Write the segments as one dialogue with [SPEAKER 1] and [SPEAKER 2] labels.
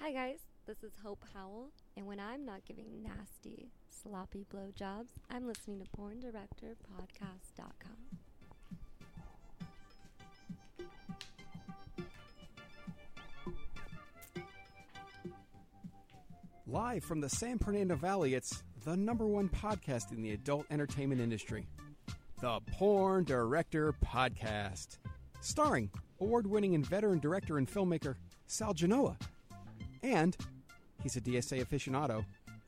[SPEAKER 1] Hi, guys. This is Hope Howell, and when I'm not giving nasty, sloppy blowjobs, I'm listening to PornDirectorPodcast.com.
[SPEAKER 2] Live from the San Fernando Valley, it's the number one podcast in the adult entertainment industry the Porn Director Podcast. Starring award winning and veteran director and filmmaker Sal Genoa. And he's a DSA aficionado,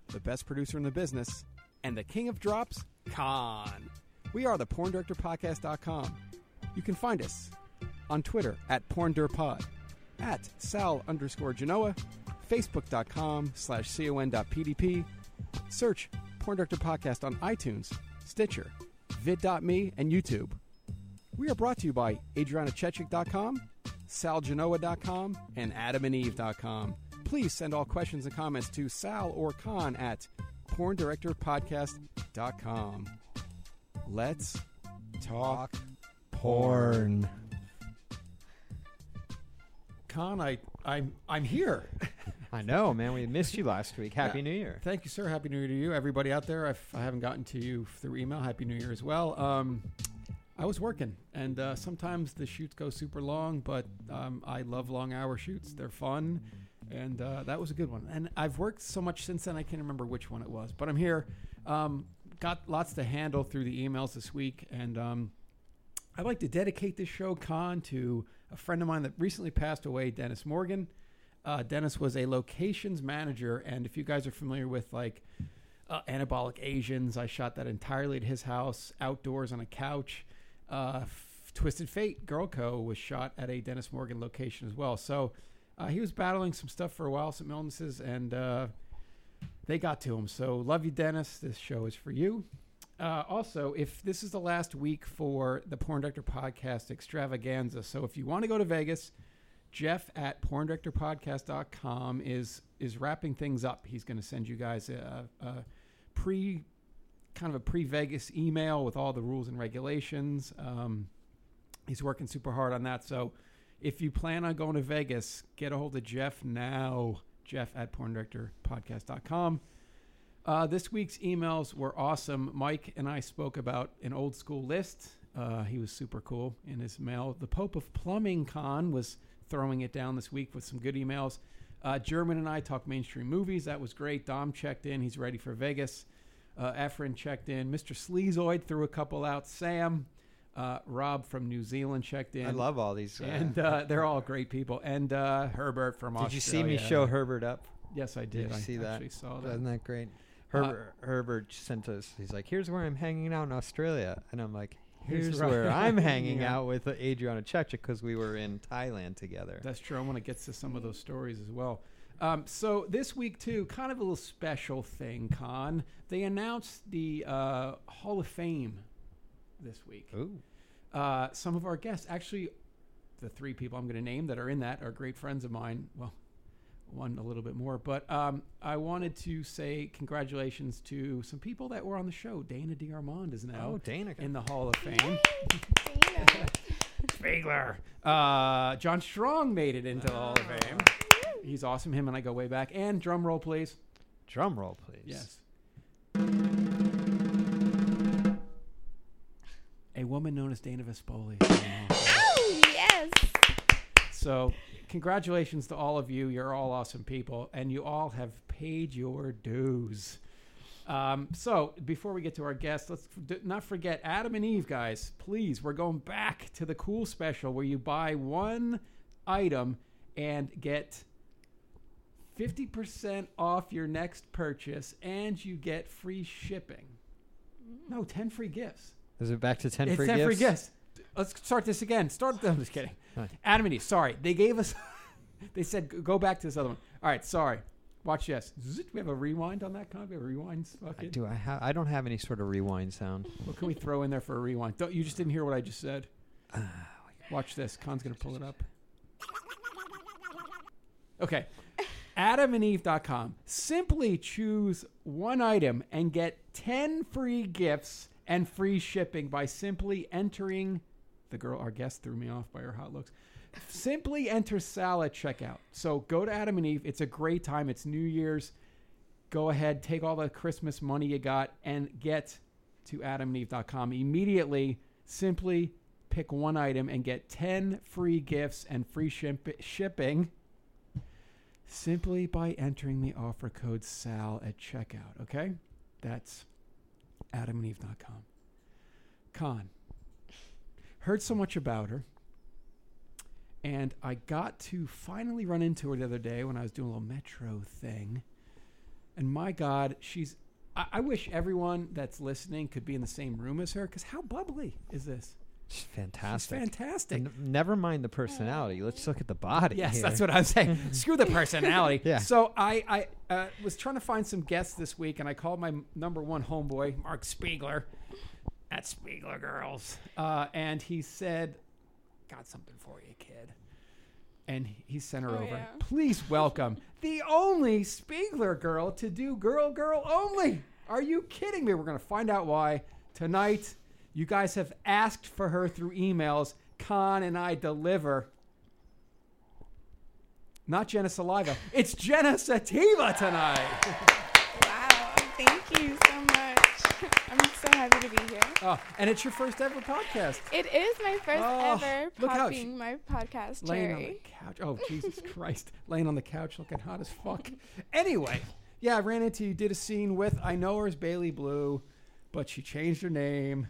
[SPEAKER 2] the best producer in the business, and the king of drops, Khan. We are the PornDirectorPodcast.com. You can find us on Twitter at PornDirPod, at Sal underscore Genoa, Facebook.com slash con.pdp. Search Porn Director Podcast on iTunes, Stitcher, vid.me, and YouTube. We are brought to you by AdrianaChechik.com, SalGenoa.com, and AdamandEve.com. Please send all questions and comments to Sal or Con at PornDirectorPodcast.com. Let's talk porn. Con, I, I'm, I'm here.
[SPEAKER 3] I know, man. We missed you last week. Happy New Year.
[SPEAKER 2] Thank you, sir. Happy New Year to you, everybody out there. If I haven't gotten to you through email, Happy New Year as well. Um, I was working, and uh, sometimes the shoots go super long, but um, I love long hour shoots. They're fun, and uh, that was a good one. And I've worked so much since then, I can't remember which one it was, but I'm here. Um, got lots to handle through the emails this week, and. Um, I'd like to dedicate this show, Con, to a friend of mine that recently passed away, Dennis Morgan. Uh, Dennis was a locations manager, and if you guys are familiar with like uh, Anabolic Asians, I shot that entirely at his house, outdoors on a couch. Uh, F- Twisted Fate Girl Co was shot at a Dennis Morgan location as well. So uh, he was battling some stuff for a while, some illnesses, and uh, they got to him. So love you, Dennis. This show is for you. Uh, also, if this is the last week for the Porn Director Podcast extravaganza, so if you want to go to Vegas, Jeff at porndirectorpodcast.com is is wrapping things up. He's going to send you guys a, a pre kind of a pre Vegas email with all the rules and regulations. Um, he's working super hard on that. So if you plan on going to Vegas, get a hold of Jeff now. Jeff at porndirectorpodcast.com. Uh, this week's emails were awesome. Mike and I spoke about an old school list. Uh, he was super cool in his mail. The Pope of Plumbing Con was throwing it down this week with some good emails. Uh, German and I talked mainstream movies. That was great. Dom checked in. He's ready for Vegas. Uh, Efren checked in. Mr. Sleazoid threw a couple out. Sam, uh, Rob from New Zealand checked in.
[SPEAKER 3] I love all these. uh,
[SPEAKER 2] And uh, they're all great people. And uh, Herbert from
[SPEAKER 3] did you see me show Herbert up?
[SPEAKER 2] Yes, I did.
[SPEAKER 3] Did you
[SPEAKER 2] I
[SPEAKER 3] see that?
[SPEAKER 2] actually saw that.
[SPEAKER 3] Isn't that great? Herbert, Herbert sent us. He's like, "Here's where I'm hanging out in Australia," and I'm like,
[SPEAKER 2] Here's
[SPEAKER 3] "Here's,
[SPEAKER 2] where
[SPEAKER 3] where
[SPEAKER 2] I'm
[SPEAKER 3] I'm hanging
[SPEAKER 2] hanging
[SPEAKER 3] out with Adriana Chechik because we were in Thailand together."
[SPEAKER 2] That's true. I want to get to some of those stories as well. Um, so this week too, kind of a little special thing. Con, they announced the uh, Hall of Fame this week.
[SPEAKER 3] Ooh,
[SPEAKER 2] Uh, some of our guests, actually, the three people I'm going to name that are in that are great friends of mine. Well, one a little bit more, but um, I wanted to say congratulations to some people that were on the show. Dana DiArmond is now
[SPEAKER 3] Oh, Dana.
[SPEAKER 2] in the Hall of Fame. Fagler. Uh, John Strong made it into the Hall of Fame. He's awesome. Him and I go way back. And drum roll, please.
[SPEAKER 3] drum roll, please.
[SPEAKER 2] Yes. A woman known as Dana Vespoli.
[SPEAKER 1] Oh, yes!
[SPEAKER 2] So, congratulations to all of you. You're all awesome people, and you all have paid your dues. Um, so, before we get to our guests, let's f- d- not forget Adam and Eve, guys. Please, we're going back to the cool special where you buy one item and get 50% off your next purchase, and you get free shipping. No, 10 free gifts.
[SPEAKER 3] Is it back to ten
[SPEAKER 2] It's
[SPEAKER 3] free
[SPEAKER 2] ten
[SPEAKER 3] gifts?
[SPEAKER 2] free gifts. Let's start this again. Start. I'm just kidding.
[SPEAKER 3] Huh.
[SPEAKER 2] Adam and Eve. Sorry, they gave us. they said "Go- go back to this other one. All right. Sorry. Watch this. Zzz, we have a rewind on that. Can we have a rewind?
[SPEAKER 3] I,
[SPEAKER 2] Fucking.
[SPEAKER 3] do I have? I don't have any sort of rewind sound.
[SPEAKER 2] What can we throw in there for a rewind? Don't, you just didn't hear what I just said.
[SPEAKER 3] Ah,
[SPEAKER 2] Watch this. Con's gonna pull it up. Okay. AdamandEve.com. Simply choose one item and get 10 free gifts and free shipping by simply entering The girl, our guest, threw me off by her hot looks. Simply enter Sal at checkout. So go to Adam and Eve. It's a great time. It's New Year's. Go ahead, take all the Christmas money you got and get to adamandeve.com immediately. Simply pick one item and get 10 free gifts and free shimp- shipping simply by entering the offer code SAL at checkout. Okay? That's adamandeve.com. Con. Heard so much about her. And I got to finally run into her the other day when I was doing a little metro thing. And my God, she's. I, I wish everyone that's listening could be in the same room as her because how bubbly is this?
[SPEAKER 3] She's fantastic.
[SPEAKER 2] She's fantastic.
[SPEAKER 3] And never mind the personality. Let's look at the body.
[SPEAKER 2] Yes,
[SPEAKER 3] here.
[SPEAKER 2] that's what I'm saying. Screw the personality.
[SPEAKER 3] Yeah.
[SPEAKER 2] So I, I uh, was trying to find some guests this week, and I called my number one homeboy, Mark Spiegler, at Spiegler Girls, uh, and he said, "Got something for you, kid." And he sent her
[SPEAKER 1] Oh,
[SPEAKER 2] over.
[SPEAKER 1] yeah.
[SPEAKER 2] Please welcome the only Spiegler girl to do girl, girl only. Are you kidding me? We're going to find out why tonight. You guys have asked for her through emails. Khan and I deliver. Not Jenna Saliva. It's Jenna Sativa tonight.
[SPEAKER 4] Wow, thank you so much. I'm so happy to be here.
[SPEAKER 2] Oh, and it's your first ever podcast.
[SPEAKER 4] It is my first
[SPEAKER 2] Oh,
[SPEAKER 4] ever
[SPEAKER 2] look how she-
[SPEAKER 4] popping my podcast
[SPEAKER 2] Laying on the
[SPEAKER 4] cherry.
[SPEAKER 2] couch. Oh, Jesus Christ. Laying on the couch looking hot as fuck. Anyway, yeah, I ran into you, did a scene with, I know her as Bailey Blue, but she changed her name.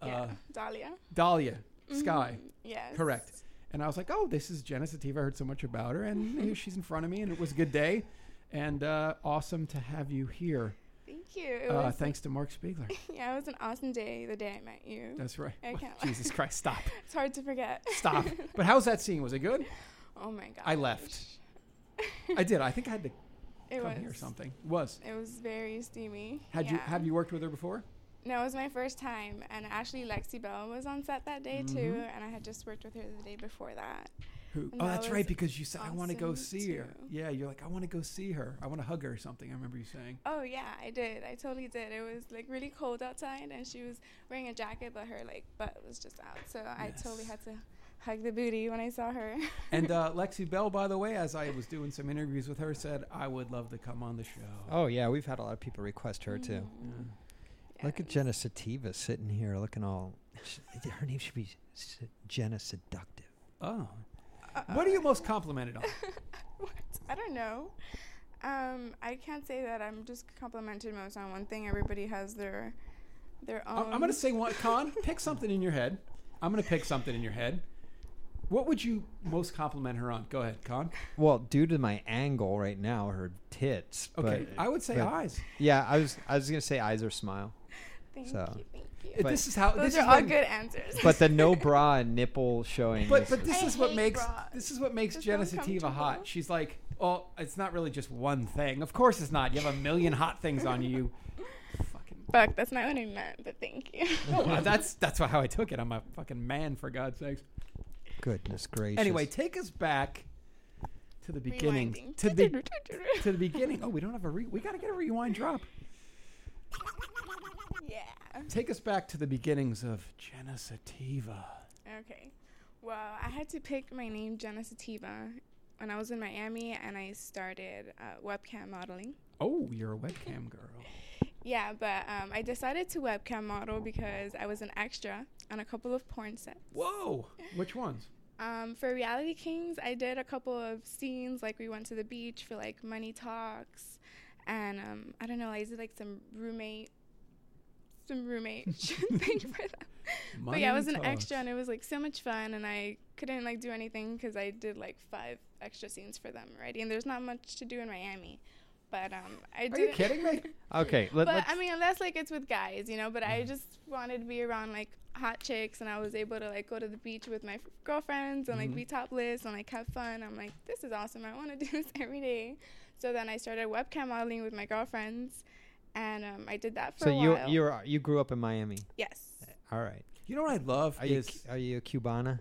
[SPEAKER 4] Yeah,
[SPEAKER 2] Uh,
[SPEAKER 4] Dahlia.
[SPEAKER 2] Dahlia Sky.
[SPEAKER 4] Yes.
[SPEAKER 2] Correct. And I was like, oh, this is Jenna Sativa. I heard so much about her, and here she's in front of me, and it was a good day. And uh, awesome to have you here.
[SPEAKER 4] Thank you. It
[SPEAKER 2] Uh,
[SPEAKER 4] was,
[SPEAKER 2] thanks to Mark Spiegler.
[SPEAKER 4] yeah, it was an awesome day the day I met you.
[SPEAKER 2] That's right.
[SPEAKER 4] I can't lie.
[SPEAKER 2] Jesus Christ, stop.
[SPEAKER 4] It's hard to forget.
[SPEAKER 2] Stop. But how was that scene? Was it good?
[SPEAKER 4] oh my god.
[SPEAKER 2] I left. I did. I think I had to
[SPEAKER 4] It
[SPEAKER 2] come
[SPEAKER 4] was
[SPEAKER 2] here or something. Was.
[SPEAKER 4] It was very steamy.
[SPEAKER 2] Had you
[SPEAKER 4] Yeah.
[SPEAKER 2] have you worked with her before?
[SPEAKER 4] No, it was my first time, and actually Lexi Bell was on set that day too,
[SPEAKER 2] Mhm.
[SPEAKER 4] and I had just worked with her the day before that.
[SPEAKER 2] Who?
[SPEAKER 4] And
[SPEAKER 2] Oh,
[SPEAKER 4] that
[SPEAKER 2] that's
[SPEAKER 4] was
[SPEAKER 2] right. Because you said I want to go
[SPEAKER 4] awesome,
[SPEAKER 2] see her.
[SPEAKER 4] too.
[SPEAKER 2] Yeah, you're like I want to go see her. I want to hug her or something. I remember you saying.
[SPEAKER 4] Oh yeah, I did. I totally did. It was like really cold outside, and she was wearing a jacket, but her like butt was just out. So I totally
[SPEAKER 2] Yes.
[SPEAKER 4] had to hug the booty when I saw her.
[SPEAKER 2] And uh, Lexi Bell, by the way, as I was doing some interviews with her, said I would love to come on the show. Oh.
[SPEAKER 3] Oh yeah, we've had a lot of people request her too.
[SPEAKER 4] Mm-hmm.
[SPEAKER 2] Yeah.
[SPEAKER 3] Look at
[SPEAKER 4] Yes.
[SPEAKER 3] Jenna Sativa sitting here, looking all. sh- Her name should be S- Jenna Seductive.
[SPEAKER 2] Oh. What are you most complimented on?
[SPEAKER 4] I don't know. Um, I can't say that I'm just complimented most on one thing. Everybody has their their own.
[SPEAKER 2] I'm, I'm going to say one. Con, pick something in your head. I'm going to pick something in your head. What would you most compliment her on? Go ahead, Con.
[SPEAKER 3] Well, due to my angle right now, her tits.
[SPEAKER 2] Okay,
[SPEAKER 3] but-
[SPEAKER 2] I would say
[SPEAKER 3] but-
[SPEAKER 2] eyes.
[SPEAKER 3] Yeah, I was I was gonna say eyes or smile,
[SPEAKER 4] Thank
[SPEAKER 3] so-
[SPEAKER 4] you, thank you.
[SPEAKER 2] Uh,
[SPEAKER 3] But-
[SPEAKER 2] this is how.
[SPEAKER 4] Those
[SPEAKER 2] this
[SPEAKER 4] are
[SPEAKER 2] is
[SPEAKER 4] all
[SPEAKER 2] when-
[SPEAKER 4] good answers.
[SPEAKER 3] but the no bra and nipple showing.
[SPEAKER 2] But
[SPEAKER 3] is-
[SPEAKER 2] but this
[SPEAKER 4] I
[SPEAKER 2] is what
[SPEAKER 4] hate
[SPEAKER 2] makes
[SPEAKER 4] bras.
[SPEAKER 2] this is what makes
[SPEAKER 4] Just
[SPEAKER 2] Jenna Sativa hot.
[SPEAKER 4] uncomfortable.
[SPEAKER 2] She's like, oh, it's not really just one thing. Of course it's not. You have a million hot things on you. you fucking.
[SPEAKER 4] Fuck, that's not what I meant. But thank you.
[SPEAKER 2] No, uh, that's that's how I took it. I'm a fucking man for God's sakes.
[SPEAKER 3] goodness gracious.
[SPEAKER 2] Anyway, take us back to the beginning.
[SPEAKER 4] Rewinding.
[SPEAKER 2] To the to the beginning. Oh, we don't have a re- we got to get a rewind drop.
[SPEAKER 4] yeah.
[SPEAKER 2] Take us back to the beginnings of Jenna Sativa.
[SPEAKER 4] Okay. Well, I had to pick my name, Jenna Sativa, when I was in Miami and I started uh, webcam modeling.
[SPEAKER 2] Oh, you're a webcam girl.
[SPEAKER 4] Yeah, but um, I decided to webcam model because I was an extra on a couple of porn sets.
[SPEAKER 2] Whoa, which ones?
[SPEAKER 4] Um, for Reality Kings, I did a couple of scenes, like we went to the beach for like money talks, and um, I don't know, I did like some roommate, some roommate thing for them. but yeah,
[SPEAKER 2] Money
[SPEAKER 4] I was an extra,
[SPEAKER 2] talks.
[SPEAKER 4] and it was like so much fun, and I couldn't like do anything because I did like five extra scenes for them already, and there's not much to do in Miami. But um,
[SPEAKER 2] Are
[SPEAKER 4] I
[SPEAKER 2] you
[SPEAKER 4] didn't-
[SPEAKER 2] kidding me?
[SPEAKER 3] okay, let, Mm-hmm. us
[SPEAKER 4] but I mean, unless like it's with guys, you know. But I just wanted to be around like hot chicks, and I was able to like go to the beach with my f- girlfriends and
[SPEAKER 3] Mm-hmm.
[SPEAKER 4] like be topless and like have fun. I'm like, this is awesome. I want to do this every day. So then I started webcam modeling with my girlfriends, and um, I did that for
[SPEAKER 3] so
[SPEAKER 4] a
[SPEAKER 3] you
[SPEAKER 4] while.
[SPEAKER 3] you are you grew up in Miami.
[SPEAKER 4] yes,
[SPEAKER 3] All right.
[SPEAKER 2] You know what I love
[SPEAKER 3] Are you
[SPEAKER 2] is
[SPEAKER 3] Cu- are you a Cubana?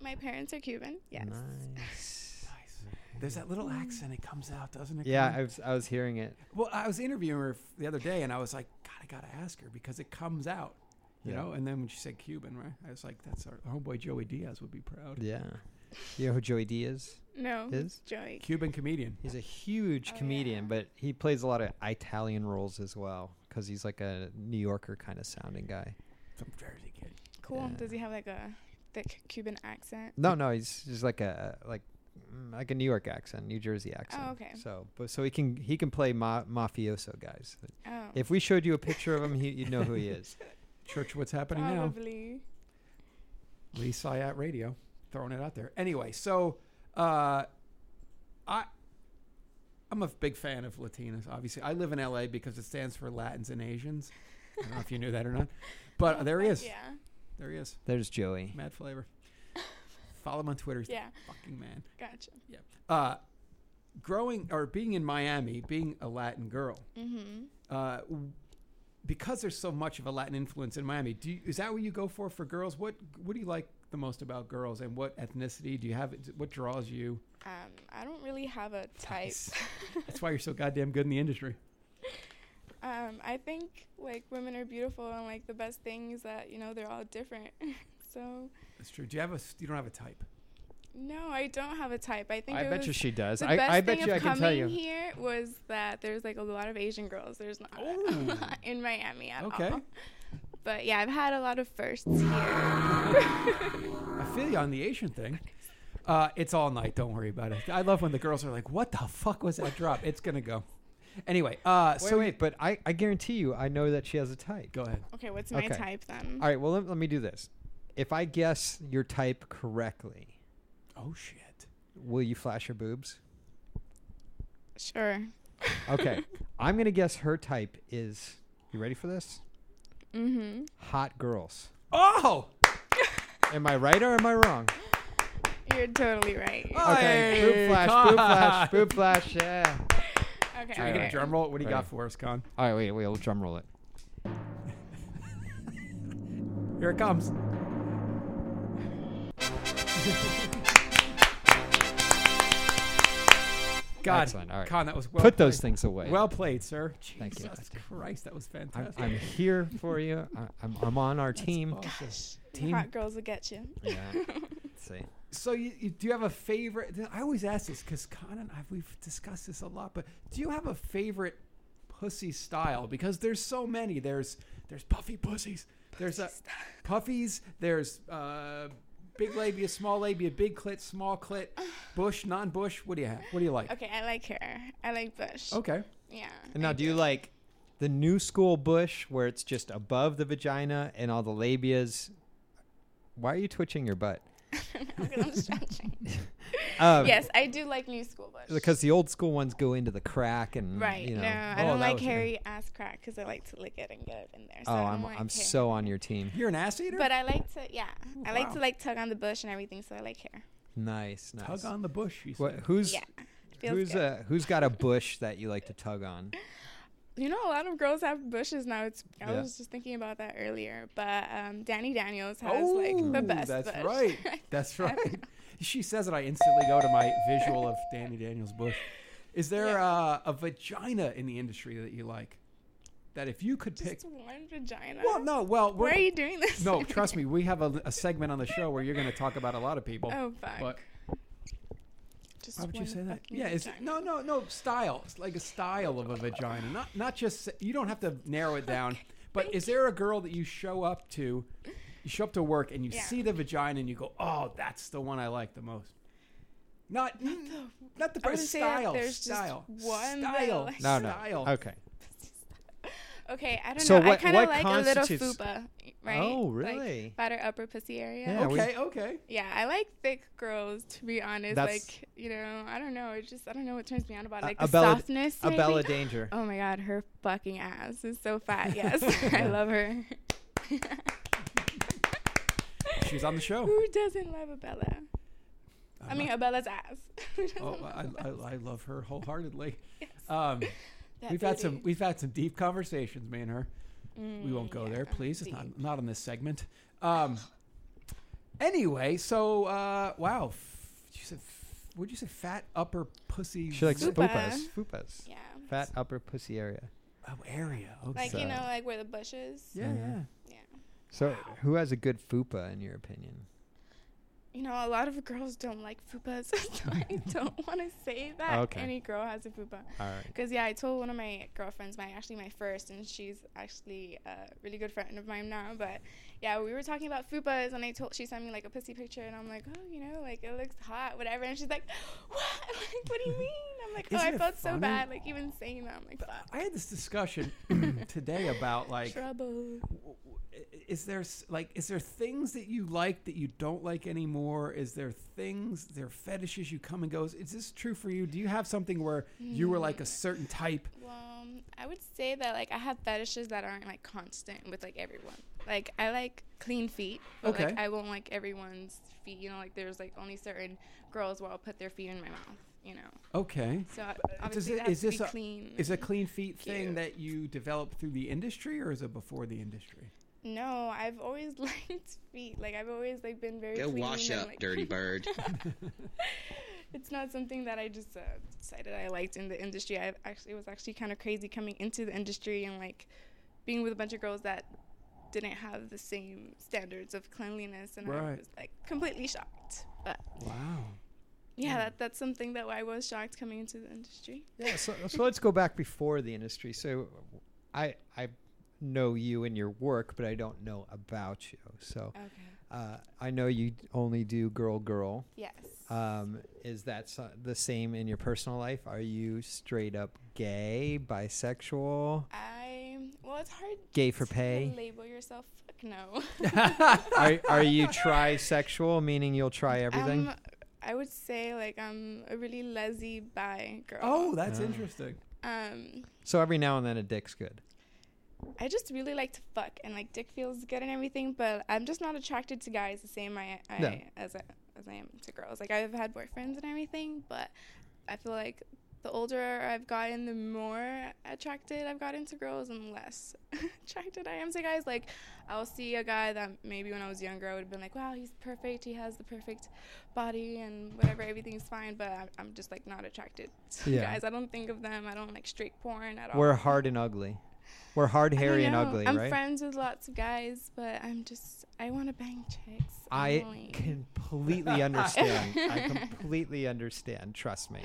[SPEAKER 4] my parents are Cuban. Yes.
[SPEAKER 3] Nice.
[SPEAKER 2] Nice. There's that little accent. It comes out, doesn't it?
[SPEAKER 3] Yeah,
[SPEAKER 2] Colin?
[SPEAKER 3] I was I was hearing it.
[SPEAKER 2] well, I was interviewing her f- the other day, and I was like, God, I gotta ask her because it comes out. You
[SPEAKER 3] Yeah.
[SPEAKER 2] know, and then when she said Cuban, right? I was like, that's our homeboy Joey Diaz would be proud.
[SPEAKER 3] Yeah. You know who Joey D is?
[SPEAKER 4] No,
[SPEAKER 3] Is?
[SPEAKER 4] Joey.
[SPEAKER 2] Cuban comedian.
[SPEAKER 3] He's a huge
[SPEAKER 4] Oh, yeah.
[SPEAKER 3] comedian, but he plays a lot of Italian roles as well because he's like a New Yorker kind of sounding guy.
[SPEAKER 2] Some Jersey kid.
[SPEAKER 4] Cool.
[SPEAKER 3] Yeah.
[SPEAKER 4] Does he have like a thick Cuban accent?
[SPEAKER 3] No, no, he's just like a like mm, like a New York accent, New Jersey accent.
[SPEAKER 4] Oh, okay.
[SPEAKER 3] So, but so he can he can play ma- mafioso guys.
[SPEAKER 4] Oh,
[SPEAKER 3] If we showed you a picture of him, he, you'd know who he is.
[SPEAKER 2] Church, what's happening now?
[SPEAKER 4] probably.
[SPEAKER 2] Lee Syatt Radio, throwing it out there. Anyway, so uh, I I'm a big fan of Latinas. Obviously, I live in LA because it stands for Latins and Asians. I don't know if you knew that or not, but there he is.
[SPEAKER 4] Yeah,
[SPEAKER 2] There he is.
[SPEAKER 3] There's Joey.
[SPEAKER 2] Mad flavor. Follow him on Twitter. He's the
[SPEAKER 4] yeah.
[SPEAKER 2] fucking man.
[SPEAKER 4] Gotcha.
[SPEAKER 2] Uh, growing or being in Miami, being a Latin girl,
[SPEAKER 4] Mm-hmm.
[SPEAKER 2] uh, w- because there's so much of a Latin influence in Miami. Do you, is that what you go for for girls? What What do you like the most about girls, and what ethnicity do you have? What draws you?
[SPEAKER 4] Um, I don't really have a type.
[SPEAKER 2] Nice. That's why you're so goddamn good in the industry.
[SPEAKER 4] Um, I think like women are beautiful and like the best thing is that you know they're all different. so
[SPEAKER 2] That's true. Do you have a? s- You don't have a type.
[SPEAKER 4] no, I don't have a type. I think
[SPEAKER 3] I
[SPEAKER 4] it
[SPEAKER 3] bet
[SPEAKER 4] was
[SPEAKER 3] you she does.
[SPEAKER 4] the
[SPEAKER 3] I,
[SPEAKER 4] best
[SPEAKER 3] I
[SPEAKER 4] thing
[SPEAKER 3] bet you
[SPEAKER 4] of
[SPEAKER 3] I can
[SPEAKER 4] coming
[SPEAKER 3] tell you.
[SPEAKER 4] here was that there's like a lot of Asian girls. There's not
[SPEAKER 2] Oh.
[SPEAKER 4] in Miami at
[SPEAKER 2] Okay.
[SPEAKER 4] all. But yeah, I've had a lot of firsts here.
[SPEAKER 2] I feel you on the Asian thing. Uh, it's all night. Don't worry about it. I love when the girls are like, "What the fuck was that drop?" It's gonna go. Anyway, uh,
[SPEAKER 3] Wait,
[SPEAKER 2] so
[SPEAKER 3] wait, but I, I guarantee you, I know that she has a type.
[SPEAKER 2] go ahead.
[SPEAKER 4] Okay, what's my
[SPEAKER 3] Okay.
[SPEAKER 4] type then?
[SPEAKER 3] All right, well, let, let me do this. If I guess your type correctly,
[SPEAKER 2] Oh shit.
[SPEAKER 3] will you flash your boobs?
[SPEAKER 4] Sure.
[SPEAKER 3] Okay. I'm going to guess her type is, you ready for this?
[SPEAKER 4] Mm-hmm.
[SPEAKER 3] Hot girls.
[SPEAKER 2] Oh.
[SPEAKER 3] Am I right or am I wrong?
[SPEAKER 4] You're totally right.
[SPEAKER 2] Oh,
[SPEAKER 3] Okay.
[SPEAKER 2] Hey,
[SPEAKER 3] Boob flash, boob
[SPEAKER 2] God.
[SPEAKER 3] flash, boob flash. Yeah.
[SPEAKER 4] Okay.
[SPEAKER 2] Should we get a
[SPEAKER 3] Alright.
[SPEAKER 2] drum roll? What do you got
[SPEAKER 3] Ready.
[SPEAKER 2] for us, Con?
[SPEAKER 3] All right, wait, wait, we'll drum roll it.
[SPEAKER 2] Here it comes. God,
[SPEAKER 3] Excellent, alright.
[SPEAKER 2] Con, that was well
[SPEAKER 3] Put those
[SPEAKER 2] played.
[SPEAKER 3] things away.
[SPEAKER 2] Well played, sir. Jesus
[SPEAKER 3] Thank you.
[SPEAKER 2] Christ, that was
[SPEAKER 3] I'm,
[SPEAKER 2] fantastic. Oh.
[SPEAKER 3] I'm here for you. I, I'm, I'm on our
[SPEAKER 2] That's
[SPEAKER 3] team.
[SPEAKER 2] awesome.
[SPEAKER 3] Team.
[SPEAKER 4] Hot girls will get you.
[SPEAKER 3] Yeah. Let's see.
[SPEAKER 2] So, you, you, do you have a favorite? I always ask this because Con and I we've discussed this a lot, but do you have a favorite pussy style? Because there's so many. There's there's puffy pussies. There's a, puffies. There's uh, big labia, small labia, big clit, small clit, bush, non-bush. What do you have? What do you like?
[SPEAKER 4] Okay, I like her. I like Bush.
[SPEAKER 2] Okay.
[SPEAKER 4] Yeah.
[SPEAKER 3] Oh. And now, do you like the new school bush where it's just above the vagina and all the labias? Why are you twitching your butt?
[SPEAKER 4] Because I'm stretching.
[SPEAKER 3] Um,
[SPEAKER 4] yes, I do like new school Bush.
[SPEAKER 3] Because the old school ones go into the crack and
[SPEAKER 4] Right.
[SPEAKER 3] You know,
[SPEAKER 4] No, I
[SPEAKER 2] Oh,
[SPEAKER 4] don't
[SPEAKER 2] that
[SPEAKER 4] like
[SPEAKER 2] was good.
[SPEAKER 4] hairy ass crack because I like to lick it and get it in there. So
[SPEAKER 3] oh,
[SPEAKER 4] I don't
[SPEAKER 3] I'm
[SPEAKER 4] like
[SPEAKER 3] I'm
[SPEAKER 4] hair.
[SPEAKER 3] so on your team.
[SPEAKER 2] You're an ass eater.
[SPEAKER 4] But I like to, yeah. I like
[SPEAKER 2] wow.
[SPEAKER 4] to like tug on the bush and everything, so I like hair.
[SPEAKER 3] Nice, nice.
[SPEAKER 2] Tug on the bush. She
[SPEAKER 3] What,
[SPEAKER 2] said.
[SPEAKER 3] who's
[SPEAKER 4] Yeah. Feels
[SPEAKER 3] who's
[SPEAKER 4] good.
[SPEAKER 3] uh, who's got a bush that you like to tug on?
[SPEAKER 4] You know, a lot of girls have bushes now. It's I
[SPEAKER 3] Yeah.
[SPEAKER 4] was just thinking about that earlier, but um, Danny Daniels has like the
[SPEAKER 2] Oh,
[SPEAKER 4] best.
[SPEAKER 2] That's
[SPEAKER 4] bush.
[SPEAKER 2] right. That's right. she says it. I instantly go to my visual of Danny Daniels Bush. Is there
[SPEAKER 4] Yeah.
[SPEAKER 2] uh, a vagina in the industry that you like? That if you could pick.
[SPEAKER 4] Just one vagina.
[SPEAKER 2] Well, no. Well,
[SPEAKER 4] Why
[SPEAKER 2] we're,
[SPEAKER 4] are you doing this?
[SPEAKER 2] no. Trust me. We have a, a segment on the show where you're going to talk about a lot of people.
[SPEAKER 4] oh fuck.
[SPEAKER 2] But
[SPEAKER 4] Just
[SPEAKER 2] why would you
[SPEAKER 4] one
[SPEAKER 2] say that?
[SPEAKER 4] fucking
[SPEAKER 2] Yeah. It's,
[SPEAKER 4] vagina.
[SPEAKER 2] no, no, no. Style. It's like a style of a vagina. Not, not just. You don't have to narrow it down. But is there a girl that you show up to? You show up to work and you
[SPEAKER 4] Yeah.
[SPEAKER 2] see the vagina and you go, "Oh, that's the one I like the most." Not, not the,
[SPEAKER 4] Mm, I wouldn't say that
[SPEAKER 2] style.
[SPEAKER 4] there's just
[SPEAKER 2] style.
[SPEAKER 4] one that I
[SPEAKER 2] style.
[SPEAKER 4] like.
[SPEAKER 3] No, no.
[SPEAKER 2] style.
[SPEAKER 4] Oh.
[SPEAKER 3] Okay.
[SPEAKER 4] Okay, I don't
[SPEAKER 3] So
[SPEAKER 4] know.
[SPEAKER 3] what-
[SPEAKER 4] I kind of
[SPEAKER 3] what
[SPEAKER 4] like a
[SPEAKER 3] constitutes-
[SPEAKER 4] little fupa, right?
[SPEAKER 3] Oh,
[SPEAKER 4] Like
[SPEAKER 3] really?
[SPEAKER 4] fatter upper pussy area.
[SPEAKER 3] Yeah. we-
[SPEAKER 2] Okay. Okay.
[SPEAKER 4] Yeah, I like thick girls. To be honest,
[SPEAKER 3] That's-
[SPEAKER 4] like you know, I don't know. It's just I don't know what turns me on about it.
[SPEAKER 3] A-
[SPEAKER 4] like
[SPEAKER 3] a
[SPEAKER 4] the
[SPEAKER 3] Bella-
[SPEAKER 4] softness.
[SPEAKER 3] A
[SPEAKER 4] maybe?
[SPEAKER 3] Bella Danger.
[SPEAKER 4] Oh my god, her fucking ass is so fat. Yes, I
[SPEAKER 3] Yeah.
[SPEAKER 4] love her.
[SPEAKER 2] She was on the show.
[SPEAKER 4] Who doesn't love Abella? I mean, Abella's ass. Who doesn't
[SPEAKER 2] Oh,
[SPEAKER 4] love
[SPEAKER 2] I, I, I love her wholeheartedly.
[SPEAKER 4] Yes.
[SPEAKER 2] Um,
[SPEAKER 4] that
[SPEAKER 2] we've had some
[SPEAKER 4] booty?
[SPEAKER 2] we've had some deep conversations, me and her. We won't
[SPEAKER 4] Mm,
[SPEAKER 2] go
[SPEAKER 4] yeah,
[SPEAKER 2] there, please. It's
[SPEAKER 4] deep.
[SPEAKER 2] not not on this segment. Um, anyway, so uh, wow, f- you said f- would you say fat upper pussy?
[SPEAKER 3] She likes
[SPEAKER 4] Fupa.
[SPEAKER 3] fupas. Fupas.
[SPEAKER 4] Yeah.
[SPEAKER 3] Fat upper pussy area.
[SPEAKER 2] oh, area. Okay.
[SPEAKER 4] Like you
[SPEAKER 3] So-
[SPEAKER 4] know, like where the bushes.
[SPEAKER 2] yeah,
[SPEAKER 3] Mhm.
[SPEAKER 2] yeah.
[SPEAKER 4] Yeah.
[SPEAKER 3] So, who has a good fupa in your opinion?
[SPEAKER 4] You know, a lot of girls don't like fupas, so I don't want to say that
[SPEAKER 3] Okay.
[SPEAKER 4] any girl has a fupa.
[SPEAKER 3] All right.
[SPEAKER 4] Because yeah, I told one of my girlfriends, my actually my first, and she's actually a really good friend of mine now. But yeah, we were talking about fupas, and I told she sent me like a pussy picture, and I'm like, oh, you know, like it looks hot, whatever. And she's like, what? I'm like, what do you mean? I'm like, oh,
[SPEAKER 2] Isn't
[SPEAKER 4] I
[SPEAKER 2] it
[SPEAKER 4] felt
[SPEAKER 2] funny?
[SPEAKER 4] so bad, like even saying that. I'm like, fuck.
[SPEAKER 2] I had this discussion today about like
[SPEAKER 4] trouble.
[SPEAKER 2] w- w- i- is there s- like is there things that you like that you don't like anymore is there things there fetishes you come and goes is this true for you do you have something where you were
[SPEAKER 4] Mm.
[SPEAKER 2] like a certain type
[SPEAKER 4] Well, Um, I would say that like I have fetishes that aren't like constant with like everyone. Like I like clean feet, but like
[SPEAKER 2] Okay.
[SPEAKER 4] I won't like everyone's feet. You know, like there's like only certain girls where I'll put their feet in my mouth. You know,
[SPEAKER 2] okay
[SPEAKER 4] so I-
[SPEAKER 2] uh, does
[SPEAKER 4] obviously
[SPEAKER 2] it,
[SPEAKER 4] that has
[SPEAKER 2] is
[SPEAKER 4] to
[SPEAKER 2] this
[SPEAKER 4] be
[SPEAKER 2] a,
[SPEAKER 4] clean.
[SPEAKER 2] is a clean feet thing
[SPEAKER 4] Cute.
[SPEAKER 2] that you developed through the industry or is it before the industry
[SPEAKER 4] no, I've always liked feet. Like I've always like been very.
[SPEAKER 5] Go
[SPEAKER 4] clean
[SPEAKER 5] wash
[SPEAKER 4] and,
[SPEAKER 5] up,
[SPEAKER 4] like-
[SPEAKER 5] dirty bird.
[SPEAKER 4] It's not something that I just uh, decided I liked in the industry. I actually it was actually kind of crazy coming into the industry and like being with a bunch of girls that didn't have the same standards of cleanliness, and I
[SPEAKER 2] Right.
[SPEAKER 4] was like completely shocked. But
[SPEAKER 2] wow
[SPEAKER 4] yeah,
[SPEAKER 2] Mm.
[SPEAKER 4] That, that's something that I was shocked coming into the industry.
[SPEAKER 3] Yeah, so, so let's go back before the industry. So, I I know you and your work, but I don't know about you. So,
[SPEAKER 4] Okay.
[SPEAKER 3] uh, I know you only do girl girl.
[SPEAKER 4] Yes.
[SPEAKER 2] Uh,
[SPEAKER 3] Um, is that so- the same in your personal life? Are you straight up gay, bisexual,
[SPEAKER 4] I well, it's hard
[SPEAKER 3] gay for
[SPEAKER 4] to
[SPEAKER 3] pay?
[SPEAKER 4] label yourself. Fuck no.
[SPEAKER 3] are, are you trisexual, meaning you'll try everything?
[SPEAKER 4] Um, I would say like I'm a really lazy bi girl.
[SPEAKER 2] oh that's
[SPEAKER 3] Oh.
[SPEAKER 2] interesting
[SPEAKER 4] Um,
[SPEAKER 3] so every now and then a dick's good.
[SPEAKER 4] I just really like to fuck and like dick feels good and everything, but I'm just not attracted to guys the same I, I
[SPEAKER 3] No.
[SPEAKER 4] as I, as I am to girls. Like I've had boyfriends and everything, but I feel like the older I've gotten, the more attracted I've gotten to girls and less attracted I am to guys. Like I'll see a guy that maybe when I was younger I would have been like, wow, he's perfect. He has the perfect body and whatever, everything's fine. But I'm, I'm just like not attracted to
[SPEAKER 3] Yeah.
[SPEAKER 4] guys. I don't think of them. I don't like straight porn at all.
[SPEAKER 3] We're hard and ugly. We're hard,
[SPEAKER 4] Oh. I don't
[SPEAKER 3] hairy, and
[SPEAKER 4] know.
[SPEAKER 3] ugly,
[SPEAKER 4] I'm
[SPEAKER 3] right?
[SPEAKER 4] friends with lots of guys, but I'm just I want to bang chicks.
[SPEAKER 3] I
[SPEAKER 4] only.
[SPEAKER 3] completely understand. I completely understand. Trust me.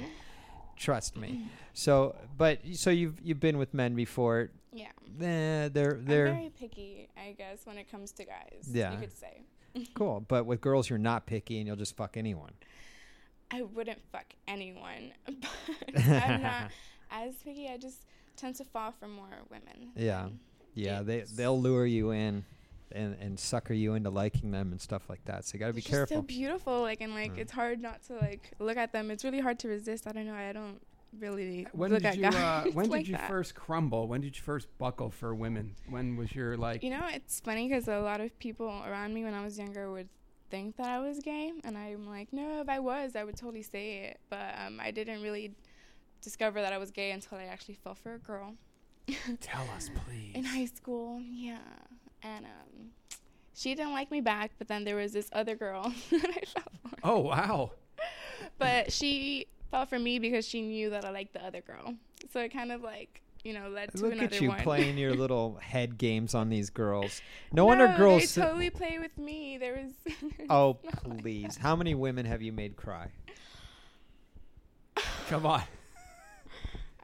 [SPEAKER 3] Trust me. So, but so you've you've been with men before.
[SPEAKER 4] yeah.
[SPEAKER 3] Eh, they're
[SPEAKER 4] I'm
[SPEAKER 3] they're
[SPEAKER 4] very picky, I guess, when it comes to guys.
[SPEAKER 3] Yeah.
[SPEAKER 4] You could say
[SPEAKER 3] cool, but with girls you're not picky and you'll just fuck anyone.
[SPEAKER 4] I wouldn't fuck anyone, but I'm not as picky. I just tend to fall for more women.
[SPEAKER 3] Yeah.
[SPEAKER 4] than
[SPEAKER 3] Yeah, they
[SPEAKER 4] Yes.
[SPEAKER 3] they'll lure you in and and sucker you into liking them and stuff like that. So you got to be
[SPEAKER 4] They're just
[SPEAKER 3] careful.
[SPEAKER 4] so beautiful, like and like
[SPEAKER 3] Mm.
[SPEAKER 4] it's hard not to like look at them. It's really hard to resist. I don't know. I don't really
[SPEAKER 2] when
[SPEAKER 4] look
[SPEAKER 2] did
[SPEAKER 4] at
[SPEAKER 2] you
[SPEAKER 4] guys
[SPEAKER 2] uh, when
[SPEAKER 4] like
[SPEAKER 2] did you
[SPEAKER 4] that.
[SPEAKER 2] first crumble when did you first buckle for women when was your like
[SPEAKER 4] You know, it's funny because a lot of people around me when I was younger would think that I was gay, and I'm like, no, if I was, I would totally say it. But um, I didn't really discover that I was gay until I actually fell for a girl
[SPEAKER 2] tell us please
[SPEAKER 4] in high school. Yeah, and um, she didn't like me back, but then there was this other girl that I fell for,
[SPEAKER 2] oh wow
[SPEAKER 4] but she fell for me because she knew that I liked the other girl. So it kind of like you know led to
[SPEAKER 3] Look
[SPEAKER 4] another
[SPEAKER 3] at you
[SPEAKER 4] one.
[SPEAKER 3] playing your little head games on these girls. No, wonder
[SPEAKER 4] No,
[SPEAKER 3] girls.
[SPEAKER 4] They totally play with me. There was.
[SPEAKER 3] oh please! How many women have you made cry?
[SPEAKER 2] come on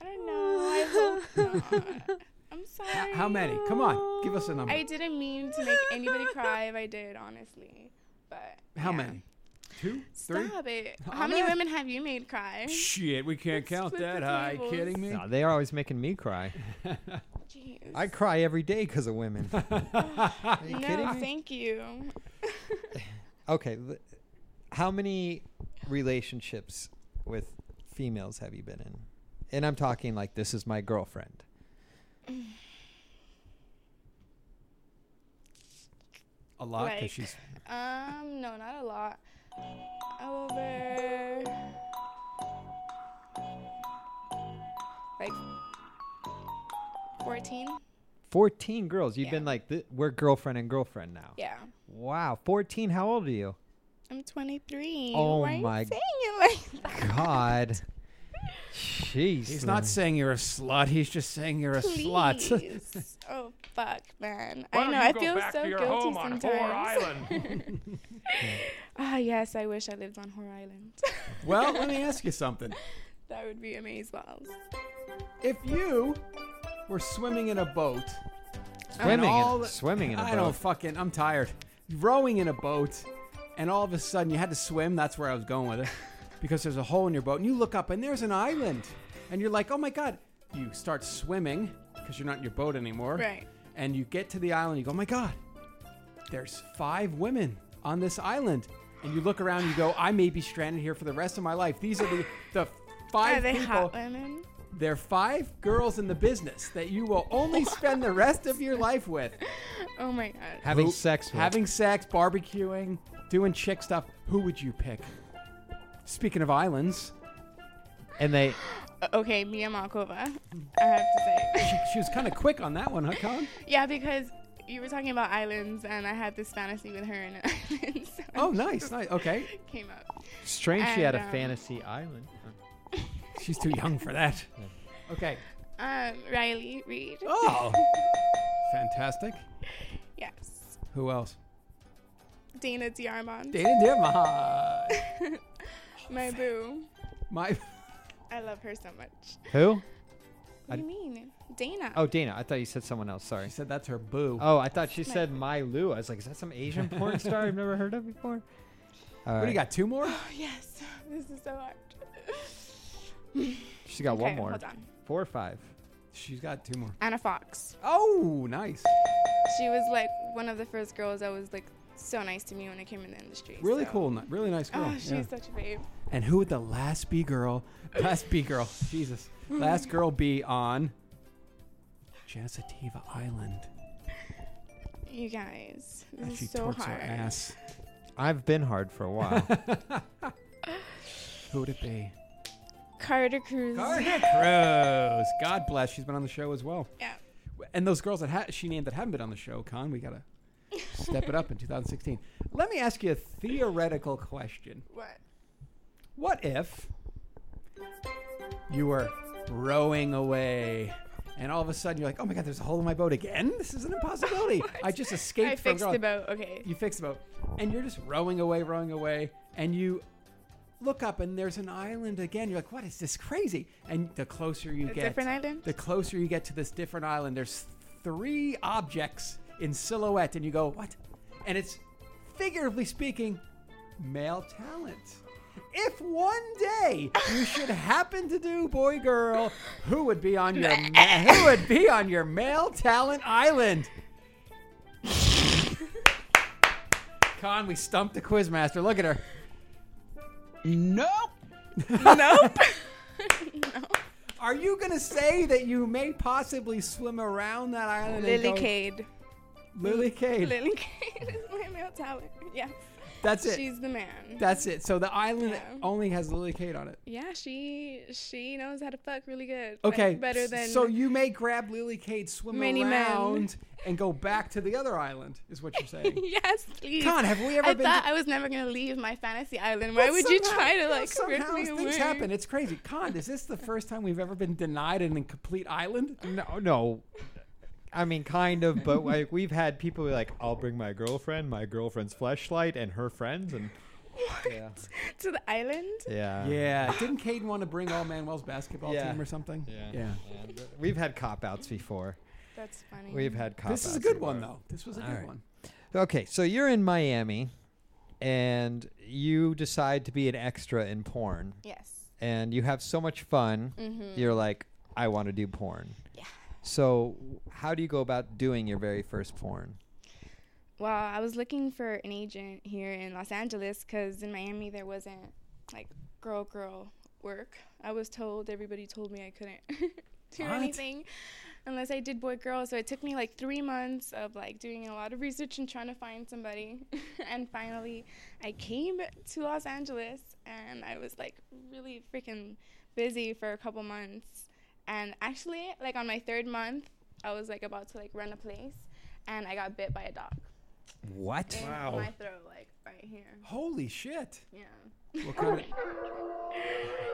[SPEAKER 4] I don't know. I hope not. I'm sorry.
[SPEAKER 2] H- how many come on give us a number
[SPEAKER 4] I didn't mean to make anybody cry if I did, honestly. But
[SPEAKER 2] How
[SPEAKER 4] yeah.
[SPEAKER 2] many? Two? Three?
[SPEAKER 4] Stop it.
[SPEAKER 2] How
[SPEAKER 4] How many
[SPEAKER 2] many?
[SPEAKER 4] women have you made cry?
[SPEAKER 2] Shit, we can't
[SPEAKER 4] Let's
[SPEAKER 2] count
[SPEAKER 4] split
[SPEAKER 2] that
[SPEAKER 4] the
[SPEAKER 2] high.
[SPEAKER 4] tables.
[SPEAKER 2] Kidding me?
[SPEAKER 3] No, they are always making me cry.
[SPEAKER 4] Jeez.
[SPEAKER 3] I cry every day because of women. Are you
[SPEAKER 4] no,
[SPEAKER 3] kidding me?
[SPEAKER 4] thank you.
[SPEAKER 3] Okay, l- how many relationships with females have you been in? And I'm talking like this is my girlfriend.
[SPEAKER 2] A lot because
[SPEAKER 4] Like-
[SPEAKER 2] she's
[SPEAKER 4] Um, no, not a lot. Over. Like 14?
[SPEAKER 3] 14 girls. You've been
[SPEAKER 4] Yeah.
[SPEAKER 3] like th- we're girlfriend and girlfriend now.
[SPEAKER 4] Yeah.
[SPEAKER 3] Wow, 14. How old are you?
[SPEAKER 4] I'm 23.
[SPEAKER 3] Oh
[SPEAKER 4] Why are you
[SPEAKER 3] my
[SPEAKER 4] saying it like that?
[SPEAKER 3] God. Jeez.
[SPEAKER 2] he's not
[SPEAKER 3] Lou.
[SPEAKER 2] saying you're a slut, he's just saying you're a slut.
[SPEAKER 4] Please. oh, fuck, man.
[SPEAKER 5] Why
[SPEAKER 4] I
[SPEAKER 5] don't
[SPEAKER 4] know.
[SPEAKER 5] you
[SPEAKER 4] I
[SPEAKER 5] go
[SPEAKER 4] feel
[SPEAKER 5] back
[SPEAKER 4] so
[SPEAKER 5] to your
[SPEAKER 4] guilty
[SPEAKER 5] home on
[SPEAKER 4] sometimes.
[SPEAKER 5] Whore Island?
[SPEAKER 4] Ah, yes. I wish I lived on Whore Island.
[SPEAKER 2] Well, let me ask you something.
[SPEAKER 4] that would be amazing. Balls.
[SPEAKER 2] If you were swimming in a boat, and
[SPEAKER 3] Swimming,
[SPEAKER 2] all
[SPEAKER 3] in,
[SPEAKER 2] the-
[SPEAKER 3] swimming in a
[SPEAKER 2] I
[SPEAKER 3] boat.
[SPEAKER 2] don't fucking. I'm tired. Rowing in a boat, and all of a sudden you had to swim. That's where I was going with it, because there's a hole in your boat, and you look up, and there's an island, and you're like, oh my god. You start swimming because you're not in your boat anymore,
[SPEAKER 4] Right.
[SPEAKER 2] And you get to the island. You go, oh my god. There's five women on this island, and you look around. and You go, I may be stranded here for the rest of my life. These are the the five
[SPEAKER 4] Are they
[SPEAKER 2] people.
[SPEAKER 4] hot women?
[SPEAKER 2] There are five girls in the business that you will only spend the rest of your life with.
[SPEAKER 4] Oh my god.
[SPEAKER 3] having
[SPEAKER 2] Who-
[SPEAKER 3] sex with.
[SPEAKER 2] Having sex, barbecuing, doing chick stuff. Who would you pick? Speaking of islands,
[SPEAKER 3] and they
[SPEAKER 4] Okay, Mia Malkova. I have to say.
[SPEAKER 2] she, she was kind of quick on that one, huh, Colin?
[SPEAKER 4] yeah, because you were talking about islands, and I had this fantasy with her in an island. so it
[SPEAKER 2] Oh, nice, nice. Okay,
[SPEAKER 4] Came up.
[SPEAKER 3] strange she had a
[SPEAKER 4] And, um,
[SPEAKER 3] fantasy island.
[SPEAKER 2] she's too young for that. Okay.
[SPEAKER 4] Um, Riley Reed.
[SPEAKER 2] Oh, fantastic.
[SPEAKER 4] Yes.
[SPEAKER 2] Who else?
[SPEAKER 4] Dana Diarmond.
[SPEAKER 2] Dana Dimond.
[SPEAKER 4] my boo.
[SPEAKER 2] My.
[SPEAKER 4] I love her so much.
[SPEAKER 3] Who?
[SPEAKER 4] What
[SPEAKER 3] I-
[SPEAKER 4] do you mean? Dana.
[SPEAKER 3] Oh, Dana. I thought you said someone else. Sorry.
[SPEAKER 2] She said that's her boo.
[SPEAKER 3] Oh, I thought she
[SPEAKER 4] my-
[SPEAKER 3] said My Lou. I was like, is that some Asian porn star I've never heard of before? All
[SPEAKER 2] what do you got? Two more?
[SPEAKER 4] Oh, yes. This is so hard.
[SPEAKER 3] She's got one
[SPEAKER 4] Okay,
[SPEAKER 3] more.
[SPEAKER 4] Hold on.
[SPEAKER 3] Four or five.
[SPEAKER 2] She's got two more.
[SPEAKER 4] Anna Fox.
[SPEAKER 2] Oh, nice.
[SPEAKER 4] She was like one of the first girls that was like so nice to me when I came in the industry.
[SPEAKER 2] Really
[SPEAKER 4] so-
[SPEAKER 2] cool. ni- Really nice girl.
[SPEAKER 4] Oh, she's
[SPEAKER 2] yeah.
[SPEAKER 4] such a babe.
[SPEAKER 2] And who would the last B girl, last B girl, Jesus, last girl be on Janisativa Island?
[SPEAKER 4] You guys,
[SPEAKER 2] And
[SPEAKER 4] this
[SPEAKER 2] she
[SPEAKER 4] is so
[SPEAKER 2] torques
[SPEAKER 4] hard.
[SPEAKER 2] her ass.
[SPEAKER 3] I've been hard for a while.
[SPEAKER 2] Who would it be?
[SPEAKER 4] Carter Cruz.
[SPEAKER 2] Cruz. God bless. She's been on the show as well.
[SPEAKER 4] Yeah.
[SPEAKER 2] And those girls that ha- she named that haven't been on the show, Con, we gotta step it up in 2016. Let me ask you a theoretical question.
[SPEAKER 4] What?
[SPEAKER 2] What if you were rowing away and all of a sudden you're like, oh my God, there's a hole in my boat again? This is an impossibility. I just escaped
[SPEAKER 4] I
[SPEAKER 2] from
[SPEAKER 4] fixed
[SPEAKER 2] God."
[SPEAKER 4] the boat. Okay.
[SPEAKER 2] You fix the boat and you're just rowing away, rowing away, and you look up and there's an island again. You're like, what is this crazy? And the closer you
[SPEAKER 4] a
[SPEAKER 2] get,
[SPEAKER 4] different island.
[SPEAKER 2] the closer you get to this different island, there's three objects in silhouette, and you go, what? And it's figuratively speaking, male talent. If one day you should happen to do boy girl, who would be on your ma- who would be on your male talent island? Con, we stumped the quizmaster. Look at her.
[SPEAKER 5] nope.
[SPEAKER 4] nope.
[SPEAKER 2] Are you gonna say that you may possibly swim around that island? and
[SPEAKER 4] Lily
[SPEAKER 2] go-
[SPEAKER 4] Cade.
[SPEAKER 2] Lily Cade.
[SPEAKER 4] Lily Cade is my male talent. Yes.
[SPEAKER 2] That's it.
[SPEAKER 4] She's the man.
[SPEAKER 2] That's it. So the island
[SPEAKER 4] Yeah.
[SPEAKER 2] only has Lily Kate on it.
[SPEAKER 4] yeah, she she knows how to fuck really good. like,
[SPEAKER 2] Okay.
[SPEAKER 4] better
[SPEAKER 2] s-
[SPEAKER 4] than
[SPEAKER 2] So you may grab Lily Kate, swim
[SPEAKER 4] Many men.
[SPEAKER 2] around, and go back to the other island. Is what you're saying?
[SPEAKER 4] Yes, please.
[SPEAKER 2] Con, have we ever
[SPEAKER 4] I
[SPEAKER 2] been
[SPEAKER 4] thought
[SPEAKER 2] to-
[SPEAKER 4] I was never gonna leave my fantasy island. Why would you
[SPEAKER 2] Somehow-
[SPEAKER 4] try to
[SPEAKER 2] yeah,
[SPEAKER 4] like rip
[SPEAKER 2] somehow
[SPEAKER 4] me
[SPEAKER 2] things
[SPEAKER 4] away?
[SPEAKER 2] happen. It's crazy. Con, is this the first time we've ever been denied an incomplete island?
[SPEAKER 3] no, no. I mean, kind of, but like we've had people be like, I'll bring my girlfriend, my girlfriend's flashlight, and her friends, and yeah,
[SPEAKER 4] to the island?
[SPEAKER 3] yeah,
[SPEAKER 2] yeah. Didn't Caden want to bring All Manuel's basketball
[SPEAKER 3] Yeah.
[SPEAKER 2] team or something?
[SPEAKER 3] yeah.
[SPEAKER 2] Yeah.
[SPEAKER 3] yeah. We've had cop outs before.
[SPEAKER 4] That's funny.
[SPEAKER 3] We've had cop outs.
[SPEAKER 2] This is a good
[SPEAKER 3] before.
[SPEAKER 2] one though. This was a
[SPEAKER 3] All
[SPEAKER 2] good
[SPEAKER 3] right.
[SPEAKER 2] one.
[SPEAKER 3] Okay, so you're in Miami, and you decide to be an extra in porn,
[SPEAKER 4] yes. Mm-hmm.
[SPEAKER 3] and you have so much fun. You're like, I want to do porn. Yeah. So, how do you go about doing your very first porn?
[SPEAKER 4] Well, I was looking for an agent here in Los Angeles because in Miami there wasn't like girl girl work. I was told everybody told me I couldn't do
[SPEAKER 2] What?
[SPEAKER 4] anything unless I did boy girl. So it took me like three months of like doing a lot of research and trying to find somebody. and finally, I came to Los Angeles and I was like really freaking busy for a couple months. And actually, like on my third month, I was like about to like run a place, and I got bit by a dog
[SPEAKER 3] What?
[SPEAKER 4] in
[SPEAKER 2] Wow.
[SPEAKER 4] my throat, like right here.
[SPEAKER 2] Holy shit!
[SPEAKER 4] Yeah.
[SPEAKER 2] What kind of-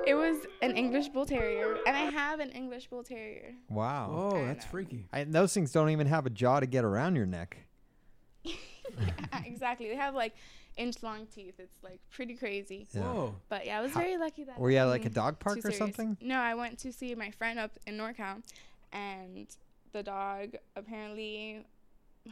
[SPEAKER 4] It was an English Bull Terrier, and I have an English Bull Terrier.
[SPEAKER 3] Wow.
[SPEAKER 2] Oh,
[SPEAKER 4] I
[SPEAKER 2] that's
[SPEAKER 4] know.
[SPEAKER 2] freaky.
[SPEAKER 3] I, those things don't even have a jaw to get around your neck.
[SPEAKER 4] Yeah, exactly. They have like inch long teeth. It's like pretty crazy.
[SPEAKER 3] Yeah.
[SPEAKER 2] Whoa.
[SPEAKER 4] But yeah, I was
[SPEAKER 3] How-
[SPEAKER 4] very lucky that.
[SPEAKER 3] Were you at like a
[SPEAKER 4] nothing
[SPEAKER 3] dog
[SPEAKER 4] too
[SPEAKER 3] park or
[SPEAKER 4] serious.
[SPEAKER 3] something?
[SPEAKER 4] No, I went to see my friend up in NorCal, and the dog apparently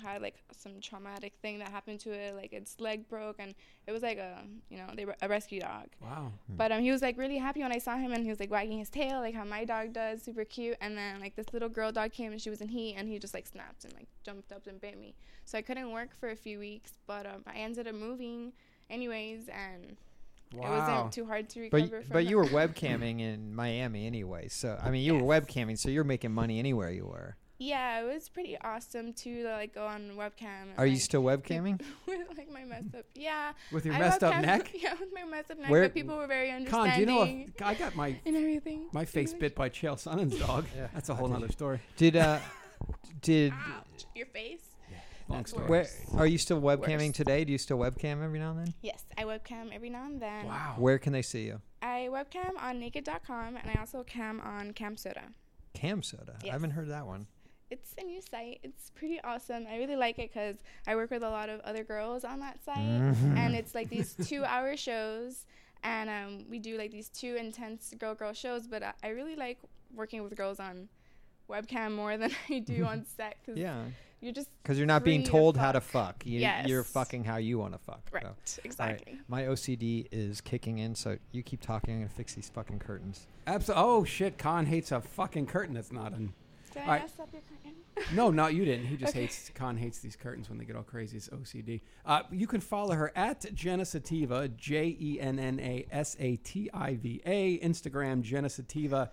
[SPEAKER 4] had like some traumatic thing that happened to it. Like its leg broke, and it was like a you know they were a rescue dog.
[SPEAKER 2] Wow.
[SPEAKER 4] But um, he was like really happy when I saw him, and he was like wagging his tail, like how my dog does, super cute. And then like this little girl dog came, and she was in heat, and he just like snapped and like jumped up and bit me. So I couldn't work for a few weeks, but um, I ended up moving, anyways, and it
[SPEAKER 2] Wow.
[SPEAKER 4] wasn't too hard to
[SPEAKER 3] But
[SPEAKER 4] recover.
[SPEAKER 3] y-
[SPEAKER 4] from
[SPEAKER 3] but
[SPEAKER 4] it.
[SPEAKER 3] you were webcamming in Miami anyway, so I mean you were webcamming, so you're making money anywhere you were.
[SPEAKER 4] yeah, it was pretty awesome too to like go on webcam. and,
[SPEAKER 3] Are you
[SPEAKER 4] like,
[SPEAKER 3] still webcamming?
[SPEAKER 4] with like my messed up? Yeah,
[SPEAKER 2] With your
[SPEAKER 4] I
[SPEAKER 2] messed up
[SPEAKER 4] webcam-
[SPEAKER 2] neck?
[SPEAKER 4] Yeah, with my messed up neck.
[SPEAKER 3] Where-
[SPEAKER 4] but people were very understanding
[SPEAKER 2] Con, do you know if I got my
[SPEAKER 4] and everything.
[SPEAKER 2] my face
[SPEAKER 4] English.
[SPEAKER 2] bit by Chael Sonnen's dog?
[SPEAKER 3] Yeah.
[SPEAKER 2] That's a whole
[SPEAKER 3] Okay.
[SPEAKER 2] nother story.
[SPEAKER 3] Did uh did
[SPEAKER 4] Ouch! Your face.
[SPEAKER 2] Long
[SPEAKER 4] That's
[SPEAKER 2] story.
[SPEAKER 3] where are you still webcamming
[SPEAKER 4] Worse.
[SPEAKER 3] today? Do you still webcam every now and then?
[SPEAKER 4] Yes, I webcam every now and then.
[SPEAKER 2] Wow.
[SPEAKER 3] Where can they see you?
[SPEAKER 4] I webcam on naked.com and I also cam on Cam Soda.
[SPEAKER 3] Cam Soda. I
[SPEAKER 4] Yes.
[SPEAKER 3] haven't heard that one.
[SPEAKER 4] It's a new site. It's pretty awesome. I really like it because I work with a lot of other girls on that site,
[SPEAKER 3] Mm-hmm.
[SPEAKER 4] and it's like these two-hour shows, and um, we do like these two intense girl-girl shows. But I, I really like working with girls on webcam more than I do on set because
[SPEAKER 3] Yeah,
[SPEAKER 4] you're just
[SPEAKER 3] because you're not being
[SPEAKER 4] free to
[SPEAKER 3] told how to fuck. You, You're
[SPEAKER 4] Yes.
[SPEAKER 3] fucking how you want to fuck.
[SPEAKER 4] right.
[SPEAKER 3] so.
[SPEAKER 4] Exactly.
[SPEAKER 3] My OCD is kicking in, so you keep talking. I'm gonna fix these fucking curtains.
[SPEAKER 2] Absol- oh shit, Con hates a fucking curtain that's not in.
[SPEAKER 4] Did I
[SPEAKER 2] Alright.
[SPEAKER 4] mess up your curtain?
[SPEAKER 2] No, not you didn't. He just
[SPEAKER 4] Okay.
[SPEAKER 2] hates Con hates these curtains when they get all crazy. It's OCD. Uh, you can follow her at Jenna Sativa, J E N N A S A T I V A, Instagram Jenna Sativa,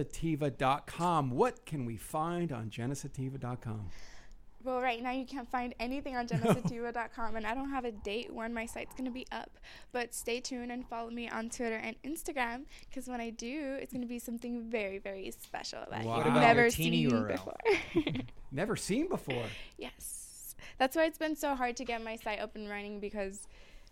[SPEAKER 2] jennasativa.com. What can we find on jennasativa.com?
[SPEAKER 4] Well, right now you can't find anything on genesitiva.com, and I don't have a date when my site's going to be up. But stay tuned and follow me on Twitter and Instagram, because when I do, it's going to be something very, very special that
[SPEAKER 2] What
[SPEAKER 4] you've
[SPEAKER 2] about
[SPEAKER 4] never
[SPEAKER 3] your teeny
[SPEAKER 4] seen
[SPEAKER 3] URL?
[SPEAKER 4] before.
[SPEAKER 2] Never seen before.
[SPEAKER 4] yes. That's why it's been so hard to get my site up and running, because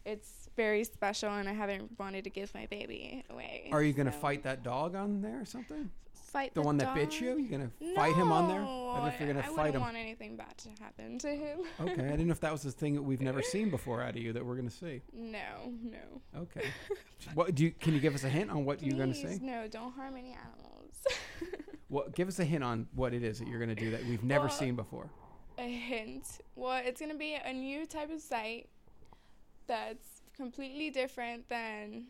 [SPEAKER 4] it's very special, and I haven't wanted to give my baby away.
[SPEAKER 2] Are you going to
[SPEAKER 4] So,
[SPEAKER 2] fight that dog on there or something?
[SPEAKER 4] fight
[SPEAKER 2] The, one that bit
[SPEAKER 4] dog?
[SPEAKER 2] you? You going to fight him on there?
[SPEAKER 4] No,
[SPEAKER 2] I don't know if you're going to
[SPEAKER 4] I
[SPEAKER 2] fight
[SPEAKER 4] wouldn't
[SPEAKER 2] him.
[SPEAKER 4] want anything bad to happen to him.
[SPEAKER 2] Okay, I didn't know if that was the thing that we've never seen before out of you that we're going to see.
[SPEAKER 4] no, no.
[SPEAKER 2] Okay. What do you, can you give us a hint on what you're going to
[SPEAKER 4] Please,
[SPEAKER 2] say?
[SPEAKER 4] No, don't harm any animals.
[SPEAKER 2] What give us a hint on what it is that you're going to do that we've never
[SPEAKER 4] Well-
[SPEAKER 2] seen before.
[SPEAKER 4] a hint. Well, it's going to be a new type of site that's completely different than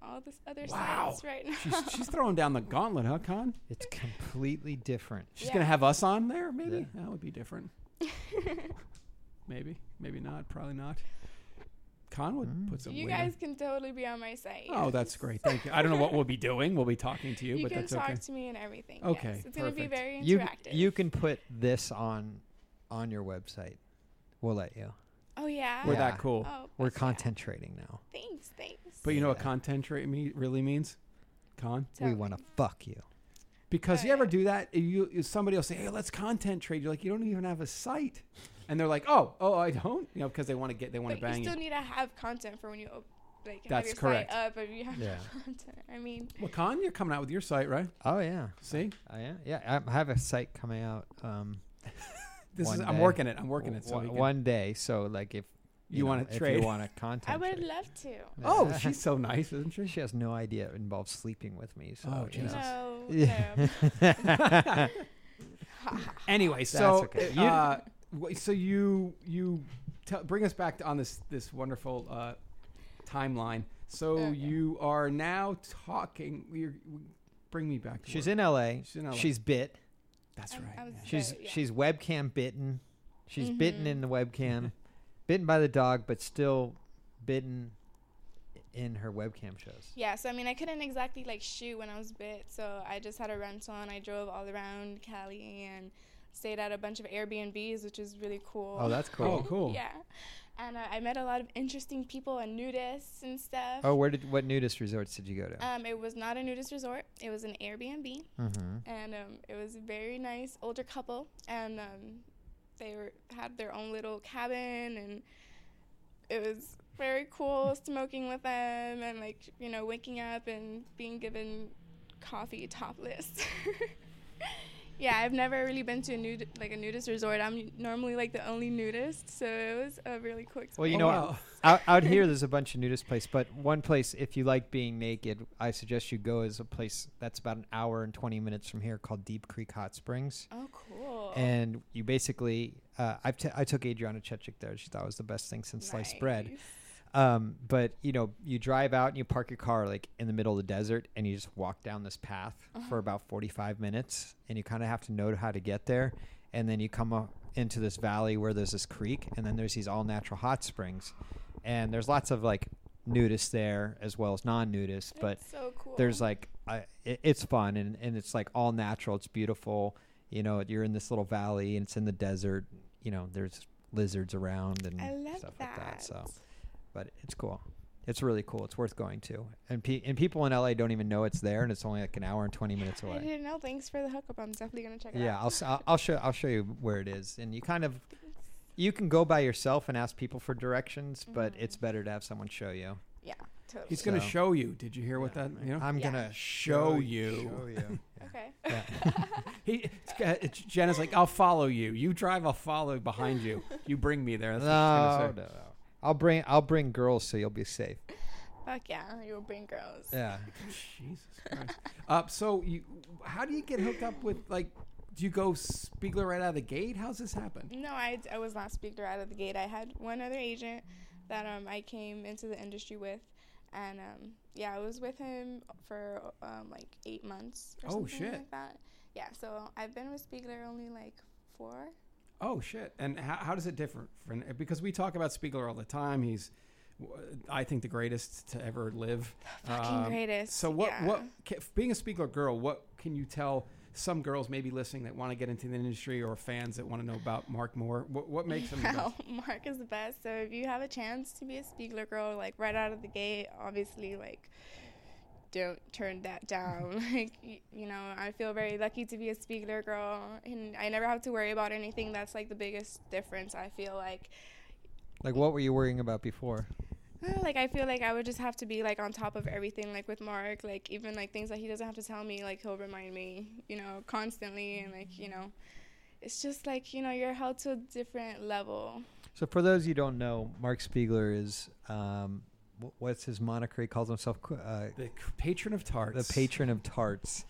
[SPEAKER 4] all this other
[SPEAKER 2] Wow.
[SPEAKER 4] sites right now.
[SPEAKER 2] She's, she's throwing down the gauntlet, huh, Con?
[SPEAKER 3] It's completely different.
[SPEAKER 2] She's going to
[SPEAKER 4] Yeah.
[SPEAKER 2] have us on there, maybe?
[SPEAKER 3] Yeah.
[SPEAKER 2] That would be different. maybe. Maybe not. Probably not. Con would
[SPEAKER 3] Mm.
[SPEAKER 2] put some
[SPEAKER 4] you
[SPEAKER 2] weight on-
[SPEAKER 4] guys can totally be on my site.
[SPEAKER 2] Oh,
[SPEAKER 4] yes.
[SPEAKER 2] that's great. Thank you. I don't know what we'll be doing. We'll be talking to you,
[SPEAKER 4] You
[SPEAKER 2] but
[SPEAKER 4] can
[SPEAKER 2] that's
[SPEAKER 4] talk
[SPEAKER 2] okay.
[SPEAKER 4] to me and everything.
[SPEAKER 2] Okay,
[SPEAKER 4] yes. It's going to be
[SPEAKER 2] perfect.
[SPEAKER 4] very
[SPEAKER 3] You
[SPEAKER 4] interactive.
[SPEAKER 3] you can put this on on your website. We'll let you.
[SPEAKER 4] oh, yeah.
[SPEAKER 2] We're
[SPEAKER 3] Yeah.
[SPEAKER 2] that cool.
[SPEAKER 4] Oh,
[SPEAKER 3] We're
[SPEAKER 4] but yeah.
[SPEAKER 3] concentrating now.
[SPEAKER 4] Thanks, thanks.
[SPEAKER 2] But you know what
[SPEAKER 3] Yeah.
[SPEAKER 2] content tra- me- really means? Con?
[SPEAKER 3] we
[SPEAKER 4] Tell
[SPEAKER 3] want to
[SPEAKER 4] me.
[SPEAKER 3] fuck you.
[SPEAKER 2] Because
[SPEAKER 4] Oh,
[SPEAKER 2] you ever
[SPEAKER 4] yeah.
[SPEAKER 2] do that, eh, you you- somebody will say, "Hey, let's content trade." You're like, "You don't even have a site," and they're like, "Oh, oh, I don't," you know, because they want to get they want to
[SPEAKER 4] But
[SPEAKER 2] bang
[SPEAKER 4] you
[SPEAKER 2] you.
[SPEAKER 4] still need to have content for when you op- like have
[SPEAKER 2] That's
[SPEAKER 4] your
[SPEAKER 2] correct.
[SPEAKER 4] site up if you have no
[SPEAKER 3] Yeah.
[SPEAKER 4] content. I mean,
[SPEAKER 2] Well, Con, you're coming out with your site, right?
[SPEAKER 3] Oh yeah,
[SPEAKER 2] See,
[SPEAKER 3] I am. Yeah, I I have a site coming out. Um,
[SPEAKER 2] this
[SPEAKER 3] One
[SPEAKER 2] is I'm
[SPEAKER 3] day.
[SPEAKER 2] working it. I'm working it. So
[SPEAKER 3] one,
[SPEAKER 2] we can-
[SPEAKER 3] one day. So like if
[SPEAKER 2] You wanna
[SPEAKER 3] want to
[SPEAKER 2] trade.
[SPEAKER 3] you want to content.
[SPEAKER 4] I would
[SPEAKER 3] trade.
[SPEAKER 4] love to.
[SPEAKER 2] Oh,
[SPEAKER 3] Yeah.
[SPEAKER 2] she's so nice, isn't she?
[SPEAKER 3] She has no idea it involves sleeping with me. So
[SPEAKER 2] Oh,
[SPEAKER 3] you know.
[SPEAKER 2] Jesus.
[SPEAKER 3] Yeah.
[SPEAKER 4] No, no.
[SPEAKER 2] Anyway, so
[SPEAKER 3] okay.
[SPEAKER 2] uh, uh, wh- so you you tell bring us back to, on this this wonderful uh, timeline. So
[SPEAKER 4] Okay.
[SPEAKER 2] you are now talking. You're, bring me back. To
[SPEAKER 3] She's
[SPEAKER 2] work.
[SPEAKER 3] in LA.
[SPEAKER 2] She's in LA.
[SPEAKER 3] She's bit.
[SPEAKER 2] That's
[SPEAKER 4] I-
[SPEAKER 2] right.
[SPEAKER 4] I was
[SPEAKER 2] yeah.
[SPEAKER 3] She's
[SPEAKER 4] So, yeah.
[SPEAKER 3] she's webcam bitten. She's bitten
[SPEAKER 4] Mhm.
[SPEAKER 3] in the webcam, bitten by the dog, but still bitten in her webcam shows.
[SPEAKER 4] Yeah, so I mean, I couldn't exactly like shoot when I was bit, so I just had a rental and I drove all around Cali and stayed at a bunch of Airbnbs, which is really cool.
[SPEAKER 3] Oh, that's
[SPEAKER 2] Oh,
[SPEAKER 3] cool.
[SPEAKER 2] cool.
[SPEAKER 4] yeah, and uh, I met a lot of interesting people and nudists and stuff.
[SPEAKER 3] Oh, where did what nudist resorts did you go to?
[SPEAKER 4] Um, it was not a nudist resort. It was an Airbnb,
[SPEAKER 3] mm-hmm.
[SPEAKER 4] and um, it was a very nice older couple, and um, they were had their own little cabin, and it was very cool smoking with them and like you know waking up and being given coffee topless. yeah, I've never really been to a nude like a nudist resort. I'm normally like the only nudist, so it was a really cool experience.
[SPEAKER 3] Well, you
[SPEAKER 2] Oh,
[SPEAKER 3] know,
[SPEAKER 2] wow.
[SPEAKER 3] out, out here there's a bunch of nudist places, but one place if you like being naked, I suggest you go is a place that's about an hour and 20 minutes from here called Deep Creek Hot Springs.
[SPEAKER 4] oh cool.
[SPEAKER 3] And you basically, uh, I've t- I took Adriana Chechik there. She thought it was the best thing since sliced bread.
[SPEAKER 4] Nice.
[SPEAKER 3] Um, but you know, you drive out and you park your car like in the middle of the desert, and you just walk down this path
[SPEAKER 4] Uh-huh.
[SPEAKER 3] for about forty-five minutes, and you kind of have to know how to get there, and then you come up into this valley where there's this creek, and then there's these all-natural hot springs, and there's lots of like nudists there as well as non-nudists, but
[SPEAKER 4] That's so cool.
[SPEAKER 3] there's um, like I it, it's fun and, and it's like all natural it's beautiful you know you're in this little valley and it's in the desert you know there's lizards around and
[SPEAKER 4] I love
[SPEAKER 3] stuff
[SPEAKER 4] that.
[SPEAKER 3] like that so but it's cool it's really cool it's worth going to and pe- and people in la don't even know it's there and it's only like an hour and 20 minutes
[SPEAKER 4] I
[SPEAKER 3] away
[SPEAKER 4] didn't know. Thanks for the hookup. I'm definitely gonna check it
[SPEAKER 3] yeah
[SPEAKER 4] out.
[SPEAKER 3] I'll, s- I'll I'll show i'll show you where it is and you kind of you can go by yourself and ask people for directions but
[SPEAKER 4] Mm-hmm.
[SPEAKER 3] it's better to have someone show you
[SPEAKER 4] Yeah, totally.
[SPEAKER 2] He's going to
[SPEAKER 3] So-
[SPEAKER 2] show you. Did you hear what
[SPEAKER 3] Yeah.
[SPEAKER 2] that? You know,
[SPEAKER 3] i'm
[SPEAKER 4] Yeah.
[SPEAKER 3] gonna
[SPEAKER 2] Show you.
[SPEAKER 3] show you Yeah.
[SPEAKER 4] Okay.
[SPEAKER 3] Yeah.
[SPEAKER 2] he. it's- uh, it's- Jenna's like, I'll follow you. You drive. I'll follow behind you. You bring me there. That's what she's
[SPEAKER 3] No,
[SPEAKER 2] gonna say.
[SPEAKER 3] no, no. I'll bring I'll bring girls so you'll be safe.
[SPEAKER 4] Fuck yeah, Oh, you will bring girls.
[SPEAKER 3] Yeah.
[SPEAKER 2] Jesus Christ. uh, so, you, how do you get hooked up with like? Do you go Spiegler right out of the gate? How's this happen?
[SPEAKER 4] No, I, I was not speaker out of the gate. I had one other agent that um, I came into the industry with, and um, yeah, I was with him for um, like eight months or
[SPEAKER 2] Oh,
[SPEAKER 4] something
[SPEAKER 2] shit.
[SPEAKER 4] like that. Yeah, so I've been with Spiegler only like four.
[SPEAKER 2] Oh shit! And how, how does it differ? From, because we talk about Spiegler all the time. He's, w- I think, the greatest to ever live.
[SPEAKER 4] Fucking
[SPEAKER 2] Um,
[SPEAKER 4] greatest.
[SPEAKER 2] So what?
[SPEAKER 4] yeah.
[SPEAKER 2] What? ca- Being a Spiegler girl, what can you tell some girls maybe listening that want to get into the industry or fans that want to know about Mark Moore? What, what makes him? the
[SPEAKER 4] Well,
[SPEAKER 2] best?
[SPEAKER 4] Mark is the best. So if you have a chance to be a Spiegler girl, like right out of the gate, obviously, like don't turn that down. like y- you know, I feel very lucky to be a Spiegler girl, and I never have to worry about anything. That's like the biggest difference. I feel like,
[SPEAKER 3] Like what were you worrying about before?
[SPEAKER 4] Uh, like I feel like I would just have to be like on top of everything. Like with Mark, like even like things that he doesn't have to tell me, like he'll remind me, you know, constantly, and like you know. It's just like, you know, you're held to a different level.
[SPEAKER 3] So for those you don't know, Mark Spiegler is um wh- what's his moniker? He calls himself qu- uh,
[SPEAKER 2] The c- patron of tarts.
[SPEAKER 3] the patron of tarts.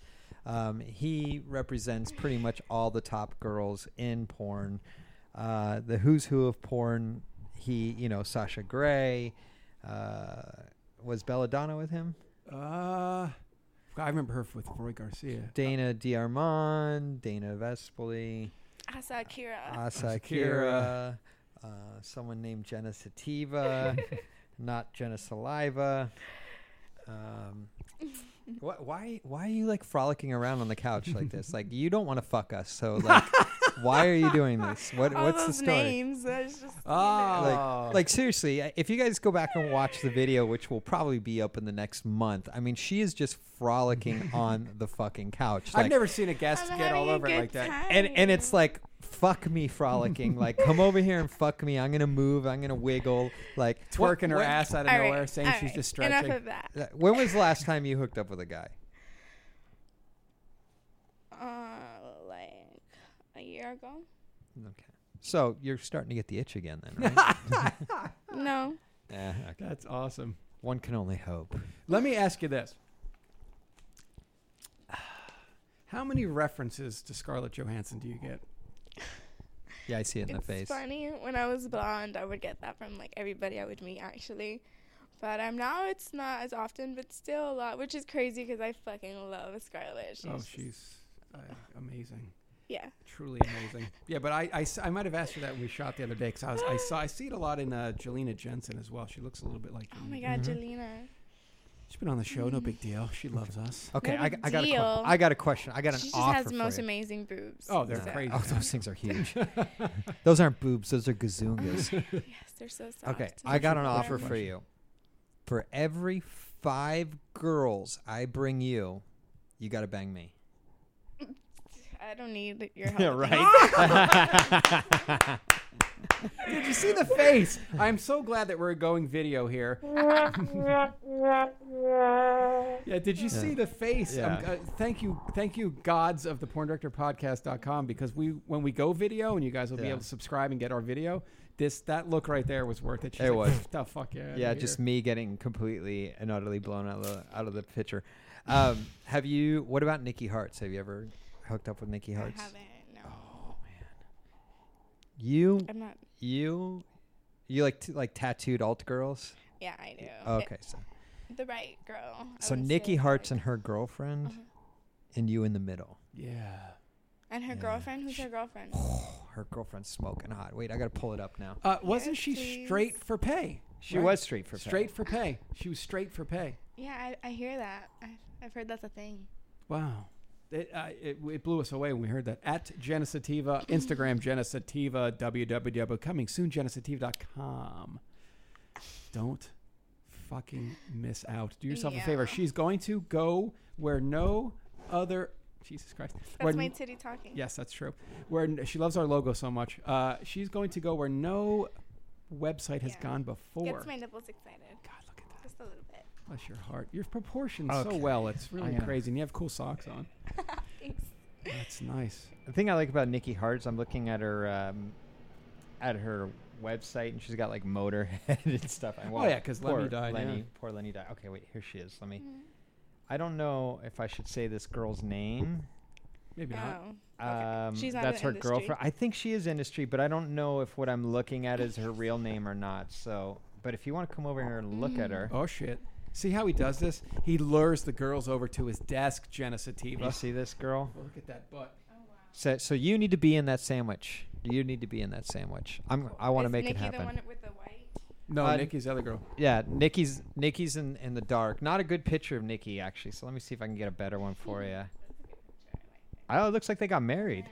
[SPEAKER 3] Um, he represents pretty much all the top girls in porn, uh, the who's who of porn. He, you know, Sasha Grey. Uh, was Belladonna with him?
[SPEAKER 2] Uh, I remember her with Roy Garcia.
[SPEAKER 3] Dana D'Armond, Dana Vespoli.
[SPEAKER 4] Asa Akira.
[SPEAKER 3] Asa
[SPEAKER 2] Akira.
[SPEAKER 3] Akira, uh, someone named Jenna Sativa, not Jenna Saliva. Um, wh- why why are you like frolicking around on the couch like this? Like you don't want to fuck us, so like why are you doing this? What
[SPEAKER 4] All
[SPEAKER 3] what's the
[SPEAKER 4] those
[SPEAKER 3] story? Ah,
[SPEAKER 4] names. That's just
[SPEAKER 2] Oh,
[SPEAKER 3] Like seriously, I- if you guys go back and watch the video, which will probably be up in the next month, I mean she is just frolicking on the fucking couch.
[SPEAKER 2] I've
[SPEAKER 3] Like,
[SPEAKER 2] never seen a guest
[SPEAKER 4] I'm
[SPEAKER 2] get all
[SPEAKER 4] having a
[SPEAKER 2] over it
[SPEAKER 4] good
[SPEAKER 2] like that.
[SPEAKER 4] time.
[SPEAKER 3] and and it's like fuck me frolicking like come over here and fuck me i'm gonna move i'm gonna wiggle like
[SPEAKER 2] Twerking her
[SPEAKER 3] What-
[SPEAKER 2] ass out of
[SPEAKER 4] All right,
[SPEAKER 2] nowhere, saying
[SPEAKER 4] all
[SPEAKER 2] she's
[SPEAKER 4] right,
[SPEAKER 2] just
[SPEAKER 4] Enough
[SPEAKER 2] stretching.
[SPEAKER 4] of that.
[SPEAKER 3] what- Uh, when was the last time you hooked up with a guy
[SPEAKER 4] Uh, like a year ago.
[SPEAKER 3] okay so you're starting to get the itch again then right Ah,
[SPEAKER 4] No.
[SPEAKER 3] yeah, okay.
[SPEAKER 2] That's awesome.
[SPEAKER 3] one can only hope
[SPEAKER 2] Let me ask you this. How many references to Scarlett Johansson do you get?
[SPEAKER 3] yeah i see it in
[SPEAKER 4] it's
[SPEAKER 3] the face
[SPEAKER 4] funny. When I was blonde, I would get that from like everybody I would meet actually. But um, now it's not as often, but still a lot, which is crazy because I fucking love Scarlett. She's
[SPEAKER 2] oh,
[SPEAKER 4] just-
[SPEAKER 2] she's uh, amazing.
[SPEAKER 4] yeah.
[SPEAKER 2] Truly amazing. yeah, but I, I s- I might have asked you that when we shot the other day because I, was- I saw I see it a lot in uh, Jelena Jensen as well. She looks a little bit like.
[SPEAKER 4] Oh
[SPEAKER 2] Jelena
[SPEAKER 4] my God,
[SPEAKER 3] Mhm.
[SPEAKER 4] Jelena.
[SPEAKER 2] She's been on the show. No big deal. She loves us.
[SPEAKER 3] okay
[SPEAKER 4] Not
[SPEAKER 3] I,
[SPEAKER 4] a
[SPEAKER 3] g- I got a que-
[SPEAKER 4] deal.
[SPEAKER 3] i got a question i got an
[SPEAKER 4] She just
[SPEAKER 3] offer
[SPEAKER 4] has the
[SPEAKER 3] for
[SPEAKER 4] most
[SPEAKER 3] you.
[SPEAKER 4] amazing boobs.
[SPEAKER 2] Oh, they're
[SPEAKER 4] so-
[SPEAKER 2] crazy.
[SPEAKER 3] oh those things are huge those aren't boobs those are gazungas
[SPEAKER 4] Yes, they're so soft.
[SPEAKER 3] Okay,
[SPEAKER 4] and
[SPEAKER 3] I got an
[SPEAKER 4] warm.
[SPEAKER 3] offer for
[SPEAKER 2] Question.
[SPEAKER 3] you. For every five girls I bring you, you got to bang me.
[SPEAKER 4] Ah! I don't need your help.
[SPEAKER 3] right.
[SPEAKER 2] Did you see the face? I'm so glad that we're going video here. yeah, did you see the face? I'm-
[SPEAKER 3] Yeah.
[SPEAKER 2] uh, thank you, thank you, gods of the porndirectorpodcast.com because we when we go video and you guys will be
[SPEAKER 3] Yeah.
[SPEAKER 2] able to subscribe and get our video. This that look right there was worth it. She's
[SPEAKER 3] It
[SPEAKER 2] like,
[SPEAKER 3] was.
[SPEAKER 2] the fuck yeah.
[SPEAKER 3] yeah, just me getting completely and utterly blown out of the, out of the picture. Um, have you? What about Nikki Hearts? Have you ever hooked up with Nikki
[SPEAKER 4] I
[SPEAKER 3] Hearts?
[SPEAKER 4] haven't. No,
[SPEAKER 3] Oh. You,
[SPEAKER 4] I'm not.
[SPEAKER 3] you, you like t- like tattooed alt girls?
[SPEAKER 4] Oh, Yeah, I do.
[SPEAKER 3] Okay, so
[SPEAKER 4] It- the right girl. I
[SPEAKER 3] so
[SPEAKER 4] would
[SPEAKER 3] Nikki
[SPEAKER 4] say,
[SPEAKER 3] Hearts
[SPEAKER 4] like-
[SPEAKER 3] and her girlfriend,
[SPEAKER 4] Uh-huh.
[SPEAKER 3] and you in the middle.
[SPEAKER 2] yeah.
[SPEAKER 4] and her
[SPEAKER 3] Yeah.
[SPEAKER 4] girlfriend. Who's
[SPEAKER 3] Sh-
[SPEAKER 4] her girlfriend?
[SPEAKER 3] Her girlfriend's smoking hot. Wait, I gotta pull it up now.
[SPEAKER 2] Uh, wasn't
[SPEAKER 4] Yes,
[SPEAKER 2] she
[SPEAKER 4] please.
[SPEAKER 2] straight for pay?
[SPEAKER 3] She
[SPEAKER 2] Right.
[SPEAKER 3] was straight for pay.
[SPEAKER 2] Straight for pay. She was straight for pay.
[SPEAKER 4] Yeah, I, I hear that. I've, I've heard that's a thing.
[SPEAKER 2] Wow. It, uh, it, it blew us away when we heard that. At Genesativa, Instagram Genesativa, www. Coming soon, Genesativa.com. Don't fucking miss out. Do yourself a favor.
[SPEAKER 4] Yeah.
[SPEAKER 2] She's going to go where no other. Jesus Christ.
[SPEAKER 4] That's
[SPEAKER 2] where
[SPEAKER 4] my
[SPEAKER 2] n-
[SPEAKER 4] titty talking.
[SPEAKER 2] Yes, that's true. Where n- she loves our logo so much. Uh, she's going to go where no website has
[SPEAKER 4] Yeah.
[SPEAKER 2] gone before.
[SPEAKER 4] Gets my nipples excited.
[SPEAKER 2] God, look at that.
[SPEAKER 4] Just a little bit.
[SPEAKER 2] Bless your heart. You're proportioned so
[SPEAKER 3] Okay.
[SPEAKER 2] well. It's really
[SPEAKER 3] gonna-
[SPEAKER 2] crazy. And you have cool socks on.
[SPEAKER 4] Thanks.
[SPEAKER 2] That's nice.
[SPEAKER 3] The thing I like about Nikki Hearts, I'm looking at her um, at her website, and she's got like Motorhead and stuff. I
[SPEAKER 2] Oh, yeah, 'cause Lemmy
[SPEAKER 3] poor
[SPEAKER 2] died,
[SPEAKER 3] Lenny,
[SPEAKER 2] yeah.
[SPEAKER 3] poor Lenny died. Okay, wait, here she is. Let me. I don't know if I should say this girl's name.
[SPEAKER 2] Maybe not.
[SPEAKER 4] Oh. Okay.
[SPEAKER 3] Um,
[SPEAKER 4] She's not
[SPEAKER 3] that's
[SPEAKER 4] in
[SPEAKER 3] her
[SPEAKER 4] industry.
[SPEAKER 3] girlfriend. I think she is industry, but I don't know if what I'm looking at is her real name or not. So, but if you want to come over here and look at her,
[SPEAKER 2] Oh shit! See how he does this? He lures the girls over to his desk, Genesativa.
[SPEAKER 3] you see this girl.
[SPEAKER 2] Look at that butt.
[SPEAKER 4] Oh,
[SPEAKER 3] So, so you need to be in that sandwich. You need to be in that sandwich. I'm. I want to
[SPEAKER 4] Is
[SPEAKER 3] make
[SPEAKER 4] Nikki
[SPEAKER 3] it happen.
[SPEAKER 4] the one with the white?
[SPEAKER 2] No,
[SPEAKER 3] Uh,
[SPEAKER 2] Nikki's the other girl.
[SPEAKER 3] Yeah, Nikki's Nikki's in, in the dark. Not a good picture of Nikki actually. So let me see if I can get a better one for you. Oh, it looks like they got married.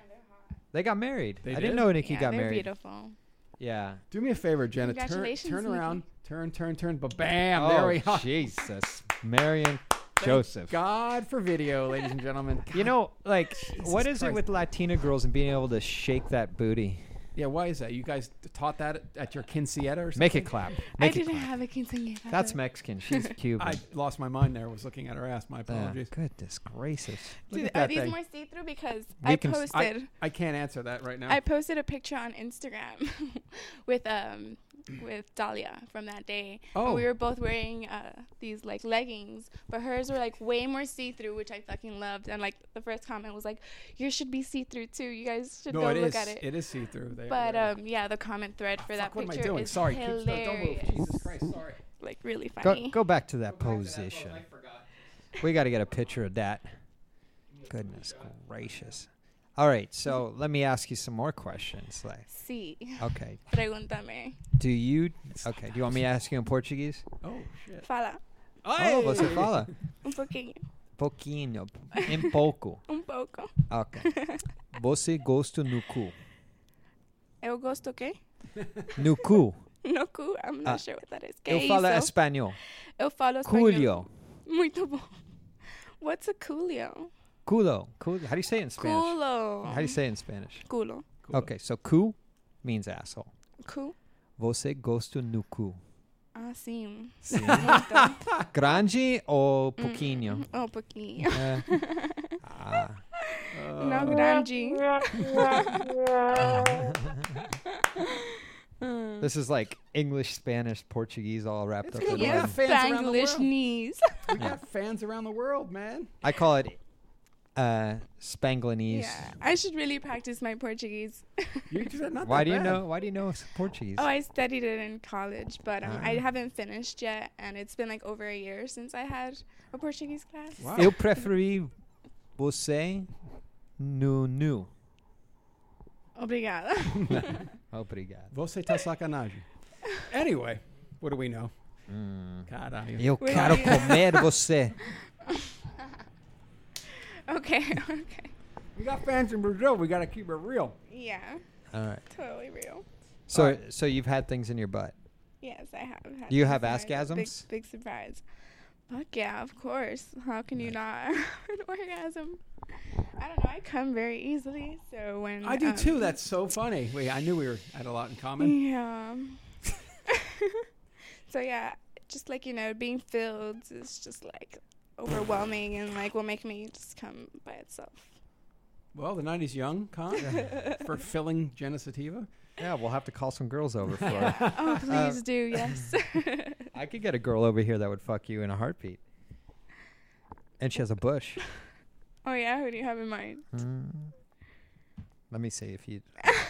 [SPEAKER 3] They got married.
[SPEAKER 2] They
[SPEAKER 3] I
[SPEAKER 2] did?
[SPEAKER 3] didn't know Nikki
[SPEAKER 4] yeah,
[SPEAKER 3] got
[SPEAKER 4] they're
[SPEAKER 3] married.
[SPEAKER 4] beautiful.
[SPEAKER 3] Yeah.
[SPEAKER 2] Do me a favor, Jenna. Turn,
[SPEAKER 4] Congratulations,
[SPEAKER 2] turn
[SPEAKER 4] Nikki.
[SPEAKER 2] around. Turn, turn, turn. Ba bam!
[SPEAKER 3] oh,
[SPEAKER 2] there we are.
[SPEAKER 3] Jesus, Marion Joseph.
[SPEAKER 2] God for video, ladies and gentlemen.
[SPEAKER 3] You know, like, what is
[SPEAKER 2] Christ.
[SPEAKER 3] it with Latina girls and being able to shake that booty?
[SPEAKER 2] Yeah, why is that? You guys taught that at, at your quinceañera or something?
[SPEAKER 3] Make it clap.
[SPEAKER 4] I
[SPEAKER 3] Make it
[SPEAKER 4] didn't
[SPEAKER 3] clap.
[SPEAKER 4] have a quinceañera.
[SPEAKER 3] That's Mexican. She's Cuban.
[SPEAKER 2] I lost my mind there. Was looking at her ass. My
[SPEAKER 3] Yeah.
[SPEAKER 2] apologies.
[SPEAKER 3] Goodness gracious.
[SPEAKER 2] Look
[SPEAKER 4] Dude,
[SPEAKER 2] at that
[SPEAKER 4] are these
[SPEAKER 2] thing.
[SPEAKER 4] more see-through? Because
[SPEAKER 3] We
[SPEAKER 4] I
[SPEAKER 3] can s-
[SPEAKER 2] I-
[SPEAKER 4] posted,
[SPEAKER 2] I can't answer that right now.
[SPEAKER 4] I, posted a picture on Instagram with um with Dahlia from that day. And we
[SPEAKER 2] Oh.
[SPEAKER 4] were both wearing uh, these like leggings, but hers were like way more see-through, which I fucking loved. And like the first comment was like, "Yours should be see-through too. You guys should
[SPEAKER 2] no,
[SPEAKER 4] go
[SPEAKER 2] it
[SPEAKER 4] look
[SPEAKER 2] is.
[SPEAKER 4] at it."
[SPEAKER 2] It is see through. They,
[SPEAKER 4] but
[SPEAKER 2] they're-
[SPEAKER 4] um, yeah, the comment thread for that
[SPEAKER 2] Fuck, what am I
[SPEAKER 4] picture
[SPEAKER 2] doing?
[SPEAKER 4] is
[SPEAKER 2] Sorry, keep, no, don't move.
[SPEAKER 4] hilarious.
[SPEAKER 2] Jesus Christ, sorry.
[SPEAKER 4] Like really
[SPEAKER 3] Go,
[SPEAKER 4] funny.
[SPEAKER 3] go back to
[SPEAKER 2] Go back to that
[SPEAKER 3] that position.
[SPEAKER 2] photo, I forgot.
[SPEAKER 3] We got to get a picture of that. Goodness gracious. All right, so let me ask you some more questions. Like,
[SPEAKER 4] See,
[SPEAKER 3] okay,
[SPEAKER 4] pregúntame.
[SPEAKER 3] do you? Okay, do you want me to ask you in Portuguese?
[SPEAKER 2] Oh shit.
[SPEAKER 4] Fala
[SPEAKER 3] Oh, você fala
[SPEAKER 4] un poquinho,
[SPEAKER 3] pouquinho, em pouco.
[SPEAKER 4] un poco.
[SPEAKER 3] Ok. Você gosta no cu?
[SPEAKER 4] Eu gosto que?
[SPEAKER 3] No cu.
[SPEAKER 4] No cu, I'm not
[SPEAKER 3] Ah,
[SPEAKER 4] sure what that is. Que
[SPEAKER 3] Eu falo
[SPEAKER 4] isso?
[SPEAKER 3] espanhol.
[SPEAKER 4] Eu falo espanhol.
[SPEAKER 3] Culio.
[SPEAKER 4] Muito bom. What's a coolio?
[SPEAKER 3] Culo. Culo. How do you say it in Spanish?
[SPEAKER 4] Culo.
[SPEAKER 3] How do you say it in Spanish?
[SPEAKER 4] Culo.
[SPEAKER 3] Okay, so cu means asshole.
[SPEAKER 4] Cu.
[SPEAKER 3] Você gosta no cu?
[SPEAKER 4] Ah, sim.
[SPEAKER 2] Sim.
[SPEAKER 4] Muito.
[SPEAKER 3] Grande ou pouquinho?
[SPEAKER 4] um pouquinho.
[SPEAKER 3] É. Ah.
[SPEAKER 2] Uh,
[SPEAKER 4] Não grande.
[SPEAKER 3] This is like English, Spanish, Portuguese all wrapped
[SPEAKER 2] Mm-hmm. It's
[SPEAKER 3] up
[SPEAKER 2] good.
[SPEAKER 3] in
[SPEAKER 2] We
[SPEAKER 4] Yeah,
[SPEAKER 2] got fans around the world.
[SPEAKER 3] one.
[SPEAKER 4] Spanglish knees.
[SPEAKER 2] We got fans around the world, man.
[SPEAKER 3] I call it uh Spanglinese.
[SPEAKER 4] Yeah, I should really practice my Portuguese.
[SPEAKER 2] You just said not that
[SPEAKER 3] Why do you
[SPEAKER 2] bad.
[SPEAKER 3] know why do you know it's Portuguese?
[SPEAKER 4] Oh, I studied it in college, but um, I
[SPEAKER 3] Ah.
[SPEAKER 4] haven't finished yet, and it's been like over a year since I had a Portuguese class.
[SPEAKER 2] Wow.
[SPEAKER 3] Eu preferi você no nu.
[SPEAKER 4] Obrigada.
[SPEAKER 3] Obrigado.
[SPEAKER 2] Você tá sacanagem. Anyway, what do we know?
[SPEAKER 3] Mm.
[SPEAKER 2] Caralho.
[SPEAKER 3] Eu
[SPEAKER 4] Wait,
[SPEAKER 3] quero
[SPEAKER 4] yeah.
[SPEAKER 3] comer você.
[SPEAKER 4] okay, okay.
[SPEAKER 2] We got fans in Brazil. We got to keep it real.
[SPEAKER 4] Yeah,
[SPEAKER 3] All right.
[SPEAKER 4] totally real.
[SPEAKER 3] So
[SPEAKER 2] Alright.
[SPEAKER 3] so you've had things in your butt.
[SPEAKER 4] Yes, I have. Had
[SPEAKER 3] You
[SPEAKER 4] a
[SPEAKER 3] have
[SPEAKER 4] surprise.
[SPEAKER 3] askasms?
[SPEAKER 4] Big, big surprise. Fuck yeah, of course. How can you not have an orgasm? I don't know. I come very easily, so when
[SPEAKER 2] I do too.
[SPEAKER 4] um,
[SPEAKER 2] That's so funny. Wait, I knew we were had a lot in common.
[SPEAKER 4] yeah. so yeah, just like you know, being filled is just like overwhelming and like will make me just come by itself.
[SPEAKER 2] Well, the '90s young con for filling Genesitiva.
[SPEAKER 3] Yeah, we'll have to call some girls over for it.
[SPEAKER 4] oh,
[SPEAKER 3] Uh,
[SPEAKER 4] please do yes.
[SPEAKER 3] I could get a girl over here that would fuck you in a heartbeat. And she has a bush.
[SPEAKER 4] oh yeah, who do you have in mind?
[SPEAKER 3] Mm. Let me see if you.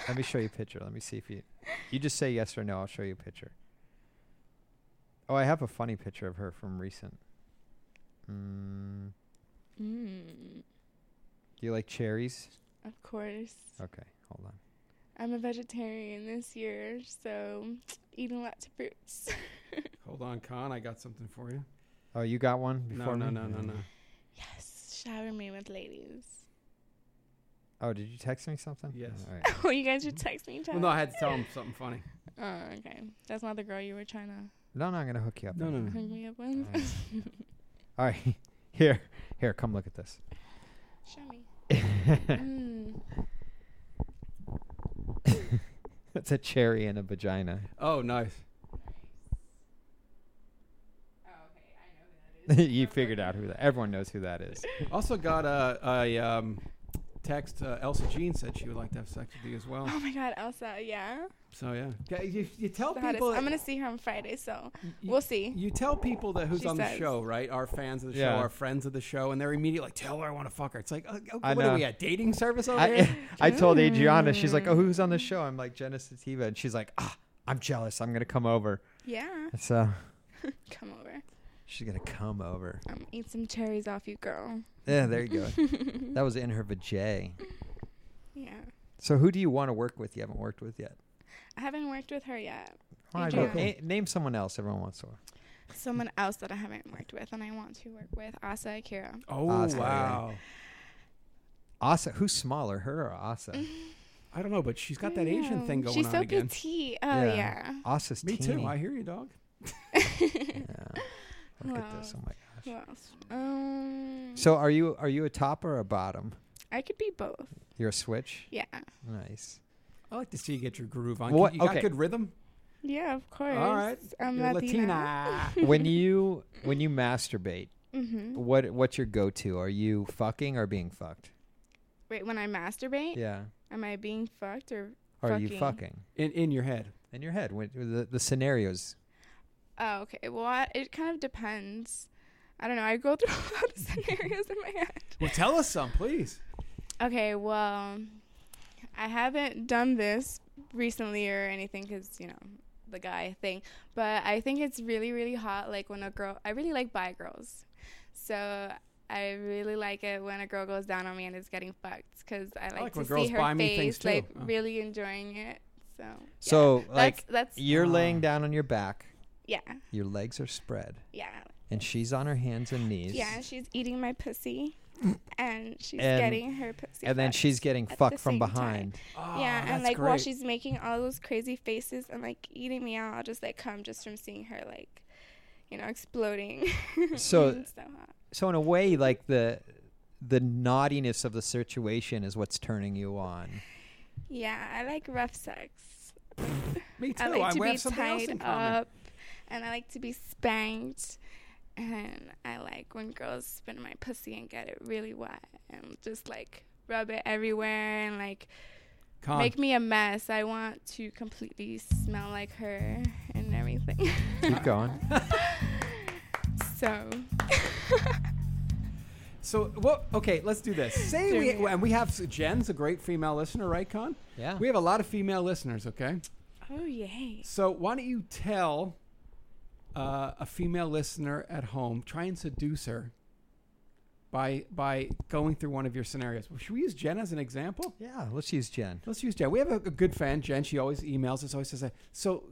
[SPEAKER 3] Let me show you a picture. Let me see if you. You just say yes or no. I'll show you a picture. Oh, I have a funny picture of her from recent. Mm.
[SPEAKER 4] Mm,
[SPEAKER 3] Do you like cherries?
[SPEAKER 4] of course.
[SPEAKER 3] Okay, hold on.
[SPEAKER 4] I'm a vegetarian this year, so eating lots of fruits.
[SPEAKER 2] Hold on, con. I got something for you.
[SPEAKER 3] Oh, you got one
[SPEAKER 2] No,
[SPEAKER 3] before
[SPEAKER 2] no,
[SPEAKER 3] me?
[SPEAKER 2] no, no, no.
[SPEAKER 4] yes, shower me with ladies.
[SPEAKER 3] Oh, did you text me something?
[SPEAKER 2] Yes.
[SPEAKER 3] All right.
[SPEAKER 4] Oh, you guys should text me.
[SPEAKER 2] Well, no, I had to tell him something funny.
[SPEAKER 4] Oh, okay. That's not the girl you were trying to
[SPEAKER 3] No, no, I'm gonna hook you up.
[SPEAKER 2] No, no, no.
[SPEAKER 4] hook me up with.
[SPEAKER 3] All right. All right. Here, here, come look at this.
[SPEAKER 4] Show me. Mm.
[SPEAKER 3] That's a cherry and a vagina.
[SPEAKER 2] Oh, nice.
[SPEAKER 3] you figured out who that. Everyone knows who that is.
[SPEAKER 2] Also got a, a um, text. Uh, Elsa Jean said she would like to have sex with you as well.
[SPEAKER 4] Oh my God, Elsa. Yeah.
[SPEAKER 2] So yeah, Yeah, you, you tell
[SPEAKER 4] The hottest.
[SPEAKER 2] people.
[SPEAKER 4] I'm gonna see her on Friday, so
[SPEAKER 2] y- y-
[SPEAKER 4] we'll see.
[SPEAKER 2] You tell people that who's
[SPEAKER 4] She
[SPEAKER 2] on the
[SPEAKER 4] says.
[SPEAKER 2] show, right? Our fans of the
[SPEAKER 3] Yeah.
[SPEAKER 2] show, our friends of the show, and they're immediately like, "Tell her I want to fuck her." It's like, oh, okay,
[SPEAKER 3] I
[SPEAKER 2] what
[SPEAKER 3] know.
[SPEAKER 2] are we at dating service over
[SPEAKER 3] I,
[SPEAKER 2] here?
[SPEAKER 3] I told Adriana, she's like, "Oh, who's on the show?" I'm like, "Jenna Sativa," and she's like, "Ah, I'm jealous. I'm gonna come over."
[SPEAKER 4] Yeah.
[SPEAKER 3] And so
[SPEAKER 4] Come over.
[SPEAKER 3] she's gonna come over.
[SPEAKER 4] I'm gonna eat some cherries off you, girl.
[SPEAKER 3] Yeah, there you go. that was in her vajay.
[SPEAKER 4] Yeah.
[SPEAKER 3] So who do you want to work with? You haven't worked with yet.
[SPEAKER 4] I haven't worked with her yet.
[SPEAKER 3] Why?
[SPEAKER 4] Adriana.
[SPEAKER 3] Na- name someone else. Everyone wants to. Work.
[SPEAKER 4] Someone else that I haven't worked with and I want to work with, Asa Akira.
[SPEAKER 2] Oh
[SPEAKER 3] Asa, yeah.
[SPEAKER 2] wow!
[SPEAKER 3] Asa, who's smaller, her or Asa?
[SPEAKER 2] I don't know, but she's got
[SPEAKER 4] I
[SPEAKER 2] that Asian
[SPEAKER 4] know.
[SPEAKER 2] thing going
[SPEAKER 4] She's
[SPEAKER 2] on
[SPEAKER 4] so
[SPEAKER 2] again.
[SPEAKER 4] petite. Oh
[SPEAKER 3] Yeah.
[SPEAKER 4] yeah.
[SPEAKER 3] Asa's
[SPEAKER 2] Me
[SPEAKER 3] teeny.
[SPEAKER 2] too. I hear you, dog.
[SPEAKER 3] Yeah. Look at
[SPEAKER 4] Wow.
[SPEAKER 3] this. Oh my
[SPEAKER 4] Who
[SPEAKER 3] gosh.
[SPEAKER 4] else? Um.
[SPEAKER 3] So are you are you a top or a bottom?
[SPEAKER 4] I could be both.
[SPEAKER 3] You're a switch.
[SPEAKER 4] Yeah.
[SPEAKER 3] Nice.
[SPEAKER 2] I like to see you get your groove on.
[SPEAKER 3] What-
[SPEAKER 2] You got
[SPEAKER 3] okay.
[SPEAKER 2] good rhythm.
[SPEAKER 4] Yeah, of course.
[SPEAKER 2] All right,
[SPEAKER 4] I'm
[SPEAKER 2] You're
[SPEAKER 4] Latina.
[SPEAKER 2] Latina.
[SPEAKER 3] when you when you masturbate,
[SPEAKER 4] hmm
[SPEAKER 3] what what's your go to? Are you fucking or being fucked?
[SPEAKER 4] Wait, when I masturbate,
[SPEAKER 3] Yeah.
[SPEAKER 4] am I being fucked or?
[SPEAKER 3] Are you
[SPEAKER 4] Fucking.
[SPEAKER 3] fucking
[SPEAKER 2] in in your head.
[SPEAKER 3] in your head? When, the the scenarios.
[SPEAKER 4] Oh, okay. Well, I, it kind of depends. I don't know. I go through a lot of scenarios in my head.
[SPEAKER 2] Well, tell us some, please.
[SPEAKER 4] Okay. Well, I haven't done this recently or anything because you know the guy thing. But I think it's really, really hot. Like when a girl, I really like bi girls, so. I really like it when a girl goes down on me and is getting fucked because I like,
[SPEAKER 2] like
[SPEAKER 4] to
[SPEAKER 2] when
[SPEAKER 4] see
[SPEAKER 2] girls
[SPEAKER 4] her
[SPEAKER 2] buy
[SPEAKER 4] face,
[SPEAKER 2] me things, too.
[SPEAKER 4] like
[SPEAKER 2] Oh.
[SPEAKER 4] really enjoying it. So, yeah.
[SPEAKER 3] So like
[SPEAKER 4] that's, that's
[SPEAKER 3] you're
[SPEAKER 2] Ah.
[SPEAKER 3] laying down on your back,
[SPEAKER 4] yeah,
[SPEAKER 3] your legs are spread,
[SPEAKER 4] yeah,
[SPEAKER 3] and she's on her hands and knees.
[SPEAKER 4] Yeah, she's eating my pussy, and she's
[SPEAKER 3] Mm. And-
[SPEAKER 4] getting her pussy.
[SPEAKER 3] and then
[SPEAKER 4] fucked.
[SPEAKER 3] she's getting
[SPEAKER 4] at the
[SPEAKER 3] fucked from
[SPEAKER 4] same time.
[SPEAKER 3] behind.
[SPEAKER 2] Oh,
[SPEAKER 4] yeah, and
[SPEAKER 2] that's
[SPEAKER 4] like while
[SPEAKER 2] great.
[SPEAKER 4] she's making all those crazy faces and like eating me out, I'll just like come just from seeing her like, you know, exploding.
[SPEAKER 3] So-
[SPEAKER 4] It's so hot.
[SPEAKER 3] So in a way, like the the naughtiness of the situation is what's turning you on.
[SPEAKER 4] Yeah, I like rough sex.
[SPEAKER 2] me too.
[SPEAKER 4] I like to
[SPEAKER 2] we
[SPEAKER 4] be
[SPEAKER 2] have something else in
[SPEAKER 4] tied
[SPEAKER 2] common.
[SPEAKER 4] up, and I like to be spanked, and I like when girls spin my pussy and get it really wet and just like rub it everywhere and like
[SPEAKER 2] Con,
[SPEAKER 4] Make me a mess. I want to completely smell like her and everything.
[SPEAKER 3] Keep going.
[SPEAKER 4] so,
[SPEAKER 2] So what? Okay, let's do this. Say
[SPEAKER 4] Do
[SPEAKER 2] we
[SPEAKER 4] it.
[SPEAKER 2] and we have Jen's a great female listener, right, Con?
[SPEAKER 3] Yeah.
[SPEAKER 2] We have a lot of female listeners. Okay,
[SPEAKER 4] oh yay!
[SPEAKER 2] so why don't you tell uh, a female listener at home, try and seduce her by by going through one of your scenarios. Well, should we use Jen as an example?
[SPEAKER 3] yeah. Let's use Jen.
[SPEAKER 2] Let's use Jen. We have a, a good fan, Jen. She always emails us. Always says, that. "So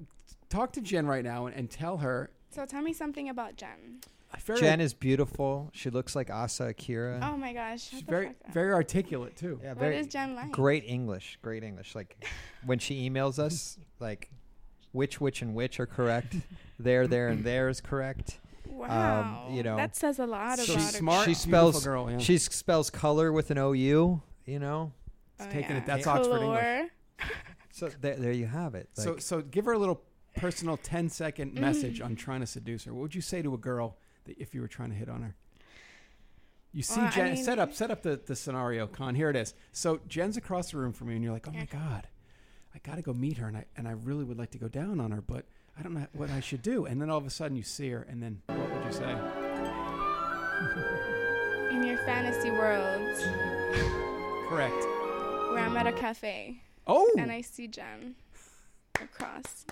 [SPEAKER 2] talk to Jen right now and, and tell her."
[SPEAKER 4] So tell me something about Jen.
[SPEAKER 2] I Very,
[SPEAKER 3] Jen is beautiful. She looks like Asa Akira.
[SPEAKER 4] Oh my gosh!
[SPEAKER 2] Uh, she's
[SPEAKER 4] Shut the
[SPEAKER 2] very
[SPEAKER 4] fuck up.
[SPEAKER 2] very articulate too.
[SPEAKER 3] yeah,
[SPEAKER 4] What is Jen like?
[SPEAKER 3] great English. Great English. Like when she emails us, like which, which, and which are correct. there, there, and there is correct.
[SPEAKER 4] Wow.
[SPEAKER 3] you know,
[SPEAKER 4] that says a lot
[SPEAKER 2] So
[SPEAKER 4] about
[SPEAKER 2] um, she's
[SPEAKER 4] a
[SPEAKER 2] smart.
[SPEAKER 4] girl.
[SPEAKER 3] she
[SPEAKER 2] Beautiful
[SPEAKER 3] spells
[SPEAKER 2] girl, yeah.
[SPEAKER 3] she spells color with an OU. You know,
[SPEAKER 4] Oh,
[SPEAKER 2] taking it-
[SPEAKER 4] yeah.
[SPEAKER 2] that's Oxford English.
[SPEAKER 4] Color.
[SPEAKER 3] so there, there you have it.
[SPEAKER 2] so
[SPEAKER 3] Like,
[SPEAKER 2] so give her a little personal 10
[SPEAKER 4] Mm.
[SPEAKER 2] second message on trying to seduce her. What would you say to a girl that if you were trying to hit on her? You see
[SPEAKER 4] Well, I
[SPEAKER 2] Jen
[SPEAKER 4] mean-
[SPEAKER 2] set up set up the, the scenario, Con. Here it is. So Jen's across the room from you and you're like, Oh my God, I gotta go meet her and I and I really would like to go down on her, but I don't know what I should do. And then all of a sudden you see her and then what would you say?
[SPEAKER 4] In your fantasy world,
[SPEAKER 2] Correct.
[SPEAKER 4] where I'm at a cafe
[SPEAKER 2] Oh
[SPEAKER 4] and I see Jen across,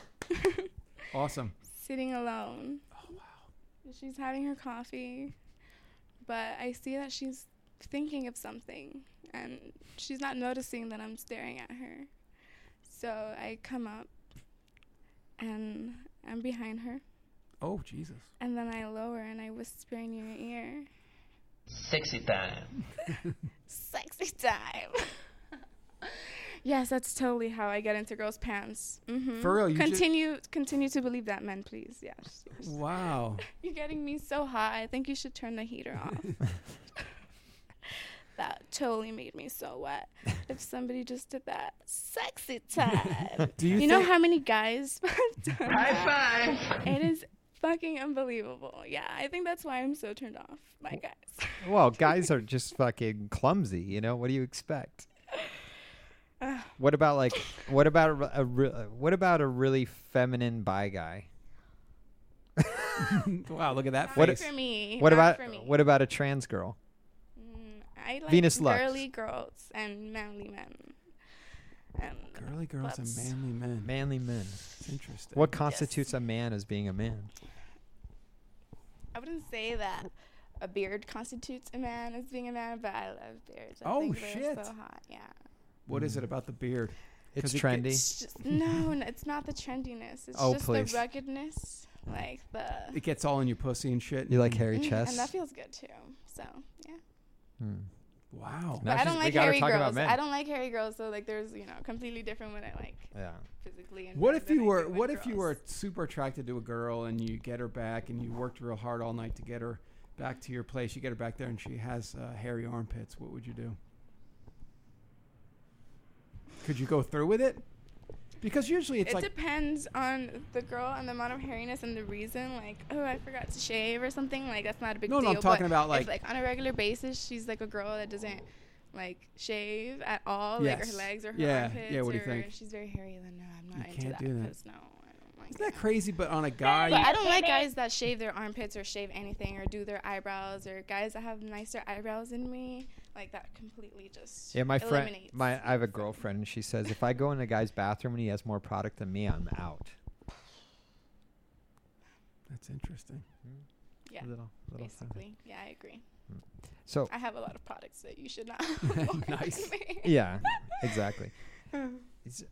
[SPEAKER 2] awesome.
[SPEAKER 4] sitting alone. Oh wow. She's having her coffee, but I see that she's thinking of something and she's not noticing that I'm staring at her. So I come up and I'm behind her.
[SPEAKER 2] Oh Jesus.
[SPEAKER 4] And then I lower and I whisper in your ear,
[SPEAKER 5] Sexy time.
[SPEAKER 4] sexy time. yes, that's totally how I get into girls' pants. hmm
[SPEAKER 2] For real, you ju-
[SPEAKER 4] continue, continue to believe that, men, please. Yes, yes.
[SPEAKER 2] Wow.
[SPEAKER 4] You're getting me so hot. I think you should turn the heater off. that totally made me so wet. If somebody just did that, sexy time.
[SPEAKER 2] Do you,
[SPEAKER 4] you
[SPEAKER 2] think,
[SPEAKER 4] know how many guys have done
[SPEAKER 5] High
[SPEAKER 4] that?
[SPEAKER 5] five.
[SPEAKER 4] It is fucking unbelievable. Yeah, I think that's why I'm so turned off by guys.
[SPEAKER 3] well, guys are just fucking clumsy. You know, what do you expect? What about like what about a, re- a re- uh, what about a really feminine bi guy?
[SPEAKER 2] wow, look at that
[SPEAKER 4] Not
[SPEAKER 3] What-
[SPEAKER 2] face.
[SPEAKER 4] for me.
[SPEAKER 3] What
[SPEAKER 4] not
[SPEAKER 3] about
[SPEAKER 4] for me.
[SPEAKER 3] what about a trans girl?
[SPEAKER 4] Mm, I like
[SPEAKER 3] Venus Lux?
[SPEAKER 4] girly girls and manly men. And
[SPEAKER 2] Girly girls and
[SPEAKER 4] Let's-
[SPEAKER 2] manly men.
[SPEAKER 3] Manly men.
[SPEAKER 2] It's interesting.
[SPEAKER 3] What constitutes a man as being a man?
[SPEAKER 4] I wouldn't say that a beard constitutes a man as being a man, but I love beards. I
[SPEAKER 2] Oh,
[SPEAKER 4] think they're
[SPEAKER 2] shit.
[SPEAKER 4] So hot, yeah.
[SPEAKER 2] What
[SPEAKER 3] Mm.
[SPEAKER 2] is it about the beard?
[SPEAKER 3] It's
[SPEAKER 2] 'Cause it
[SPEAKER 3] trendy.
[SPEAKER 4] It's just no, no, it's not the trendiness. It's
[SPEAKER 3] Oh,
[SPEAKER 4] just
[SPEAKER 3] please.
[SPEAKER 4] the ruggedness, like the.
[SPEAKER 2] It gets all in your pussy and shit.
[SPEAKER 3] you like
[SPEAKER 2] and-
[SPEAKER 3] hairy
[SPEAKER 4] Mm,
[SPEAKER 3] chests?
[SPEAKER 4] And that feels good too. So yeah,
[SPEAKER 3] Hmm.
[SPEAKER 2] Wow.
[SPEAKER 3] Now
[SPEAKER 4] but I
[SPEAKER 3] she's-
[SPEAKER 4] don't
[SPEAKER 3] we
[SPEAKER 4] like
[SPEAKER 3] gotta
[SPEAKER 4] hairy
[SPEAKER 3] talk
[SPEAKER 4] girls.
[SPEAKER 3] about men.
[SPEAKER 4] I don't like hairy girls. So like, there's you know completely different when I like
[SPEAKER 3] yeah.
[SPEAKER 4] physically. And
[SPEAKER 2] What
[SPEAKER 4] better
[SPEAKER 2] if
[SPEAKER 4] than
[SPEAKER 2] you
[SPEAKER 4] I
[SPEAKER 2] were
[SPEAKER 4] do with
[SPEAKER 2] what if you
[SPEAKER 4] girls.
[SPEAKER 2] were super attracted to a girl and you get her back and you worked real hard all night to get her back to your place. You get her back there and she has uh, hairy armpits. What would you do? Could you go through with it? Because usually it's
[SPEAKER 4] it
[SPEAKER 2] like
[SPEAKER 4] depends on the girl and the amount of hairiness and the reason. Like, oh, I forgot to shave or something. Like, that's not a big
[SPEAKER 2] No,
[SPEAKER 4] deal.
[SPEAKER 2] no, I'm talking
[SPEAKER 4] but
[SPEAKER 2] about, like-
[SPEAKER 4] if, like on a regular basis, she's like a girl that doesn't like shave at all, like
[SPEAKER 2] Yes.
[SPEAKER 4] her legs or her
[SPEAKER 2] Yeah,
[SPEAKER 4] armpits.
[SPEAKER 2] yeah, what do you
[SPEAKER 4] or
[SPEAKER 2] think?
[SPEAKER 4] if she's very hairy. Then no, I'm not
[SPEAKER 2] You
[SPEAKER 4] into
[SPEAKER 2] can't
[SPEAKER 4] that.
[SPEAKER 2] do that.
[SPEAKER 4] 'cause no, I don't like
[SPEAKER 2] isn't that
[SPEAKER 4] that.
[SPEAKER 2] crazy? But on a
[SPEAKER 4] But I
[SPEAKER 2] guy,
[SPEAKER 4] don't like guys that shave their armpits or shave anything or do their eyebrows or guys that have nicer eyebrows than me. Like that completely just
[SPEAKER 3] Yeah, my friend,
[SPEAKER 4] eliminates.
[SPEAKER 3] my I have a girlfriend, and she says if I go in a guy's bathroom and he has more product than me, I'm out.
[SPEAKER 2] that's interesting.
[SPEAKER 4] Mm. yeah,
[SPEAKER 3] Little, little thing.
[SPEAKER 4] basically. Yeah, I agree.
[SPEAKER 3] So
[SPEAKER 4] I have a lot of products that you should not.
[SPEAKER 2] Nice.
[SPEAKER 3] yeah, exactly. It's-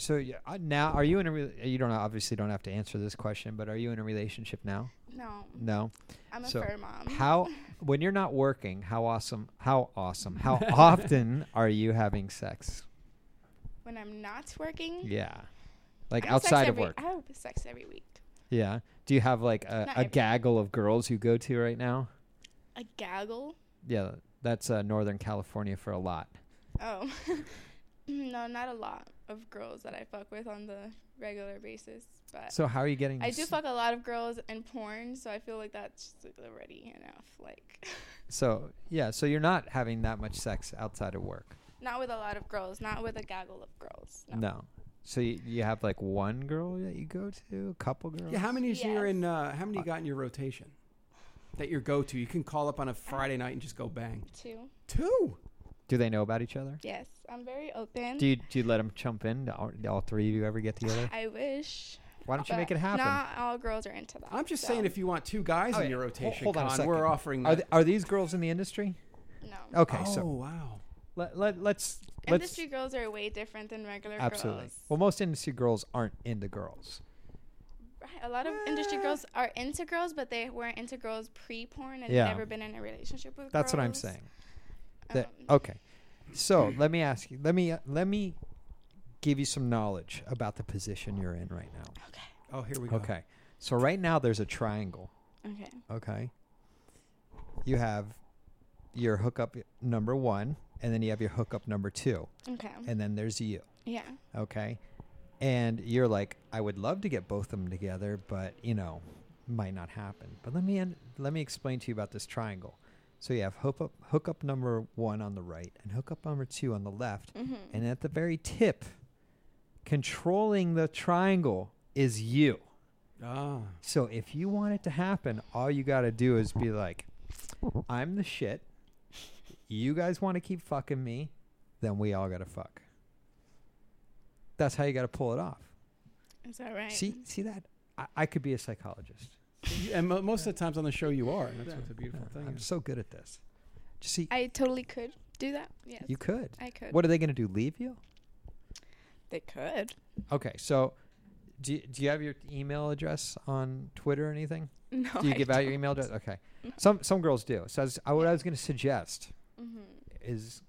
[SPEAKER 3] So yeah, uh, now are you in a re- uh, you don't obviously don't have to answer this question, but are you in a relationship now?
[SPEAKER 4] No,
[SPEAKER 3] No.
[SPEAKER 4] I'm a
[SPEAKER 3] So,
[SPEAKER 4] fur mom.
[SPEAKER 3] How when you're not working, how awesome, how awesome, how often are you having sex?
[SPEAKER 4] When I'm not working,
[SPEAKER 3] Yeah. Like
[SPEAKER 4] I have sex
[SPEAKER 3] outside of
[SPEAKER 4] every-
[SPEAKER 3] work.
[SPEAKER 4] I have sex every week.
[SPEAKER 3] Yeah. Do you have like a,
[SPEAKER 4] Not
[SPEAKER 3] a
[SPEAKER 4] every-
[SPEAKER 3] gaggle of girls you go to right now?
[SPEAKER 4] A gaggle.
[SPEAKER 3] Yeah, that's uh, Northern California for a lot.
[SPEAKER 4] Oh, no, not a lot of girls that I fuck with on the regular basis, but
[SPEAKER 3] So how are you getting?
[SPEAKER 4] Uh, I do
[SPEAKER 3] s-
[SPEAKER 4] fuck a lot of girls in porn, so I feel like that's just, like, already enough. Like,
[SPEAKER 3] So yeah, so you're not having that much sex outside of work.
[SPEAKER 4] not with a lot of girls, not with a gaggle of girls. No.
[SPEAKER 3] No. So you, you have like one girl that you go to, a couple girls.
[SPEAKER 2] Yeah, how many is you're
[SPEAKER 4] Yes.
[SPEAKER 2] in? Uh, how many you got in your rotation? That your go to? You can call up on a Friday night and just go bang.
[SPEAKER 4] Two.
[SPEAKER 2] Two.
[SPEAKER 3] Do they know about each other?
[SPEAKER 4] Yes, I'm very open.
[SPEAKER 3] Do you do you let them jump in? Do all, do all three of you ever get together?
[SPEAKER 4] I wish.
[SPEAKER 3] Why don't you make
[SPEAKER 4] but
[SPEAKER 3] it happen?
[SPEAKER 4] Not all girls are into that.
[SPEAKER 2] I'm just
[SPEAKER 4] so,
[SPEAKER 2] saying, if you want two guys
[SPEAKER 3] Oh,
[SPEAKER 2] in
[SPEAKER 3] yeah.
[SPEAKER 2] your
[SPEAKER 3] Ho-
[SPEAKER 2] rotation,
[SPEAKER 3] hold on a
[SPEAKER 2] Con,
[SPEAKER 3] second.
[SPEAKER 2] we're offering.
[SPEAKER 3] Are,
[SPEAKER 2] that.
[SPEAKER 3] th- are these girls in the industry?
[SPEAKER 4] no.
[SPEAKER 3] Okay,
[SPEAKER 2] oh
[SPEAKER 3] so
[SPEAKER 2] wow,
[SPEAKER 3] let, let let's let's
[SPEAKER 4] Industry girls are way different than regular
[SPEAKER 3] absolutely.
[SPEAKER 4] girls.
[SPEAKER 3] Well, most industry girls aren't into girls.
[SPEAKER 4] Right, A lot of
[SPEAKER 3] Uh.
[SPEAKER 4] industry girls are into girls, but they weren't into girls pre-porn and
[SPEAKER 3] Yeah.
[SPEAKER 4] never been in a relationship with
[SPEAKER 3] That's what I'm
[SPEAKER 4] girls.
[SPEAKER 3] saying. That,
[SPEAKER 4] Um,
[SPEAKER 3] okay, so
[SPEAKER 2] Hmm.
[SPEAKER 3] let me ask you. Let me uh, let me give you some knowledge about the position you're in right now.
[SPEAKER 2] oh here we go.
[SPEAKER 3] Okay. So right now there's a triangle.
[SPEAKER 4] Okay.
[SPEAKER 3] Okay. You have your hookup number one, and then you have your hookup number two,
[SPEAKER 4] Okay.
[SPEAKER 3] and then there's you.
[SPEAKER 4] Yeah.
[SPEAKER 3] Okay. And you're like, I would love to get both of them together, but you know, might not happen. But let me un- let me explain to you about this triangle. So you have hookup hookup number one on the right and hookup number two on the left,
[SPEAKER 4] hmm
[SPEAKER 3] and at the very tip, controlling the triangle is you.
[SPEAKER 2] Ah.
[SPEAKER 3] So if you want it to happen, all you got to do is be like, I'm the shit. You guys want to keep fucking me, then we all got to fuck. That's how you got to pull it off.
[SPEAKER 4] Is that right?
[SPEAKER 3] See, see that? I, I could be a psychologist.
[SPEAKER 2] You- And mo- most of the times on the show you are. and That's what the beautiful
[SPEAKER 3] Uh,
[SPEAKER 2] thing
[SPEAKER 3] I'm
[SPEAKER 2] is.
[SPEAKER 3] so good at this. Just see,
[SPEAKER 4] I totally could do that. Yes.
[SPEAKER 3] you could.
[SPEAKER 4] I could.
[SPEAKER 3] What are they going to do? Leave you?
[SPEAKER 4] They could.
[SPEAKER 3] Okay, so do you, do you have your email address on Twitter or anything?
[SPEAKER 4] No.
[SPEAKER 3] do you
[SPEAKER 4] I
[SPEAKER 3] give out your email address? Okay, some some girls do. So I was, I, what I was going to suggest
[SPEAKER 4] hmm
[SPEAKER 3] is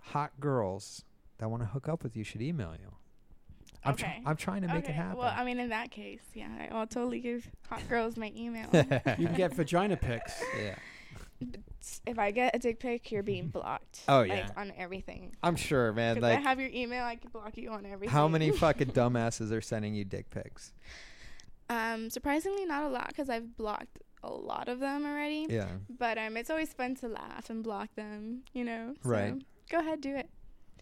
[SPEAKER 3] hot girls that want to hook up with you should email you. I'm, try-
[SPEAKER 4] Okay.
[SPEAKER 3] I'm trying to make it happen.
[SPEAKER 4] Well, I mean, in that case, yeah, I- I'll totally give hot girls my email.
[SPEAKER 2] You can get vagina pics.
[SPEAKER 3] yeah.
[SPEAKER 4] if I get a dick pic, you're being blocked.
[SPEAKER 3] Oh,
[SPEAKER 4] like,
[SPEAKER 3] yeah.
[SPEAKER 4] on everything.
[SPEAKER 3] I'm sure, man.
[SPEAKER 4] Because I
[SPEAKER 3] Like,
[SPEAKER 4] have your email, I can block you on everything.
[SPEAKER 3] how many fucking dumbasses are sending you dick pics?
[SPEAKER 4] Um, surprisingly, not a lot because I've blocked a lot of them already.
[SPEAKER 3] Yeah.
[SPEAKER 4] But um, it's always fun to laugh and block them, you know.
[SPEAKER 3] Right.
[SPEAKER 4] So Go ahead, do it.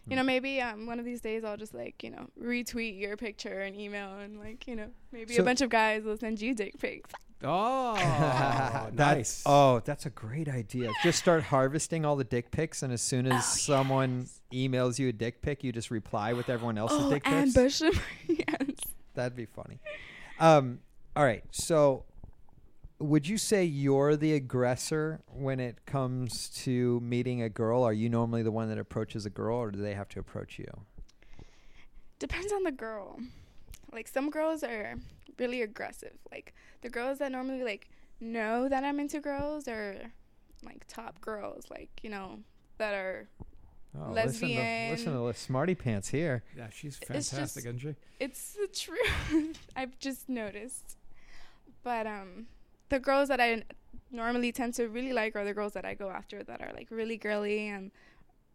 [SPEAKER 3] Hmm.
[SPEAKER 4] You know, maybe um, one of these days I'll just like you know retweet your picture and email and like you know maybe
[SPEAKER 3] So-
[SPEAKER 4] a bunch of guys will send you dick pics.
[SPEAKER 2] Oh,
[SPEAKER 3] That's-
[SPEAKER 2] nice.
[SPEAKER 3] Oh, that's a great idea. Just start harvesting all the dick pics, and as soon as
[SPEAKER 4] Oh,
[SPEAKER 3] someone emails you a dick pic, you just reply with everyone else's
[SPEAKER 4] oh,
[SPEAKER 3] dick pics.
[SPEAKER 4] ambush them. yes.
[SPEAKER 3] That'd be funny. Um, all right. So, would you say you're the aggressor when it comes to meeting a girl? Are you normally the one that approaches a girl, or do they have to approach you?
[SPEAKER 4] depends on the girl. Like some girls are really aggressive. Like the girls that normally like know that I'm into girls are like top girls, like, you know, that are
[SPEAKER 3] Oh, listen to, listen
[SPEAKER 4] Lesbian.
[SPEAKER 3] to the smarty pants here.
[SPEAKER 2] Yeah, she's
[SPEAKER 4] it's
[SPEAKER 2] fantastic,
[SPEAKER 4] just-
[SPEAKER 2] isn't she?
[SPEAKER 4] it's the truth. I've just noticed. But um the girls that I n- normally tend to really like are the girls that I go after that are like really girly and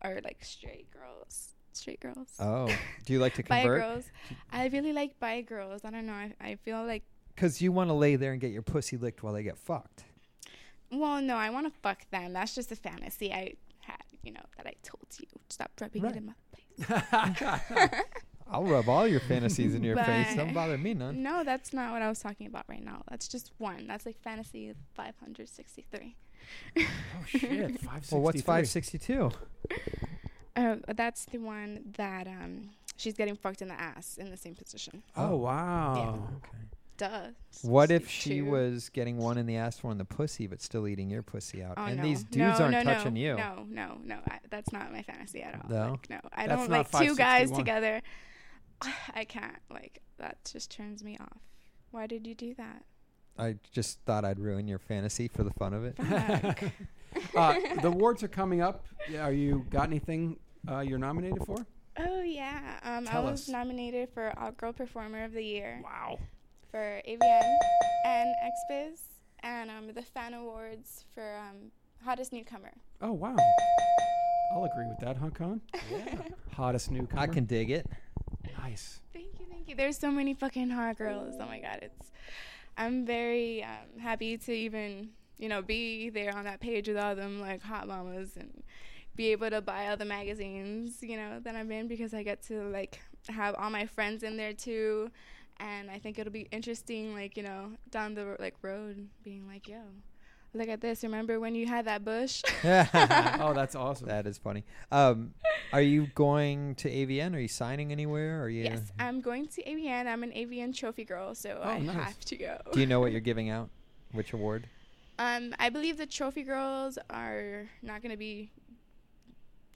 [SPEAKER 4] are like straight girls. Straight girls.
[SPEAKER 3] Oh, do you like to
[SPEAKER 4] bi
[SPEAKER 3] convert?
[SPEAKER 4] girls. I really like bi girls. I don't know. I, I feel like
[SPEAKER 3] Because you want to lay there and get your pussy licked while they get fucked.
[SPEAKER 4] Well, no, I want to fuck them. That's just a fantasy I had, you know, that I told you. Stop rubbing
[SPEAKER 3] Right.
[SPEAKER 4] it in my face.
[SPEAKER 3] I'll rub all your fantasies in your face. Don't
[SPEAKER 4] But-
[SPEAKER 3] bother me none.
[SPEAKER 4] No, that's not what I was talking about right now. That's just one. That's like fantasy 563.
[SPEAKER 2] Oh shit, five sixty.
[SPEAKER 3] Well, what's five sixty two?
[SPEAKER 4] Uh, that's the one that um, she's getting fucked in the ass in the same position.
[SPEAKER 2] Oh wow.
[SPEAKER 3] Okay.
[SPEAKER 4] Duh.
[SPEAKER 3] What if
[SPEAKER 4] Six
[SPEAKER 3] she
[SPEAKER 4] two.
[SPEAKER 3] was getting one in the ass, one in the pussy, but still eating your pussy out?
[SPEAKER 4] Oh,
[SPEAKER 3] and
[SPEAKER 4] no.
[SPEAKER 3] these dudes
[SPEAKER 4] No,
[SPEAKER 3] aren't
[SPEAKER 4] no, no,
[SPEAKER 3] touching you.
[SPEAKER 4] No, no, no. I, that's not my fantasy at all.
[SPEAKER 3] No?
[SPEAKER 4] Like, no, I
[SPEAKER 2] That's
[SPEAKER 4] don't
[SPEAKER 2] not
[SPEAKER 4] like two guys
[SPEAKER 2] 561.
[SPEAKER 4] together. I can't. Like, that just turns me off. Why did you do that?
[SPEAKER 3] I just thought I'd ruin your fantasy for the fun of it.
[SPEAKER 4] Fuck.
[SPEAKER 2] uh, the awards are coming up. Yeah, Are you got anything uh, you're nominated for?
[SPEAKER 4] Oh yeah, um, I
[SPEAKER 2] Tell
[SPEAKER 4] was
[SPEAKER 2] us.
[SPEAKER 4] nominated for All Girl Performer of the Year
[SPEAKER 2] Wow.
[SPEAKER 4] for AVN and XBiz, and um, the Fan Awards for um, Hottest Newcomer.
[SPEAKER 2] Oh wow. I'll agree with that, huh, Con? Yeah. Hottest newcomer.
[SPEAKER 3] I can dig it.
[SPEAKER 2] Nice.
[SPEAKER 4] Thank you, thank you. There's so many fucking hot girls. Oh my god, it's. I'm very um, happy to even you know be there on that page with all them like hot mamas and be able to buy all the magazines you know that I'm in because I get to like have all my friends in there too. And I think it'll be interesting, like you know, down the ro- like road, being like, "Yo, look at this! Remember when you had that bush?"
[SPEAKER 2] oh, that's awesome.
[SPEAKER 3] That is funny. Um, are you going to AVN? Are you signing anywhere? Are you?
[SPEAKER 4] Yes, I'm going to AVN. I'm an AVN trophy girl, so
[SPEAKER 2] Oh,
[SPEAKER 4] I
[SPEAKER 2] nice.
[SPEAKER 4] have to go.
[SPEAKER 3] Do you know what you're giving out? Which award?
[SPEAKER 4] Um, I believe the trophy girls are not going to be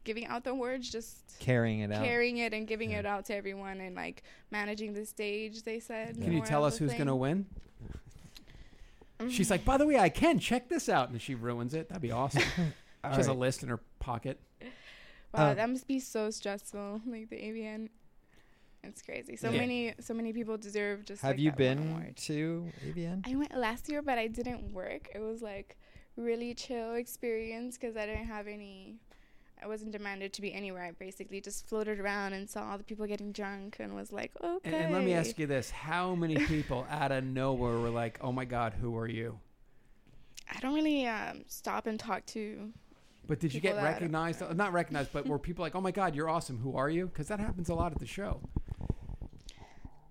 [SPEAKER 4] giving out the awards, just
[SPEAKER 3] Carrying it out.
[SPEAKER 4] carrying it and giving
[SPEAKER 3] Yeah.
[SPEAKER 4] it out to everyone and like managing the stage. They said.
[SPEAKER 2] Can you
[SPEAKER 4] more
[SPEAKER 2] tell
[SPEAKER 4] of
[SPEAKER 2] us
[SPEAKER 4] a
[SPEAKER 2] who's
[SPEAKER 4] thing.
[SPEAKER 2] gonna win? She's like, by the way, I can check this out, and she ruins it. That'd be awesome. she
[SPEAKER 3] All
[SPEAKER 2] has a
[SPEAKER 3] right.
[SPEAKER 2] list in her pocket.
[SPEAKER 4] Wow,
[SPEAKER 3] uh,
[SPEAKER 4] that must be so stressful. Like the AVN It's crazy. So
[SPEAKER 3] Yeah.
[SPEAKER 4] many, so many people deserve just.
[SPEAKER 3] Have
[SPEAKER 4] like,
[SPEAKER 3] you
[SPEAKER 4] that one
[SPEAKER 3] been
[SPEAKER 4] award.
[SPEAKER 3] to AVN?
[SPEAKER 4] I went last year, but I didn't work. It was like really chill experience because I didn't have any. I wasn't demanded to be anywhere. I basically just floated around and saw all the people getting drunk and was like, okay.
[SPEAKER 2] And, and let me ask you this: How many people out of nowhere were like, "Oh my God, who are you"?
[SPEAKER 4] I don't really um, stop and talk to.
[SPEAKER 2] But did you
[SPEAKER 4] People
[SPEAKER 2] get
[SPEAKER 4] that-
[SPEAKER 2] recognized? uh, Not recognized, but were people like, "Oh my God, you're awesome. Who are you?" Because that happens a lot at the show.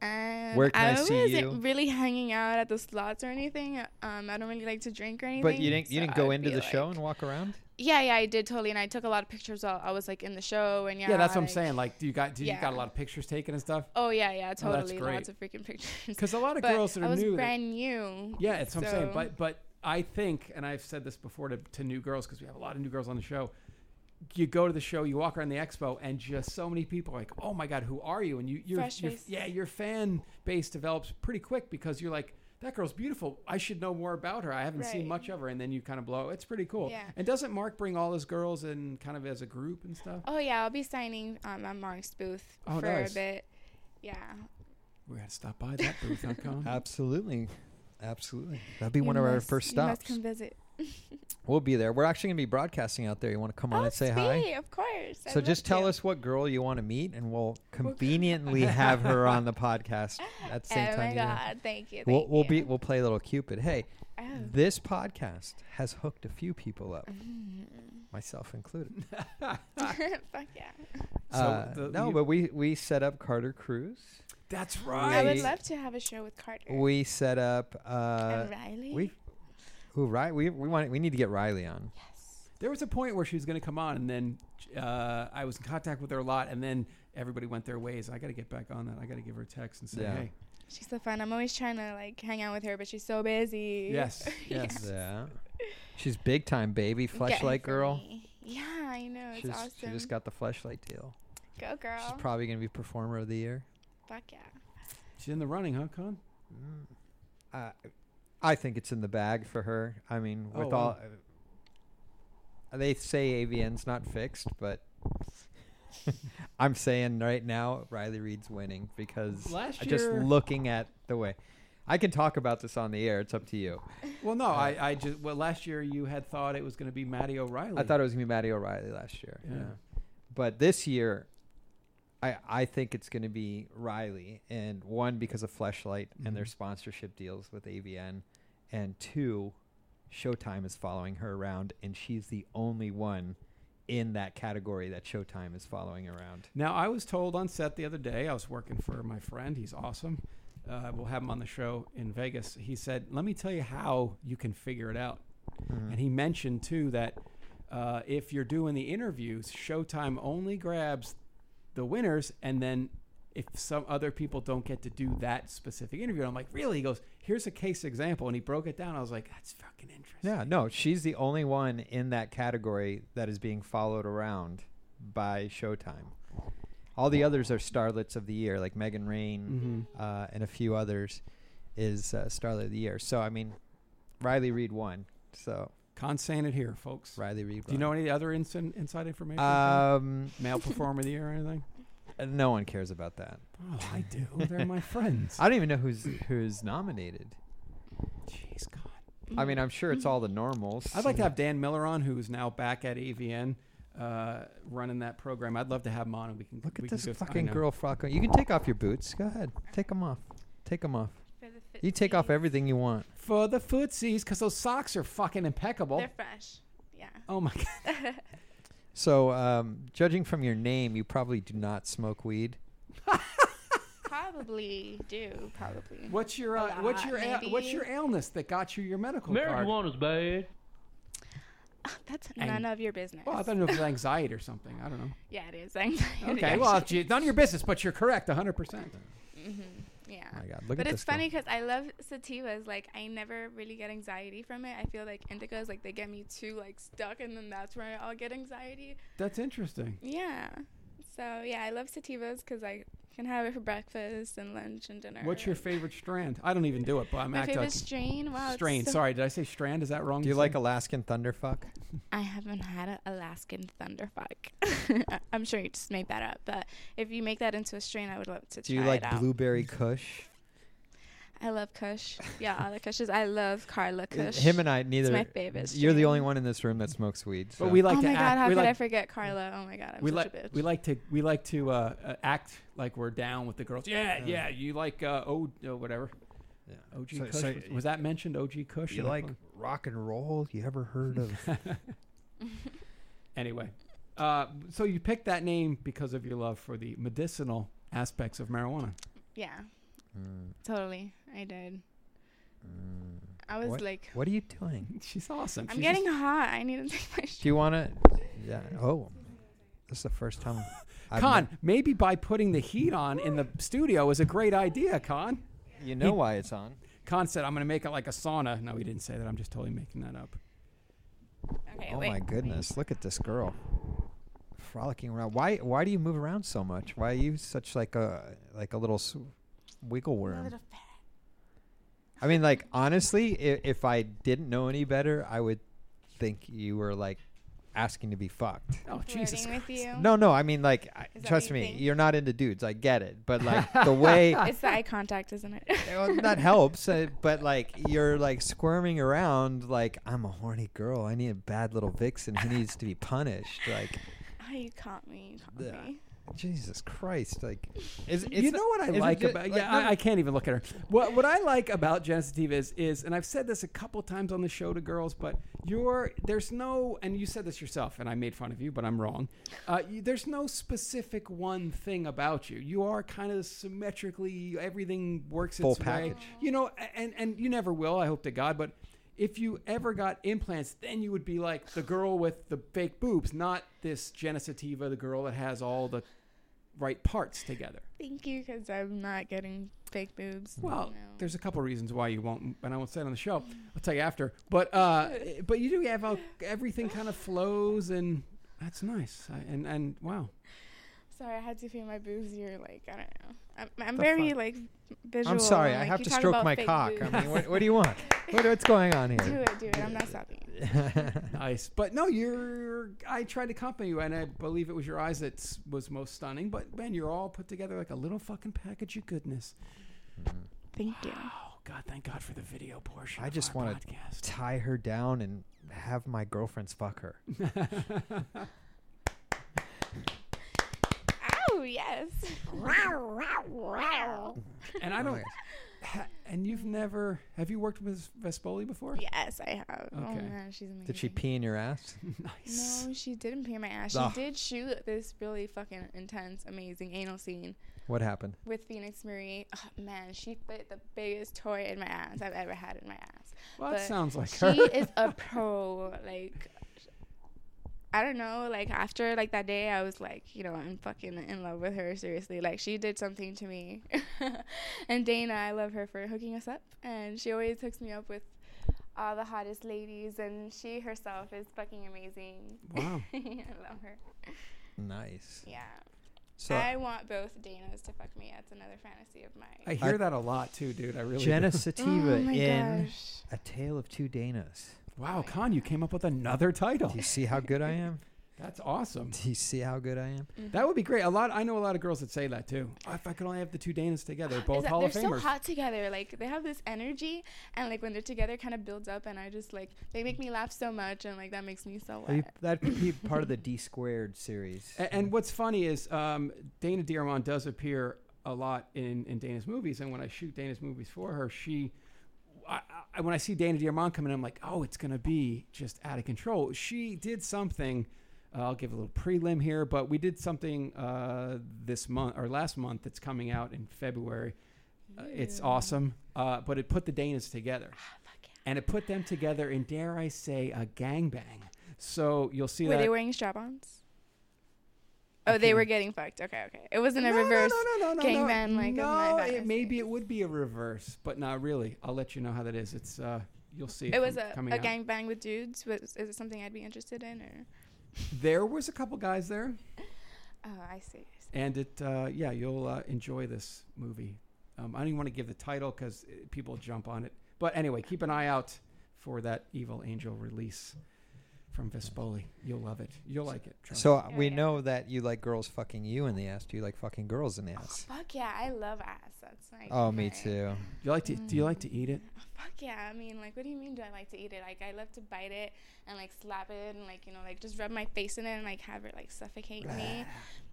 [SPEAKER 4] And
[SPEAKER 3] Where can I see
[SPEAKER 4] wasn't
[SPEAKER 3] you?
[SPEAKER 4] really hanging out at the slots or anything. Um, I don't really like to drink or anything.
[SPEAKER 3] But you didn't you
[SPEAKER 4] so
[SPEAKER 3] didn't go
[SPEAKER 4] I'd
[SPEAKER 3] into
[SPEAKER 4] be
[SPEAKER 3] the show
[SPEAKER 4] like-
[SPEAKER 3] and walk around?
[SPEAKER 4] Yeah, yeah, I did totally, and I took a lot of pictures while I was like in the show, and yeah.
[SPEAKER 2] Yeah, that's what I'm
[SPEAKER 4] like-
[SPEAKER 2] saying. Like, do you got do you
[SPEAKER 4] Yeah.
[SPEAKER 2] got a lot of pictures taken and stuff?
[SPEAKER 4] Oh yeah, yeah,
[SPEAKER 2] Oh, that's
[SPEAKER 4] totally. Lots of freaking pictures.
[SPEAKER 2] Because a lot of
[SPEAKER 4] But
[SPEAKER 2] girls that
[SPEAKER 4] I
[SPEAKER 2] are
[SPEAKER 4] was
[SPEAKER 2] new, they-
[SPEAKER 4] brand new.
[SPEAKER 2] Yeah, that's what I'm saying.
[SPEAKER 4] So-
[SPEAKER 2] But but I think, and I've said this before to, to new girls because we have a lot of new girls on the show. You go to the show, you walk around the expo, and just so many people are like, "Oh my god, who are you?" And you, you're,
[SPEAKER 4] Fresh
[SPEAKER 2] you're
[SPEAKER 4] faces.
[SPEAKER 2] yeah, your fan base develops pretty quick because you're like, "That girl's beautiful. I should know more about her. I haven't seen
[SPEAKER 4] Right.
[SPEAKER 2] much of her." And then you kind of blow. It's pretty cool.
[SPEAKER 4] Yeah.
[SPEAKER 2] And doesn't Mark bring all his girls in kind of as a group and stuff?
[SPEAKER 4] Oh yeah, I'll be signing um, at Mark's booth
[SPEAKER 2] Oh,
[SPEAKER 4] for
[SPEAKER 2] nice.
[SPEAKER 4] a bit. Yeah.
[SPEAKER 2] We gotta stop by that booth. I'm coming.
[SPEAKER 3] Absolutely. Absolutely. That'd be
[SPEAKER 4] You
[SPEAKER 3] one of our
[SPEAKER 4] must-
[SPEAKER 3] first
[SPEAKER 4] You must
[SPEAKER 3] stops.
[SPEAKER 4] come visit.
[SPEAKER 3] We'll be there. We're actually going to be broadcasting out there. You want to come on
[SPEAKER 4] oh,
[SPEAKER 3] and say hi?
[SPEAKER 4] sweet, Of course. I'd
[SPEAKER 3] So
[SPEAKER 4] love
[SPEAKER 3] just tell
[SPEAKER 4] to.
[SPEAKER 3] us what girl you want to meet, and we'll conveniently have her on the podcast at the same
[SPEAKER 4] oh
[SPEAKER 3] time.
[SPEAKER 4] my
[SPEAKER 3] you know.
[SPEAKER 4] god! Thank you.
[SPEAKER 3] We'll,
[SPEAKER 4] thank
[SPEAKER 3] we'll
[SPEAKER 4] you.
[SPEAKER 3] be we'll play a little Cupid. Hey,
[SPEAKER 4] Oh.
[SPEAKER 3] this podcast has hooked a few people up,
[SPEAKER 4] Mm.
[SPEAKER 3] myself included.
[SPEAKER 4] Oh, Fuck yeah!
[SPEAKER 2] So
[SPEAKER 3] Uh,
[SPEAKER 2] the-
[SPEAKER 3] no,
[SPEAKER 2] you-
[SPEAKER 3] but we we set up Carter Cruz.
[SPEAKER 2] That's
[SPEAKER 4] I
[SPEAKER 2] right.
[SPEAKER 3] I-
[SPEAKER 4] would love to have a show with Carter
[SPEAKER 3] We set up. Uh,
[SPEAKER 4] and Riley.
[SPEAKER 3] we, who right? We we want we need to get Riley on.
[SPEAKER 2] There was a point where she was going to come on, and then uh, I was in contact with her a lot, and then everybody went their ways. I got to get back on that. I got to give her a text and say,
[SPEAKER 3] Yeah.
[SPEAKER 2] "Hey,
[SPEAKER 4] she's so fun. I'm always trying to like hang out with her, but she's so busy.
[SPEAKER 2] yes, yes."
[SPEAKER 3] Yeah, she's big time, baby.
[SPEAKER 4] Get her
[SPEAKER 3] Fleshlight
[SPEAKER 4] for
[SPEAKER 3] girl.
[SPEAKER 4] me. Yeah, I know. It's
[SPEAKER 3] She's,
[SPEAKER 4] awesome.
[SPEAKER 3] She just got the fleshlight deal.
[SPEAKER 4] Go girl.
[SPEAKER 3] She's probably gonna be performer of the year.
[SPEAKER 4] Fuck yeah.
[SPEAKER 2] She's in the running, huh, Con?
[SPEAKER 3] Uh, I think it's in the bag for her. I mean, with
[SPEAKER 2] Oh,
[SPEAKER 3] all
[SPEAKER 2] wow.
[SPEAKER 3] uh, they say, AVN's not fixed, but I'm saying right now Riley Reed's winning because
[SPEAKER 2] Last
[SPEAKER 3] uh, just
[SPEAKER 2] year-
[SPEAKER 3] looking at the way. I can talk about this on the air. It's up to you.
[SPEAKER 2] Well, no, I, I just well last year you had thought it was going to be Maddie O'Reilly.
[SPEAKER 3] I thought it was gonna be Maddie O'Reilly last year.
[SPEAKER 2] Yeah.
[SPEAKER 3] But this year, I I think it's gonna be Riley, and one because of Fleshlight and their
[SPEAKER 2] Mhm.
[SPEAKER 3] sponsorship deals with AVN, and two, Showtime is following her around, and she's the only one in that category that Showtime is following around.
[SPEAKER 2] Now, I was told on set the other day, I was working for my friend. He's awesome. Uh, we'll have him on the show in Vegas. He said, Let me tell you how you can figure it out. And he mentioned, too, that uh, if you're doing the interviews, Showtime only grabs the winners. And then if some other people don't get to do that specific interview, I'm like, Really? He goes, Here's a case example. And he broke it down. I was like, That's fucking interesting.
[SPEAKER 3] Yeah, no, she's the only one in that category that is being followed around by Showtime. All the others are starlets of the year, like Megan
[SPEAKER 2] Mm-hmm.
[SPEAKER 3] Rain uh, and a few others is uh, starlet of the year. So I mean, Riley Reed won. So
[SPEAKER 2] Con saying it here, folks.
[SPEAKER 3] Riley Reed.
[SPEAKER 2] Do you know any other inside, inside information? Con?
[SPEAKER 3] Um,
[SPEAKER 2] Male performer of the year or anything?
[SPEAKER 3] no one cares about that.
[SPEAKER 2] Oh, I do. They're my friends.
[SPEAKER 3] I don't even know who's who's nominated.
[SPEAKER 2] Jeez, God.
[SPEAKER 3] I mean, I'm sure it's all the normals.
[SPEAKER 2] I'd like to have Dan Miller on, who is now back at AVN, uh, running that program. I'd love to have him on, and we can
[SPEAKER 3] Look
[SPEAKER 2] we can
[SPEAKER 3] at this
[SPEAKER 2] go through- I
[SPEAKER 3] fucking
[SPEAKER 2] know.
[SPEAKER 3] girl frock. You can take off your boots. Go ahead, take them off. Take them off.
[SPEAKER 4] For the
[SPEAKER 3] You take off everything you want.
[SPEAKER 2] for the footsies because those socks are fucking impeccable.
[SPEAKER 4] They're fresh. Yeah.
[SPEAKER 2] oh my God.
[SPEAKER 3] So, um, judging from your name, you probably do not smoke weed.
[SPEAKER 4] Probably do. Probably.
[SPEAKER 2] What's your
[SPEAKER 4] A
[SPEAKER 2] uh, what's
[SPEAKER 4] lot,
[SPEAKER 2] your ail- what's
[SPEAKER 4] maybe.
[SPEAKER 2] your illness that got you your medical card? Well,
[SPEAKER 5] Marijuana's bad.
[SPEAKER 4] That's
[SPEAKER 2] Ang-
[SPEAKER 4] none of your business.
[SPEAKER 2] I thought it was anxiety or something. I don't know.
[SPEAKER 4] yeah, it is. Anxiety.
[SPEAKER 2] Okay, well, gee, none of your business, but you're correct, 100. percent
[SPEAKER 4] yeah.
[SPEAKER 3] Oh my God, look
[SPEAKER 4] but
[SPEAKER 3] at
[SPEAKER 4] it's
[SPEAKER 3] this girl.
[SPEAKER 4] funny because I love sativas. Like I never really get anxiety from it. I feel like indicas, like they get me too like stuck, and then that's where I'll get anxiety.
[SPEAKER 2] That's interesting.
[SPEAKER 4] Yeah. So yeah, I love sativas because I can have it for breakfast and lunch and dinner.
[SPEAKER 2] What's your favorite strand? I don't even do it, but I'm
[SPEAKER 4] my
[SPEAKER 2] acting
[SPEAKER 4] favorite
[SPEAKER 2] like
[SPEAKER 4] strain? Wow, it's
[SPEAKER 2] strain.
[SPEAKER 4] so-
[SPEAKER 2] Sorry, did I say strand? Is that wrong?
[SPEAKER 3] Do you
[SPEAKER 2] to
[SPEAKER 3] like
[SPEAKER 2] say?
[SPEAKER 3] Alaskan thunderfuck?
[SPEAKER 4] I haven't had an Alaskan thunderfuck. I'm sure you just made that up, but if you make that into a strain, I would love to
[SPEAKER 3] Do
[SPEAKER 4] try
[SPEAKER 3] you like
[SPEAKER 4] it out.
[SPEAKER 3] blueberry Kush?
[SPEAKER 4] I love Kush. Yeah, all the Kushes. I love Carla Kush.
[SPEAKER 3] Him and I neither.
[SPEAKER 4] my favorite
[SPEAKER 3] You're the
[SPEAKER 4] strain.
[SPEAKER 3] only one in this room that smokes weed. So.
[SPEAKER 2] But we like
[SPEAKER 4] oh
[SPEAKER 2] to
[SPEAKER 4] my
[SPEAKER 2] act.
[SPEAKER 4] god, how
[SPEAKER 2] we
[SPEAKER 4] could
[SPEAKER 2] like,
[SPEAKER 4] I forget Carla? Oh my god, I'm
[SPEAKER 2] we
[SPEAKER 4] such
[SPEAKER 2] like
[SPEAKER 4] a bitch.
[SPEAKER 2] we like to we like to uh, uh, act like we're down with the girls. Yeah, yeah. you like uh, oh uh, whatever.
[SPEAKER 3] Yeah.
[SPEAKER 2] OG
[SPEAKER 3] So-
[SPEAKER 2] Kush
[SPEAKER 3] so
[SPEAKER 2] was, was that mentioned? OG Kush.
[SPEAKER 3] you
[SPEAKER 2] in the
[SPEAKER 3] like
[SPEAKER 2] phone?
[SPEAKER 3] rock and roll? You ever heard of?
[SPEAKER 2] anyway? Uh, so you picked that name because of your love for the medicinal aspects of marijuana.
[SPEAKER 4] yeah,
[SPEAKER 3] Mm,
[SPEAKER 4] totally. I did.
[SPEAKER 3] mm.
[SPEAKER 4] I was
[SPEAKER 3] What?
[SPEAKER 4] like,
[SPEAKER 3] What are you doing?
[SPEAKER 2] She's awesome.
[SPEAKER 4] I'm
[SPEAKER 2] She's
[SPEAKER 4] getting hot. I need to take my
[SPEAKER 3] Do
[SPEAKER 4] shit.
[SPEAKER 3] you want to? Yeah. Oh, this is the first time. I've
[SPEAKER 2] Con, maybe by putting the heat on in the studio is a great idea, Con.
[SPEAKER 3] met- you know why it's on?
[SPEAKER 2] Con said, I'm going to make it like a sauna. No, he didn't say that. I'm just totally making that up.
[SPEAKER 4] Okay,
[SPEAKER 3] oh
[SPEAKER 4] wait,
[SPEAKER 3] my
[SPEAKER 4] wait.
[SPEAKER 3] goodness! Look at this girl frolicking around. Why? Why do you move around so much? Why are you such like a like a little s- wiggle
[SPEAKER 4] A
[SPEAKER 3] worm?
[SPEAKER 4] little fat.
[SPEAKER 3] I mean, like honestly, if, if I didn't know any better, I would think you were like asking to be fucked.
[SPEAKER 2] Oh, Jesus.
[SPEAKER 4] Flirting with you.
[SPEAKER 3] No, no. I mean, like, I,
[SPEAKER 4] Is that
[SPEAKER 3] trust
[SPEAKER 4] what you
[SPEAKER 3] me,
[SPEAKER 4] think?
[SPEAKER 3] you're not into dudes. I get it, but like the way
[SPEAKER 4] it's the eye contact, isn't it?
[SPEAKER 3] well, that helps, uh, but like you're like squirming around, like I'm a horny girl. I need a bad little vixen who needs to be punished. Like
[SPEAKER 4] oh, you caught me. You caught
[SPEAKER 3] Yeah.
[SPEAKER 4] me.
[SPEAKER 3] Jesus Christ! Like, is, it's
[SPEAKER 2] you know what I
[SPEAKER 3] is it
[SPEAKER 2] like
[SPEAKER 3] ju- uh,
[SPEAKER 2] about
[SPEAKER 3] like,
[SPEAKER 2] yeah
[SPEAKER 3] no,
[SPEAKER 2] I, I can't even look at her. What what I like about Genesis Diva is is and I've said this a couple times on the show to girls, but you're there's no and you said this yourself and I made fun of you, but I'm wrong. Uh, you, there's no specific one thing about you. You are kind of symmetrically everything works
[SPEAKER 3] Full
[SPEAKER 2] its way.
[SPEAKER 3] package.
[SPEAKER 2] You know, a- and and you never will. I hope to God, but. If you ever got implants, then you would be like the girl with the fake boobs, not this Genesitiva, the girl that has all the right parts together.
[SPEAKER 4] Thank you, because I'm not getting fake boobs.
[SPEAKER 2] Well,
[SPEAKER 4] No.
[SPEAKER 2] there's a couple reasons why you won't, and I won't say it on the show. I'll tell you after. But uh, but you do have a, everything kind of flows, and that's nice. I, and and wow,
[SPEAKER 4] Sorry, I had to feel my boobs. You're like, I don't know. I'm, I'm
[SPEAKER 3] The
[SPEAKER 4] very
[SPEAKER 3] fuck?
[SPEAKER 4] like visual.
[SPEAKER 3] I'm sorry.
[SPEAKER 4] and,
[SPEAKER 3] I
[SPEAKER 4] like,
[SPEAKER 3] have
[SPEAKER 4] you
[SPEAKER 3] to
[SPEAKER 4] talk
[SPEAKER 3] stroke
[SPEAKER 4] about
[SPEAKER 3] my
[SPEAKER 4] fake
[SPEAKER 3] cock.
[SPEAKER 4] boobs.
[SPEAKER 3] I mean, what, what do you want? What, what's going on
[SPEAKER 4] do
[SPEAKER 3] here?
[SPEAKER 4] it, do it. I'm not stopping. you.
[SPEAKER 2] nice. But no, you're. I tried to compliment you, and I believe it was your eyes that s- was most stunning. But man, you're all put together like a little fucking package of goodness.
[SPEAKER 4] Thank you.
[SPEAKER 2] Oh God, thank God for the video portion.
[SPEAKER 3] I
[SPEAKER 2] of
[SPEAKER 3] just
[SPEAKER 2] our
[SPEAKER 3] wanna-
[SPEAKER 2] podcast.
[SPEAKER 3] Tie her down and have my girlfriends fuck her.
[SPEAKER 4] Oh yes.
[SPEAKER 2] And I
[SPEAKER 3] Oh my
[SPEAKER 2] don't. ha- and you've never have you worked with Vespoli before?
[SPEAKER 4] yes, I have. Oh
[SPEAKER 2] Okay.
[SPEAKER 4] man, she's amazing.
[SPEAKER 3] Did she pee in your ass?
[SPEAKER 2] nice.
[SPEAKER 4] No, she didn't pee in my ass.
[SPEAKER 3] Ugh.
[SPEAKER 4] She did shoot this really fucking intense, amazing anal scene
[SPEAKER 3] What happened?
[SPEAKER 4] with Phoenix Marie. Oh, man, she fit the biggest toy in my ass I've ever had in my ass.
[SPEAKER 2] Well, that
[SPEAKER 4] but
[SPEAKER 2] sounds like
[SPEAKER 4] she
[SPEAKER 2] her.
[SPEAKER 4] is a pro. Like, I don't know. Like after like that day, I was like, you know, I'm fucking in love with her. Seriously, like she did something to me. and Dana, I love her for hooking us up, and she always hooks me up with all the hottest ladies, and she herself is fucking amazing.
[SPEAKER 2] Wow.
[SPEAKER 4] I love her.
[SPEAKER 3] Nice.
[SPEAKER 4] Yeah.
[SPEAKER 3] So
[SPEAKER 4] I want both Danas to fuck me. That's another fantasy of mine.
[SPEAKER 2] I
[SPEAKER 3] I-
[SPEAKER 2] hear that a lot too, dude. I really do.
[SPEAKER 3] Jenna Sativa
[SPEAKER 4] oh my
[SPEAKER 3] in
[SPEAKER 4] gosh.
[SPEAKER 3] A Tale of Two Danas.
[SPEAKER 2] Wow, Con, you came up with another title.
[SPEAKER 3] Do you see how good I am?
[SPEAKER 2] That's awesome.
[SPEAKER 3] Do you see how good I am?
[SPEAKER 4] Mm-hmm.
[SPEAKER 2] That would be great. A lot. I know a lot of girls that say that too. Oh, if I could only have the two Danas together,
[SPEAKER 4] Ah, Is
[SPEAKER 2] both
[SPEAKER 4] that-
[SPEAKER 2] Hall
[SPEAKER 4] they're
[SPEAKER 2] of Famers.
[SPEAKER 4] so hot together. Like they have this energy, and like when they're together, it kind of builds up. And I just like they make me laugh so much, and like that makes me so
[SPEAKER 3] That'd
[SPEAKER 4] wet.
[SPEAKER 3] be- That'd be part of the D squared series.
[SPEAKER 2] A- and, what's funny is um, Dana Diarmond does appear a lot in, in Dana's movies, and when I shoot Dana's movies for her, she. I, I, when I see Dana Diarmond coming in, I'm like, oh, it's going to be just out of control. She did something. Uh, I'll give a little prelim here, but we did something uh, this month or last month that's coming out in February. Uh, it's awesome, uh, but it put the Danas together. And it put them together in, dare I say, a gangbang. So you'll see
[SPEAKER 4] Were
[SPEAKER 2] that.
[SPEAKER 4] they wearing strap-ons? Oh, they
[SPEAKER 2] can't-
[SPEAKER 4] were getting fucked. Okay, okay. It wasn't a
[SPEAKER 2] No, no,
[SPEAKER 4] reverse.
[SPEAKER 2] no, no, no, no,
[SPEAKER 4] gangbang like of my
[SPEAKER 2] no.
[SPEAKER 4] fantasy.
[SPEAKER 2] It, maybe it would be a reverse, but not really. I'll let you know how that is. It's uh, you'll see.
[SPEAKER 4] It was
[SPEAKER 2] from-
[SPEAKER 4] a,
[SPEAKER 2] coming
[SPEAKER 4] a
[SPEAKER 2] out.
[SPEAKER 4] gangbang with dudes. Was is it something I'd be interested in? Or
[SPEAKER 2] There was a couple guys there.
[SPEAKER 4] oh, I see. I Thanks.
[SPEAKER 2] and it uh, yeah you'll uh, enjoy this movie um, i don't even want to give the title because people jump on it but anyway keep an eye out for that evil angel release from Vespoli. You'll love it. You'll like it. trust
[SPEAKER 3] So
[SPEAKER 2] me.
[SPEAKER 3] uh, we
[SPEAKER 4] yeah.
[SPEAKER 3] know that you like girls fucking you in the ass. Do you like fucking girls in the ass?
[SPEAKER 4] Fuck yeah, I love ass. That's like.
[SPEAKER 3] Oh, me
[SPEAKER 4] my-
[SPEAKER 3] too.
[SPEAKER 2] you like to
[SPEAKER 4] Mm.
[SPEAKER 2] do you like to eat it?
[SPEAKER 4] Fuck yeah. I mean, like, what do you mean? Do I like to eat it? Like, I love to bite it and like slap it and like you know like just rub my face in it and like have it like suffocate me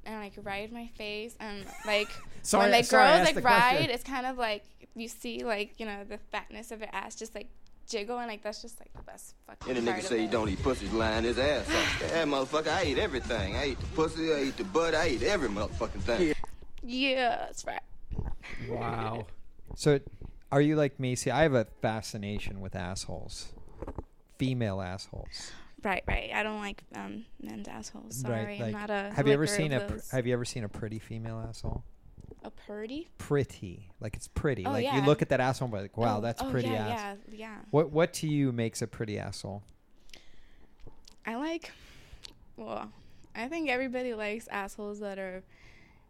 [SPEAKER 4] and like ride my face and like
[SPEAKER 2] Sorry-
[SPEAKER 4] when like
[SPEAKER 2] sorry, I
[SPEAKER 4] girls
[SPEAKER 2] asked
[SPEAKER 4] like
[SPEAKER 2] the question.
[SPEAKER 4] ride, it's kind of like you see like you know the fatness of their ass just like jiggle and like that's just like the best fucking.
[SPEAKER 6] Any
[SPEAKER 4] part
[SPEAKER 6] nigga
[SPEAKER 4] of
[SPEAKER 6] say he
[SPEAKER 4] it.
[SPEAKER 6] don't eat pussy's lying his ass off. That motherfucker, I ate everything. I ate the pussy, I ate the butt, I ate every motherfucking thing.
[SPEAKER 4] Yeah, that's right.
[SPEAKER 2] Wow.
[SPEAKER 3] So are you like me? See, I have a fascination with assholes, female assholes.
[SPEAKER 4] Right, right. I don't like um, men's assholes. Sorry, I'm
[SPEAKER 3] like-
[SPEAKER 4] not a.
[SPEAKER 3] have you ever
[SPEAKER 4] licker of
[SPEAKER 3] seen a pr-
[SPEAKER 4] those.
[SPEAKER 3] Have you ever seen a pretty female asshole?
[SPEAKER 4] a purdy?
[SPEAKER 3] Pretty, like it's pretty.
[SPEAKER 4] Oh,
[SPEAKER 3] like you
[SPEAKER 4] yeah.
[SPEAKER 3] look at that asshole and be like, wow,
[SPEAKER 4] Oh,
[SPEAKER 3] that's
[SPEAKER 4] oh,
[SPEAKER 3] pretty
[SPEAKER 4] yeah,
[SPEAKER 3] ass.
[SPEAKER 4] Yeah, yeah.
[SPEAKER 3] What What to you makes a pretty asshole?
[SPEAKER 4] I like. Well, I think everybody likes assholes that are,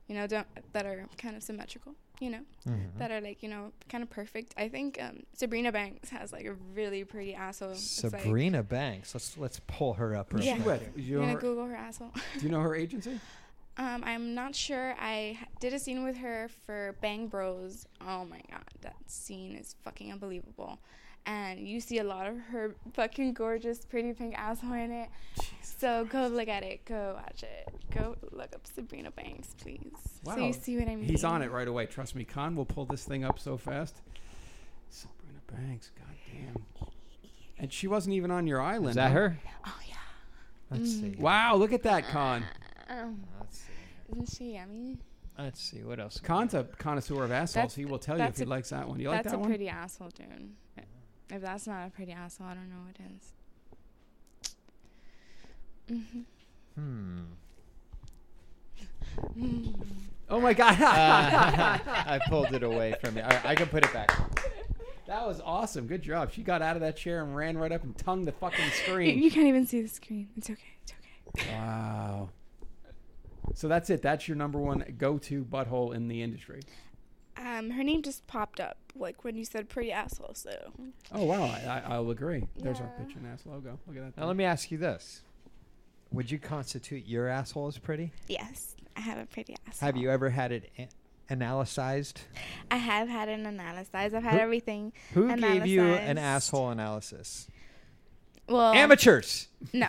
[SPEAKER 4] you know, don't that are kind of symmetrical. You know,
[SPEAKER 3] Mm-hmm.
[SPEAKER 4] that are like you know kind of perfect. I think um, Sabrina Banks has like a really pretty asshole. It's like-
[SPEAKER 3] Sabrina Banks. Let's Let's pull her up. Real
[SPEAKER 4] Yeah.
[SPEAKER 3] quick.
[SPEAKER 2] Wait, do you
[SPEAKER 4] I'm
[SPEAKER 2] know
[SPEAKER 4] gonna
[SPEAKER 2] her-
[SPEAKER 4] Google her asshole.
[SPEAKER 2] do you know her agency?
[SPEAKER 4] um, I'm not sure. I h- did a scene with her for Bang Bros. Oh my god, that scene is fucking unbelievable. And you see a lot of her fucking gorgeous, pretty pink asshole in it. So go look at it. Go watch it. Go look up Sabrina Banks, please. So
[SPEAKER 2] Wow.
[SPEAKER 4] you see what I mean.
[SPEAKER 2] He's on it right away. Trust me, Khan will pull this thing up so fast. Sabrina Banks, goddamn. And she wasn't even on your island.
[SPEAKER 3] Is that
[SPEAKER 2] huh?
[SPEAKER 3] her?
[SPEAKER 4] Oh yeah.
[SPEAKER 3] Let's see.
[SPEAKER 2] Wow, look at that, Khan.
[SPEAKER 4] Um,
[SPEAKER 3] Let's see.
[SPEAKER 4] isn't she yummy?
[SPEAKER 3] Let's see what else.
[SPEAKER 2] Khan's a connoisseur of assholes.
[SPEAKER 4] That's-
[SPEAKER 2] he will tell you if
[SPEAKER 4] that's
[SPEAKER 2] he
[SPEAKER 4] a-
[SPEAKER 2] likes that one. You like
[SPEAKER 4] that's
[SPEAKER 2] that
[SPEAKER 4] a
[SPEAKER 2] one?
[SPEAKER 4] pretty asshole, dude. If that's not a pretty asshole, I don't know what is.
[SPEAKER 3] Hmm.
[SPEAKER 2] oh my god,
[SPEAKER 3] Uh, I pulled it away from you. All right, I can put it back.
[SPEAKER 2] that was awesome. Good job. She got out of that chair and ran right up and tongued the fucking
[SPEAKER 4] You
[SPEAKER 2] screen.
[SPEAKER 4] can't even see the screen. It's okay. It's okay.
[SPEAKER 2] wow. So that's it. That's your number one go-to butthole in the industry.
[SPEAKER 4] Um, her name just popped up like when you said pretty asshole. So
[SPEAKER 2] Oh wow, I, I, I'll agree. There's our
[SPEAKER 4] Yeah.
[SPEAKER 2] bitch and ass logo. Look at that.
[SPEAKER 3] Now let me ask you this: Would you constitute your asshole as pretty?
[SPEAKER 4] yes, I have a pretty asshole.
[SPEAKER 3] Have you ever had it a- analyzed?
[SPEAKER 4] I have had an analysis. I've had everything.
[SPEAKER 3] Who gave you an
[SPEAKER 4] Analyzed.
[SPEAKER 3] asshole analysis?
[SPEAKER 4] Well,
[SPEAKER 3] Amateurs.
[SPEAKER 4] No,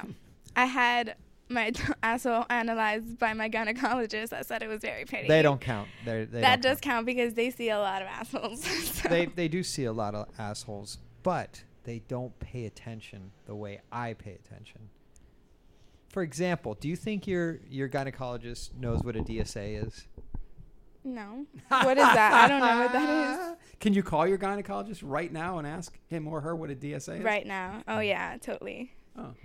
[SPEAKER 4] I had my asshole analyzed by my gynecologist. I said it was very pretty.
[SPEAKER 3] They don't count. They're, they
[SPEAKER 4] that
[SPEAKER 3] don't
[SPEAKER 4] does
[SPEAKER 3] count.
[SPEAKER 4] count because they see a lot of assholes. so.
[SPEAKER 3] They they do see a lot of assholes, but they don't pay attention the way I pay attention. For example, do you think your your gynecologist knows what a DSA is?
[SPEAKER 4] no. What is that? I don't know what that is.
[SPEAKER 2] Can you call your gynecologist right now and ask him or her what a DSA is?
[SPEAKER 4] Right now. Oh yeah, totally.
[SPEAKER 2] Oh.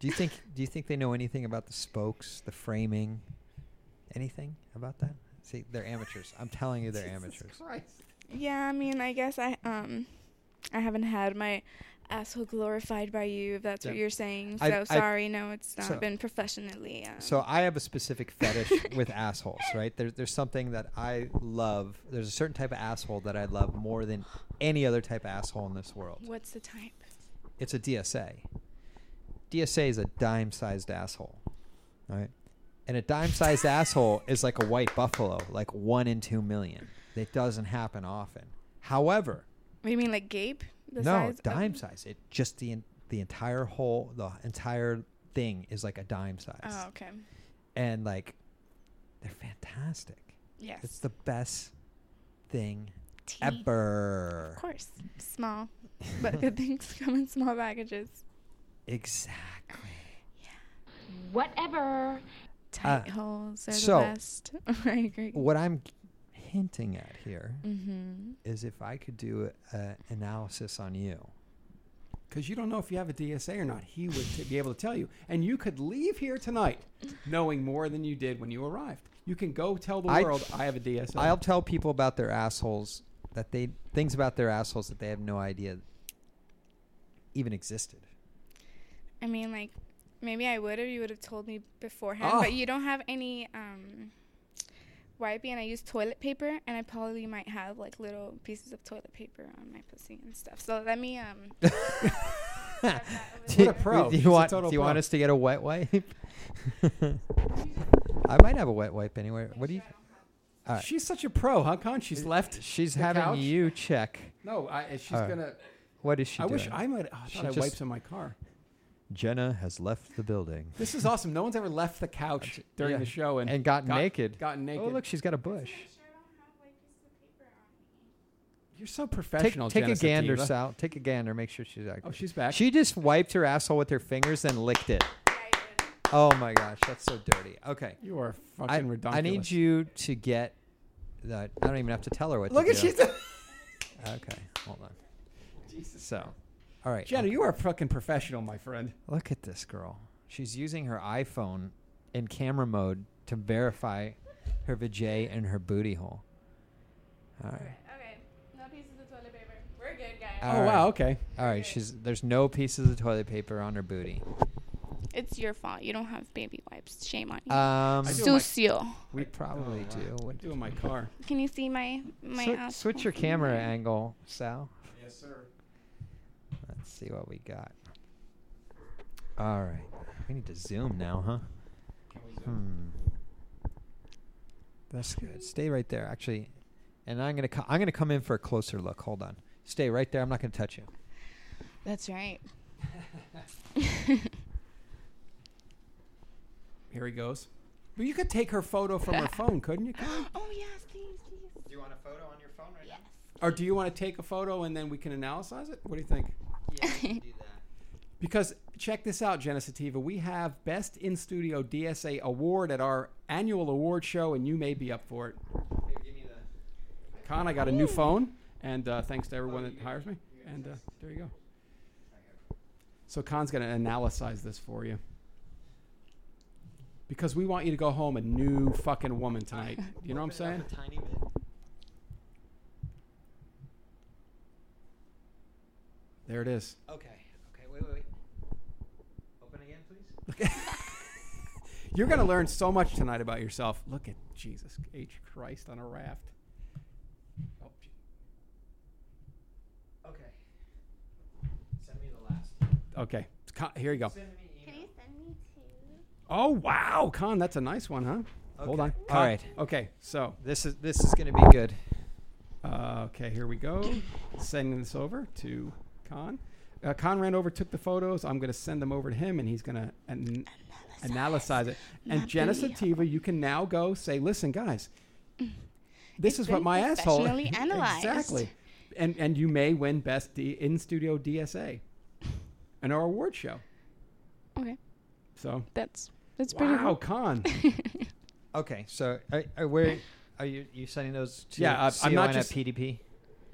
[SPEAKER 3] Do you think do you think they know anything about the spokes, the framing, anything about that? See, they're amateurs. I'm telling you, they're amateurs.
[SPEAKER 2] Christ.
[SPEAKER 4] Yeah, I mean, I guess I um, I haven't had my asshole glorified by you, if that's what
[SPEAKER 3] Yeah.
[SPEAKER 4] you're saying. So
[SPEAKER 3] I- I-
[SPEAKER 4] sorry, no, it's not
[SPEAKER 3] so-
[SPEAKER 4] been professionally. Um,
[SPEAKER 3] So I have a specific fetish with assholes, right? There, there's something that I love. There's a certain type of asshole that I love more than any other type of asshole in this world.
[SPEAKER 4] what's the type?
[SPEAKER 3] It's a DSA. DSA is a dime-sized asshole, right? And a dime-sized asshole is like a white buffalo, like one in two million. That doesn't happen often. However,
[SPEAKER 4] What do you mean, like gape? The
[SPEAKER 3] no
[SPEAKER 4] size of-
[SPEAKER 3] dime size. It just the en- the entire whole the entire thing is like a dime size,
[SPEAKER 4] Oh, okay.
[SPEAKER 3] and like they're fantastic.
[SPEAKER 4] Yes.
[SPEAKER 3] It's the best thing
[SPEAKER 4] Tea.
[SPEAKER 3] ever.
[SPEAKER 4] Of course, small, but good things come in small packages.
[SPEAKER 3] Exactly.
[SPEAKER 7] Whatever.
[SPEAKER 4] Tight holes are
[SPEAKER 3] Uh, so-
[SPEAKER 4] the best. I agree.
[SPEAKER 3] What I'm hinting at here is
[SPEAKER 4] Mm-hmm.
[SPEAKER 3] if I could do an analysis on you.
[SPEAKER 2] Because you don't know if you have a DSA or not. He would t- be able to tell you. And you could leave here tonight knowing more than you did when you arrived. You can go tell the
[SPEAKER 3] I-
[SPEAKER 2] world, I have a DSA.
[SPEAKER 3] I'll tell people about their assholes that they things about their assholes that they have no idea even existed.
[SPEAKER 4] I mean,
[SPEAKER 3] Ah.
[SPEAKER 4] like, maybe I would have. You would have told me beforehand,
[SPEAKER 2] Oh.
[SPEAKER 4] but you don't have any. um wiping and I use toilet paper and I probably might have like little pieces of toilet paper on my pussy and stuff. So let me um
[SPEAKER 2] What a pro.
[SPEAKER 3] Do
[SPEAKER 2] She's
[SPEAKER 3] you
[SPEAKER 2] a
[SPEAKER 3] want? Do
[SPEAKER 2] total
[SPEAKER 3] you want
[SPEAKER 2] pro.
[SPEAKER 3] us to get a wet wipe? I might have a wet wipe anyway. What do you? All right.
[SPEAKER 2] She's such a pro, huh? Con? She's left.
[SPEAKER 3] She's
[SPEAKER 2] The
[SPEAKER 3] having
[SPEAKER 2] couch?
[SPEAKER 3] you check.
[SPEAKER 2] No, I, she's
[SPEAKER 3] All right.
[SPEAKER 2] gonna.
[SPEAKER 3] What is she
[SPEAKER 2] I
[SPEAKER 3] doing?
[SPEAKER 2] wish I might. oh, I
[SPEAKER 3] She
[SPEAKER 2] thought I
[SPEAKER 3] just-
[SPEAKER 2] wiped in my car.
[SPEAKER 3] Jenna has left the building.
[SPEAKER 2] This is awesome. No one's ever left the couch during
[SPEAKER 3] Yeah.
[SPEAKER 2] the show and,
[SPEAKER 3] And gotten naked.
[SPEAKER 2] Gotten naked.
[SPEAKER 3] Oh, look, she's got a bush.
[SPEAKER 2] You're so
[SPEAKER 3] Take,
[SPEAKER 2] professional.
[SPEAKER 3] take a
[SPEAKER 2] Jenna
[SPEAKER 3] gander,
[SPEAKER 2] Sativa.
[SPEAKER 3] Sal. Take a gander. Make sure she's accurate.
[SPEAKER 2] Oh, she's back.
[SPEAKER 3] She just wiped her asshole with her fingers and licked it. Oh my gosh, that's so dirty. Okay.
[SPEAKER 2] you are
[SPEAKER 3] I,
[SPEAKER 2] fucking ridiculous.
[SPEAKER 3] I need you to get that. I don't even have to tell her what
[SPEAKER 2] Look
[SPEAKER 3] to
[SPEAKER 2] at
[SPEAKER 3] do.
[SPEAKER 2] she's.
[SPEAKER 3] Okay, hold on. So, all right. Oh,
[SPEAKER 2] Jenna, you are a fucking professional, my friend.
[SPEAKER 3] Look at this girl. She's using her iPhone in camera mode to verify her vajay and her booty hole. All right.
[SPEAKER 4] Okay. No pieces of toilet paper. We're good guys.
[SPEAKER 3] All
[SPEAKER 2] oh
[SPEAKER 3] right.
[SPEAKER 2] wow. Okay.
[SPEAKER 3] All right. She's there's no pieces of toilet paper on her booty.
[SPEAKER 4] It's your fault. You don't have baby wipes. Shame on you.
[SPEAKER 3] Um,
[SPEAKER 2] I do my-
[SPEAKER 4] Sucio.
[SPEAKER 3] we probably
[SPEAKER 2] Oh, wow.
[SPEAKER 3] do. What-
[SPEAKER 2] I do in my car.
[SPEAKER 4] Can you see my my Mm-hmm.
[SPEAKER 3] Swi-
[SPEAKER 4] ass?
[SPEAKER 3] switch your camera angle, Sal.
[SPEAKER 2] Yes, sir.
[SPEAKER 3] Let's see what we got. All right. We need to zoom now, huh? Hmm. That's good. Stay right there, actually. And I'm gonna co- I'm gonna come in for a closer look. Hold on. Stay right there. I'm not gonna touch you.
[SPEAKER 4] That's right.
[SPEAKER 2] Here he goes. Well, you could take her photo from her phone, couldn't you? Con?
[SPEAKER 4] Oh yes, please, please.
[SPEAKER 3] Do you want a photo on your phone right
[SPEAKER 2] Or do you want to take a photo and then we can analyze it? What do you think?
[SPEAKER 3] now? Yeah, do that.
[SPEAKER 2] Because check this out, Jenna Sativa. We have Best in Studio DSA Award at our annual award show, and you may be up for it. Con, I got a new phone, and uh, thanks to everyone that hires me. And uh, there you go. So Con's going to analyze this for you. Because we want you to go home a new fucking woman tonight. You know what I'm saying? There it is.
[SPEAKER 3] Okay. Okay. Wait. Wait. Wait. Open again, please.
[SPEAKER 2] You're going to learn so much tonight about yourself. Look at Jesus H. Christ on a raft. Oh,
[SPEAKER 3] Okay. Send me the last.
[SPEAKER 2] Okay. Con, here you go.
[SPEAKER 3] Send me email.
[SPEAKER 2] Oh wow, Con, that's a nice one, huh? Hold on.
[SPEAKER 3] Okay.
[SPEAKER 2] Con-
[SPEAKER 3] All right.
[SPEAKER 2] Okay. So,
[SPEAKER 3] This is this is gonna be good.
[SPEAKER 2] uh, okay, here we go. Sending this over to Con. Uh, Con ran over, took the photos. I'm going to send them over to him, and he's going to an- analyze it. And Jenna
[SPEAKER 4] video.
[SPEAKER 2] Sativa, you can now go say, "Listen, guys, this
[SPEAKER 4] It's
[SPEAKER 2] is what
[SPEAKER 4] been
[SPEAKER 2] my asshole."
[SPEAKER 4] professionally analyzed.
[SPEAKER 2] exactly. And and you may win best D- in studio DSA, in our award show.
[SPEAKER 4] Okay.
[SPEAKER 2] So
[SPEAKER 4] That's that's pretty
[SPEAKER 2] wow,
[SPEAKER 4] cool.
[SPEAKER 2] Con.
[SPEAKER 3] Okay. So are, are where are you you sending those to?
[SPEAKER 2] Yeah, uh, I'm
[SPEAKER 3] CON
[SPEAKER 2] not
[SPEAKER 3] at
[SPEAKER 2] just-
[SPEAKER 3] PDP.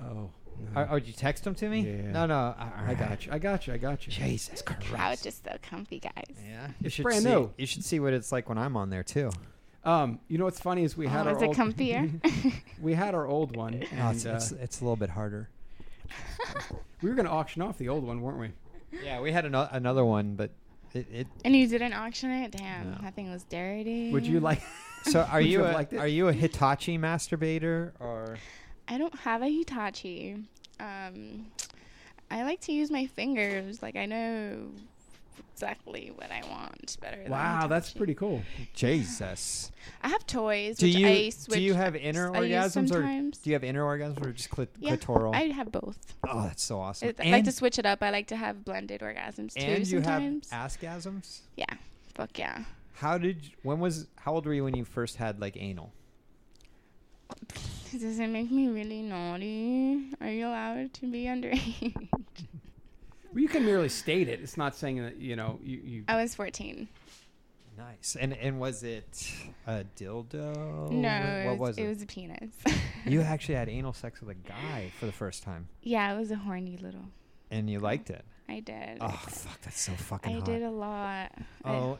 [SPEAKER 2] oh,
[SPEAKER 3] Are, oh, did you text them to me?
[SPEAKER 2] Yeah.
[SPEAKER 3] No, no. all
[SPEAKER 2] I
[SPEAKER 3] right.
[SPEAKER 2] got you. I got you. I got you.
[SPEAKER 3] Jesus Christ.
[SPEAKER 4] Couch is so comfy, guys.
[SPEAKER 3] Yeah. you
[SPEAKER 2] It's
[SPEAKER 3] should
[SPEAKER 2] brand
[SPEAKER 3] see-
[SPEAKER 2] new.
[SPEAKER 3] You should see what it's like when I'm on there too.
[SPEAKER 2] Um, you know what's funny is we had
[SPEAKER 4] Oh,
[SPEAKER 2] our
[SPEAKER 4] is it
[SPEAKER 2] old
[SPEAKER 4] comfier?
[SPEAKER 2] we had our old one,
[SPEAKER 3] No, Ah, it's,
[SPEAKER 2] and uh,
[SPEAKER 3] it's, it's a little bit harder.
[SPEAKER 2] we were going to auction off the old one, weren't we?
[SPEAKER 3] Yeah, we had ano- another one, but it. it
[SPEAKER 4] and you didn't auction it? Damn,
[SPEAKER 3] No.
[SPEAKER 4] that thing was dirty.
[SPEAKER 2] Would you like?
[SPEAKER 3] so are
[SPEAKER 2] Would you
[SPEAKER 3] you
[SPEAKER 2] have
[SPEAKER 3] a,
[SPEAKER 2] liked it?
[SPEAKER 3] are you a Hitachi masturbator or?
[SPEAKER 4] I don't have a Hitachi. Um, I like to use my fingers. Like I know exactly what I want better. than
[SPEAKER 2] wow, that's
[SPEAKER 4] Hitachi.
[SPEAKER 2] pretty cool.
[SPEAKER 3] Jesus.
[SPEAKER 4] I have toys.
[SPEAKER 3] Do
[SPEAKER 4] which I
[SPEAKER 3] you
[SPEAKER 4] switch,
[SPEAKER 3] do you have inner
[SPEAKER 4] I use
[SPEAKER 3] orgasms or
[SPEAKER 4] sometimes.
[SPEAKER 3] do you have inner orgasms or just clit-
[SPEAKER 4] yeah,
[SPEAKER 3] clitoral?
[SPEAKER 4] I have both.
[SPEAKER 3] oh, that's so awesome.
[SPEAKER 4] I- I like to switch it up. I like to have blended orgasms too.
[SPEAKER 3] and you have
[SPEAKER 4] sometimes.
[SPEAKER 3] askasms.
[SPEAKER 4] yeah. Fuck yeah.
[SPEAKER 3] How did you- when was how old were you when you first had like anal?
[SPEAKER 4] Does it make me really naughty? Are you allowed to be underage?
[SPEAKER 2] Well, you can merely state it. It's not saying that you know you. you
[SPEAKER 4] I was 14.
[SPEAKER 3] Nice. And and was it a dildo?
[SPEAKER 4] no,
[SPEAKER 3] Oh, What
[SPEAKER 4] it was,
[SPEAKER 3] was it?
[SPEAKER 4] it was a penis.
[SPEAKER 3] you actually had anal sex with a guy for the first time,
[SPEAKER 4] yeah, I was a horny little.
[SPEAKER 3] and you liked it.
[SPEAKER 4] I did.
[SPEAKER 3] Oh fuck, that's so
[SPEAKER 4] I
[SPEAKER 3] fucking hot.
[SPEAKER 4] did a lot. I-
[SPEAKER 3] Omg.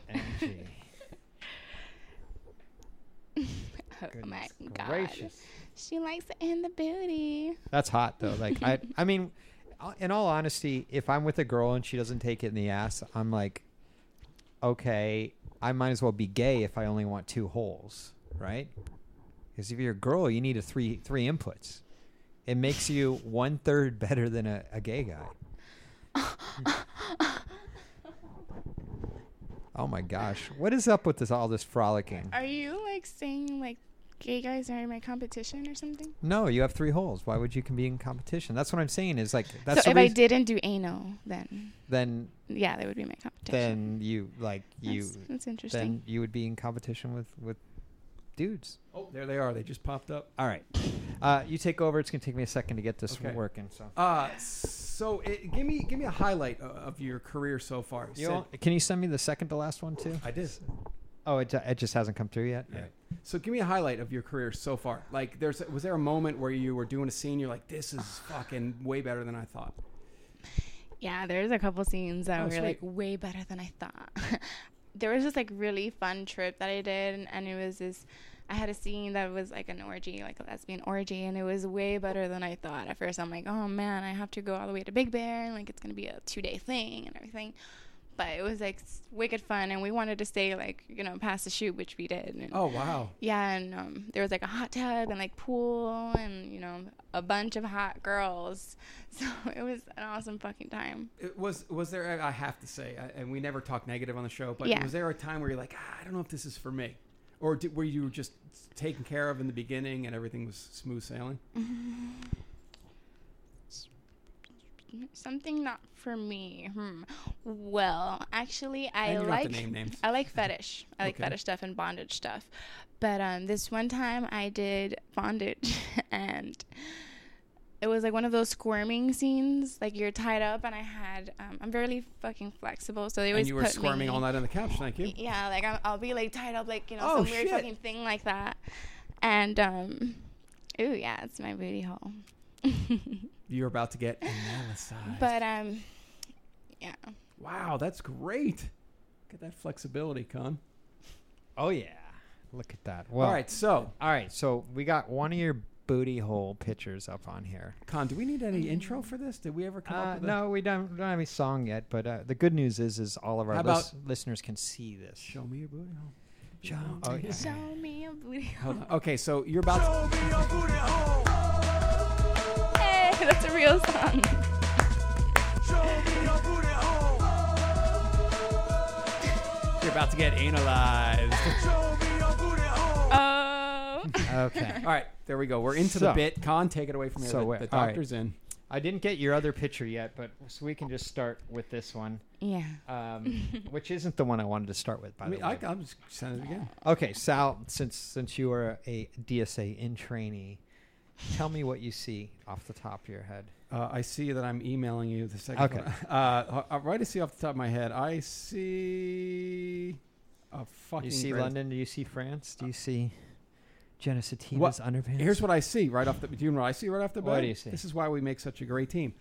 [SPEAKER 4] oh my
[SPEAKER 3] Goodness
[SPEAKER 4] god.
[SPEAKER 3] gracious.
[SPEAKER 4] She likes it in the booty.
[SPEAKER 3] That's hot though. Like I, I mean, uh, in all honesty, if I'm with a girl and she doesn't take it in the ass, I'm like, okay, I might as well be gay if I only want two holes, right? Because if you're a girl, you need a three three inputs. It makes you one third better than a, a gay guy. oh my gosh, what is up with this all this frolicking?
[SPEAKER 4] Are you like saying like gay guys are my competition or something?
[SPEAKER 3] No, you have three holes. Why would you can be in competition? That's what I'm saying. Is like that's
[SPEAKER 4] so
[SPEAKER 3] the
[SPEAKER 4] if I
[SPEAKER 3] reas-
[SPEAKER 4] didn't do anal, then
[SPEAKER 3] then
[SPEAKER 4] yeah, that would be my
[SPEAKER 3] then
[SPEAKER 4] competition.
[SPEAKER 3] you like you
[SPEAKER 4] that's, that's interesting.
[SPEAKER 3] then you would be in competition with with dudes.
[SPEAKER 2] Oh, there they are. They just popped up.
[SPEAKER 3] All right, uh, you take over. It's gonna take me a second to get this
[SPEAKER 2] Okay.
[SPEAKER 3] working. So
[SPEAKER 2] Uh, so it, give me give me a highlight o- of your career so far.
[SPEAKER 3] You
[SPEAKER 2] Sid.
[SPEAKER 3] want- can you send me the second to last one too?
[SPEAKER 2] I did.
[SPEAKER 3] Oh, it, it just hasn't come through yet.
[SPEAKER 2] All right. So give me a highlight of your career so far. Like, there's was there a moment where you were doing a scene, you're like, this is fucking way better than I thought.
[SPEAKER 4] yeah, there's a couple scenes that
[SPEAKER 2] Oh,
[SPEAKER 4] were
[SPEAKER 2] sweet.
[SPEAKER 4] like way better than I thought. there was this like really fun trip that I did, and, and it was this. I had a scene that was like an orgy, like a lesbian orgy, and it was way better than I thought. At first, I'm like, oh man, I have to go all the way to Big Bear, and like it's gonna be a two day thing and everything. But it was like s- wicked fun, and we wanted to stay like you know past the shoot, which we did. And
[SPEAKER 2] Oh wow.
[SPEAKER 4] Yeah, and um, there was like a hot tub and like pool and you know a bunch of hot girls. So it was an awesome fucking time.
[SPEAKER 2] It was was there? I have to say, I, and we never talk negative on the show, but
[SPEAKER 4] Yeah.
[SPEAKER 2] was there a time where you're like, ah, I don't know if this is for me, or did, were you just taken care of in the beginning and everything was smooth sailing?
[SPEAKER 4] Something not for me. Hmm. Well, actually, I
[SPEAKER 2] And you don't have
[SPEAKER 4] like
[SPEAKER 2] to name names.
[SPEAKER 4] I like fetish. I like
[SPEAKER 2] Okay.
[SPEAKER 4] fetish stuff and bondage stuff. But um, this one time I did bondage and it was like one of those squirming scenes. Like you're tied up, and I had um, I'm very fucking flexible, so they always
[SPEAKER 2] And you were
[SPEAKER 4] put
[SPEAKER 2] squirming
[SPEAKER 4] me-
[SPEAKER 2] all night on the couch. Thank you.
[SPEAKER 4] Yeah, like I'm, I'll be like tied up, like you know,
[SPEAKER 2] Oh,
[SPEAKER 4] some weird
[SPEAKER 2] shit.
[SPEAKER 4] fucking thing like that. And um, ooh, yeah, it's my booty hole.
[SPEAKER 2] You're about to get analyzed.
[SPEAKER 4] but um, yeah,
[SPEAKER 2] wow, that's great. Look at that flexibility, con.
[SPEAKER 3] Oh yeah, look at that. Well,
[SPEAKER 2] all right, so
[SPEAKER 3] all right. So we got one of your booty hole pictures up on here.
[SPEAKER 2] con, do we need any intro for this? Did we ever come
[SPEAKER 3] Uh,
[SPEAKER 2] up with a-
[SPEAKER 3] no, we don't, we don't have any song yet. But uh, the good news is, is all of our
[SPEAKER 2] How about-
[SPEAKER 3] lis- listeners can see this.
[SPEAKER 2] Show me your booty hole.
[SPEAKER 3] Oh, yeah.
[SPEAKER 4] show me a booty hole.
[SPEAKER 2] Hold on. Okay, so you're about to.
[SPEAKER 4] Hey, that's a real song.
[SPEAKER 2] You're about to get analyzed.
[SPEAKER 4] Oh,
[SPEAKER 3] Okay.
[SPEAKER 2] All right, there we go. We're into the
[SPEAKER 3] So-
[SPEAKER 2] bit. Con, take it away from here.
[SPEAKER 3] So
[SPEAKER 2] the,
[SPEAKER 3] where-
[SPEAKER 2] the
[SPEAKER 3] all right.
[SPEAKER 2] doctor's in.
[SPEAKER 3] I didn't get your other picture yet, but so we can just start with this one,
[SPEAKER 4] yeah.
[SPEAKER 3] um, which isn't the one I wanted to start with, by
[SPEAKER 2] I mean,
[SPEAKER 3] the way.
[SPEAKER 2] I, I'm just send it again.
[SPEAKER 3] Okay, Sal, since since you are a DSA in trainee, tell me what you see off the top of your head.
[SPEAKER 2] Uh, I see that I'm emailing you the second.
[SPEAKER 3] Okay.
[SPEAKER 2] one. Uh, uh, right, I see off the top of my head. I see a fucking.
[SPEAKER 3] You see
[SPEAKER 2] great-
[SPEAKER 3] London? Do you see France? Do you see Genesatina's
[SPEAKER 2] What-
[SPEAKER 3] underpants?
[SPEAKER 2] Here's what I see right off the. Do you know what I see right off the bat?
[SPEAKER 3] What do you see?
[SPEAKER 2] This is why we make such a great team.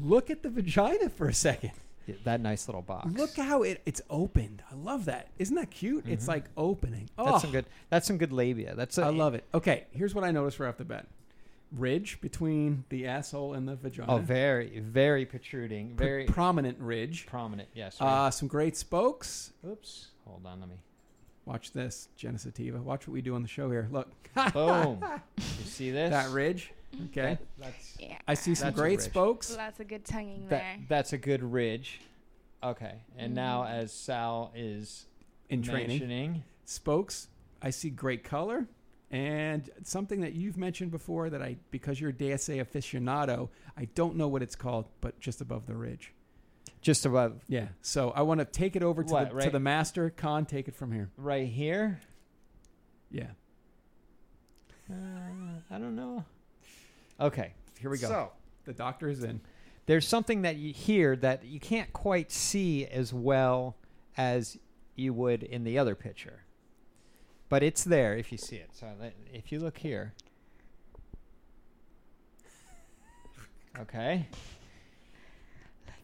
[SPEAKER 2] Look at the vagina for a second.
[SPEAKER 3] Yeah, that nice little box.
[SPEAKER 2] Look how it, it's opened. I love that. Isn't that cute? It's like opening. Oh,
[SPEAKER 3] Mm-hmm. that's some good. That's some good labia. That's a,
[SPEAKER 2] I love it. Okay, here's what I noticed right off the bat: ridge between the asshole and the vagina.
[SPEAKER 3] Oh, very very protruding,
[SPEAKER 2] Pr-
[SPEAKER 3] very
[SPEAKER 2] prominent ridge.
[SPEAKER 3] prominent. Yes.
[SPEAKER 2] Uh, some great spokes.
[SPEAKER 3] right. Oops. Hold on. Let me.
[SPEAKER 2] Watch this, Genesitiva. Watch what we do on the show here. Look,
[SPEAKER 3] Boom. you see this?
[SPEAKER 2] that ridge. Okay,
[SPEAKER 3] That- that's
[SPEAKER 4] Yeah.
[SPEAKER 2] I see some
[SPEAKER 3] That's a
[SPEAKER 2] great
[SPEAKER 3] ridge.
[SPEAKER 2] spokes.
[SPEAKER 4] Lots of good tonguing
[SPEAKER 3] that,
[SPEAKER 4] there.
[SPEAKER 3] that's a good ridge. Okay. And now as Sal is
[SPEAKER 2] In training.
[SPEAKER 3] mentioning,
[SPEAKER 2] Spokes. I see great color. And something that you've mentioned before that I, because you're a DSA aficionado, I don't know what it's called, but just above the ridge.
[SPEAKER 3] just above
[SPEAKER 2] Yeah. So I want to take it over to,
[SPEAKER 3] What,
[SPEAKER 2] the, to
[SPEAKER 3] right-
[SPEAKER 2] the master. Con, take it from here.
[SPEAKER 3] right here.
[SPEAKER 2] Yeah.
[SPEAKER 3] Uh, I don't know. Okay.
[SPEAKER 2] Here we go. the doctor is in.
[SPEAKER 3] there's something that you hear that you can't quite see as well as you would in the other picture. But it's there if you see it. So let- if you look here. Okay.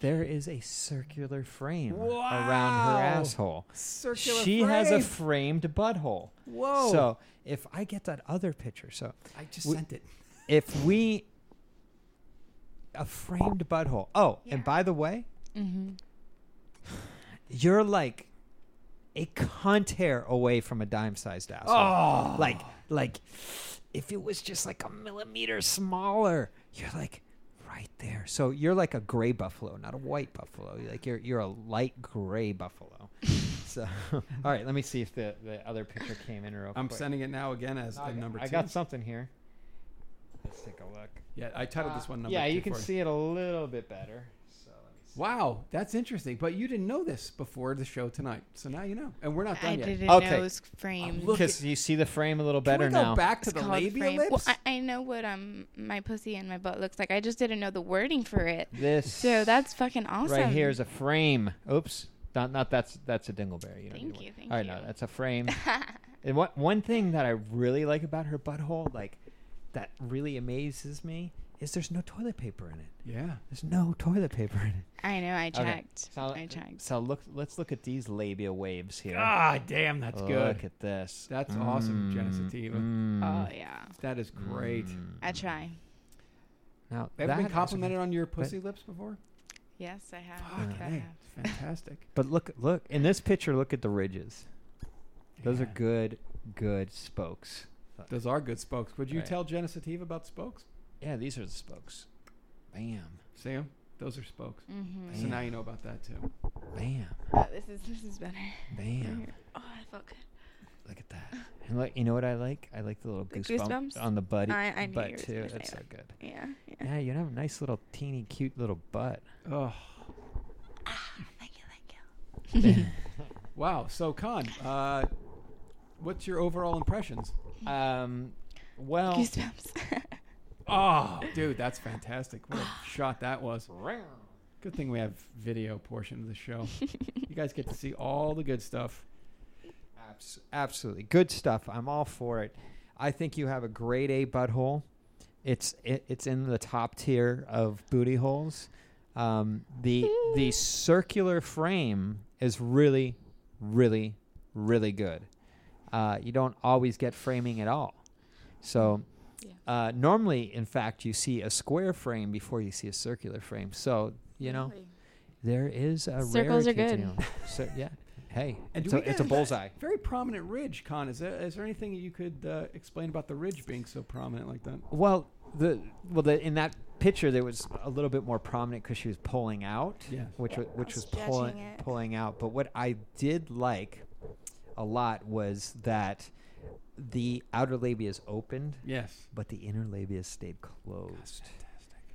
[SPEAKER 3] There is a circular frame around her
[SPEAKER 2] Wow.
[SPEAKER 3] asshole.
[SPEAKER 2] Circular
[SPEAKER 3] she has a framed butthole.
[SPEAKER 2] Whoa.
[SPEAKER 3] So if I get that other picture, so
[SPEAKER 2] Oh. I just
[SPEAKER 3] we-
[SPEAKER 2] sent it.
[SPEAKER 3] if we a framed butthole. Oh,
[SPEAKER 4] Yeah.
[SPEAKER 3] and by the way,
[SPEAKER 4] Mm-hmm.
[SPEAKER 3] you're like a cunt hair away from a dime-sized asshole.
[SPEAKER 2] Oh.
[SPEAKER 3] Like, like if it was just like a millimeter smaller, you're like right there. So you're like a gray buffalo, not a white buffalo. You're like you're you're a light gray buffalo. so all right, let me see if the, the other picture came in real
[SPEAKER 2] I'm
[SPEAKER 3] quick.
[SPEAKER 2] sending it now again as
[SPEAKER 3] No, I
[SPEAKER 2] a
[SPEAKER 3] got-
[SPEAKER 2] number two.
[SPEAKER 3] I got something here. Let's take a look.
[SPEAKER 2] Yeah, I titled
[SPEAKER 3] Uh,
[SPEAKER 2] this one number
[SPEAKER 3] yeah,
[SPEAKER 2] two
[SPEAKER 3] you can
[SPEAKER 2] for
[SPEAKER 3] see it a little bit better. So let me see.
[SPEAKER 2] Wow, that's interesting. But you didn't know this before the show tonight, so now you know. And we're not done
[SPEAKER 7] I
[SPEAKER 2] yet.
[SPEAKER 7] didn't
[SPEAKER 3] Okay.
[SPEAKER 7] know it was framed.
[SPEAKER 2] Look
[SPEAKER 3] Because you see the frame a little
[SPEAKER 2] Can
[SPEAKER 3] better
[SPEAKER 2] we go
[SPEAKER 3] now.
[SPEAKER 2] back to
[SPEAKER 7] It's
[SPEAKER 2] the
[SPEAKER 7] called
[SPEAKER 2] labia
[SPEAKER 7] frame.
[SPEAKER 2] lips?
[SPEAKER 4] Well, I, I know what um my pussy and my butt looks like. I just didn't know the wording for it.
[SPEAKER 3] This
[SPEAKER 4] So that's fucking awesome.
[SPEAKER 3] right here is a frame. Oops, not not that's that's a dingleberry. You don't
[SPEAKER 4] Thank
[SPEAKER 3] need
[SPEAKER 4] you,
[SPEAKER 3] One.
[SPEAKER 4] thank
[SPEAKER 3] All right,
[SPEAKER 4] you.
[SPEAKER 3] no, that's a frame. and what one thing that I really like about her butthole, like that really amazes me, is there's no toilet paper in it.
[SPEAKER 2] yeah.
[SPEAKER 3] There's no toilet paper in it.
[SPEAKER 4] I know. I
[SPEAKER 3] Okay,
[SPEAKER 4] checked.
[SPEAKER 3] So,
[SPEAKER 4] I checked.
[SPEAKER 3] So look, let's look at these labia waves here.
[SPEAKER 2] Ah, damn, that's
[SPEAKER 3] Look
[SPEAKER 2] good.
[SPEAKER 3] at this.
[SPEAKER 2] That's awesome, Jenna
[SPEAKER 3] Mm,
[SPEAKER 2] Sativa.
[SPEAKER 3] mm,
[SPEAKER 4] oh yeah.
[SPEAKER 2] That is great.
[SPEAKER 3] mm.
[SPEAKER 4] I try.
[SPEAKER 3] Now,
[SPEAKER 2] Ever
[SPEAKER 3] that
[SPEAKER 2] been
[SPEAKER 3] is-
[SPEAKER 2] complimented on your pussy lips before?
[SPEAKER 4] Yes, I have.
[SPEAKER 2] Fuck,
[SPEAKER 4] I
[SPEAKER 2] hey,
[SPEAKER 4] have.
[SPEAKER 2] it's fantastic.
[SPEAKER 3] But look, look in this picture. Look at the ridges. Those are
[SPEAKER 2] Yeah.
[SPEAKER 3] good, good spokes.
[SPEAKER 2] Those are good spokes. Would you
[SPEAKER 3] Right.
[SPEAKER 2] tell Jenna Sativa about spokes?
[SPEAKER 3] Yeah, these are the spokes. Bam,
[SPEAKER 2] Sam, those are spokes.
[SPEAKER 4] Mm-hmm.
[SPEAKER 2] So now you know about that too.
[SPEAKER 3] bam,
[SPEAKER 4] Oh, this is this is better.
[SPEAKER 3] bam.
[SPEAKER 4] Oh, I felt good.
[SPEAKER 3] Look at that. And look, you know what I like? I like the little
[SPEAKER 4] The
[SPEAKER 3] goosebump
[SPEAKER 4] goosebumps?
[SPEAKER 3] on the buddy
[SPEAKER 4] I- I knew you
[SPEAKER 3] butt
[SPEAKER 4] were
[SPEAKER 3] too.
[SPEAKER 4] gonna say
[SPEAKER 3] That's so
[SPEAKER 4] that.
[SPEAKER 3] good.
[SPEAKER 4] Yeah. yeah.
[SPEAKER 3] Yeah, you have a nice little teeny cute little butt.
[SPEAKER 2] Oh,
[SPEAKER 7] Ah,
[SPEAKER 4] Thank you. Thank you.
[SPEAKER 2] wow. So Khan, uh, what's your overall impressions?
[SPEAKER 3] Um, well,
[SPEAKER 4] Goosebumps.
[SPEAKER 2] Oh, dude, that's fantastic. What a shot that was. Good thing we have video portion of the show. you guys get to see all the good stuff.
[SPEAKER 3] Abs- absolutely good stuff. I'm all for it. I think you have a grade A butthole. It's it, it's in the top tier of booty holes. Um, the the circular frame is really, really, really good. Uh, you don't always get framing at all. So
[SPEAKER 4] Yeah.
[SPEAKER 3] uh, normally, in fact, you see a square frame before you see a circular frame. So you know there is a
[SPEAKER 4] Circles are
[SPEAKER 3] rarity to
[SPEAKER 4] good.
[SPEAKER 3] them. So, yeah. Hey,
[SPEAKER 2] And
[SPEAKER 3] it's
[SPEAKER 2] do
[SPEAKER 3] a,
[SPEAKER 2] we get
[SPEAKER 3] it's a
[SPEAKER 2] a-
[SPEAKER 3] bullseye.
[SPEAKER 2] Very prominent ridge, Khan. Is there, is there anything you could uh, explain about the ridge being so prominent like that?
[SPEAKER 3] Well, the well, the, in that picture there was a little bit more prominent because she was pulling out,
[SPEAKER 2] Yeah.
[SPEAKER 3] which wa- which was
[SPEAKER 4] was
[SPEAKER 3] pulling
[SPEAKER 4] stretching it.
[SPEAKER 3] pulling out. But what I did like a lot was that the outer labia is opened,
[SPEAKER 2] Yes.
[SPEAKER 3] but the inner labia stayed closed.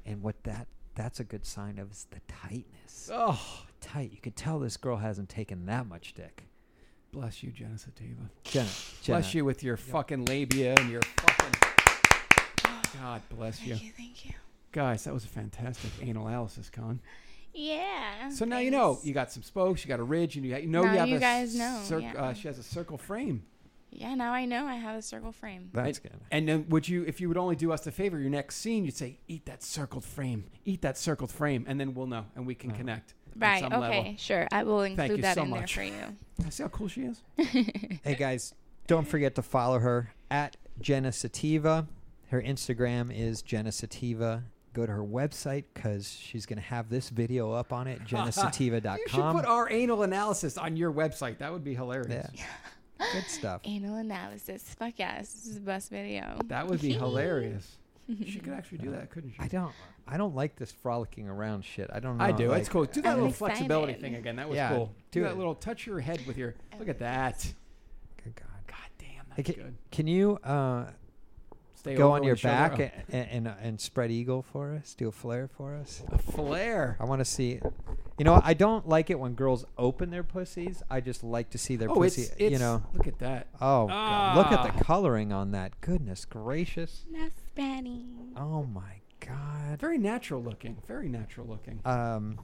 [SPEAKER 3] And what that that's a good sign of is the tightness.
[SPEAKER 2] Oh,
[SPEAKER 3] Tight. You could tell this girl hasn't taken that much dick.
[SPEAKER 2] bless you, Jenna Sativa.
[SPEAKER 3] Jenna, Jenna
[SPEAKER 2] Bless you with your fucking labia and your fucking. God bless you.
[SPEAKER 4] Thank you. Thank you.
[SPEAKER 2] Guys, that was a fantastic analysis, Con.
[SPEAKER 4] Yeah.
[SPEAKER 2] So now you know
[SPEAKER 4] thanks.
[SPEAKER 2] you got some spokes, you got a ridge, and you, got, you know
[SPEAKER 4] Now
[SPEAKER 2] you have
[SPEAKER 4] you
[SPEAKER 2] a
[SPEAKER 4] guys know,
[SPEAKER 2] circ-
[SPEAKER 4] yeah.
[SPEAKER 2] uh, she has a circle frame.
[SPEAKER 4] Yeah. Now I know I have a circle frame.
[SPEAKER 3] That's
[SPEAKER 2] And-
[SPEAKER 3] good.
[SPEAKER 2] And then would you, if you would only do us the favor, your next scene, you'd say, "Eat that circled frame, eat that circled frame," and then we'll know and we can
[SPEAKER 3] Uh-huh.
[SPEAKER 2] connect. on
[SPEAKER 4] Right.
[SPEAKER 2] some
[SPEAKER 4] Okay.
[SPEAKER 2] level.
[SPEAKER 4] Sure. I will
[SPEAKER 2] you
[SPEAKER 4] include that
[SPEAKER 2] so
[SPEAKER 4] in
[SPEAKER 2] much.
[SPEAKER 4] there for you.
[SPEAKER 2] See how cool she is.
[SPEAKER 3] hey guys, don't forget to follow her at Jenna Sativa. Her Instagram is Jenna Sativa. Go to her website because she's going to have this video up on it,
[SPEAKER 2] You should put
[SPEAKER 3] jennasativa.com.
[SPEAKER 2] our anal analysis on your website. That would be hilarious.
[SPEAKER 3] Yeah. Good stuff.
[SPEAKER 4] Anal analysis. Fuck yes. This is the best video.
[SPEAKER 2] That would be hilarious. she could actually do that, couldn't she?
[SPEAKER 3] I don't I don't like this frolicking around shit. I don't know.
[SPEAKER 2] I do. it's
[SPEAKER 3] like-
[SPEAKER 2] cool. Do that
[SPEAKER 4] I'm
[SPEAKER 2] little
[SPEAKER 4] excited.
[SPEAKER 2] flexibility thing again. That was
[SPEAKER 3] Yeah,
[SPEAKER 2] cool. Do,
[SPEAKER 3] do
[SPEAKER 2] that
[SPEAKER 3] it.
[SPEAKER 2] little touch your head with your. Look at that.
[SPEAKER 3] Good God.
[SPEAKER 2] God damn, that's
[SPEAKER 3] Hey, ca-
[SPEAKER 2] good.
[SPEAKER 3] Can you uh,
[SPEAKER 2] Stay
[SPEAKER 3] go
[SPEAKER 2] over
[SPEAKER 3] on your
[SPEAKER 2] each other.
[SPEAKER 3] back
[SPEAKER 2] Oh,
[SPEAKER 3] and, and, and spread eagle for us? Do a flare for us?
[SPEAKER 2] a flare.
[SPEAKER 3] I want to see. You know, I don't like it when girls open their pussies. I just like to see their
[SPEAKER 2] Oh, it's,
[SPEAKER 3] pussy.
[SPEAKER 2] it's.
[SPEAKER 3] you know.
[SPEAKER 2] look at that.
[SPEAKER 3] Oh, God. look at
[SPEAKER 2] Ah.
[SPEAKER 3] the coloring on that. Goodness gracious.
[SPEAKER 4] Not Spanish.
[SPEAKER 3] Oh my God.
[SPEAKER 2] Very natural looking. Very natural looking.
[SPEAKER 3] Um,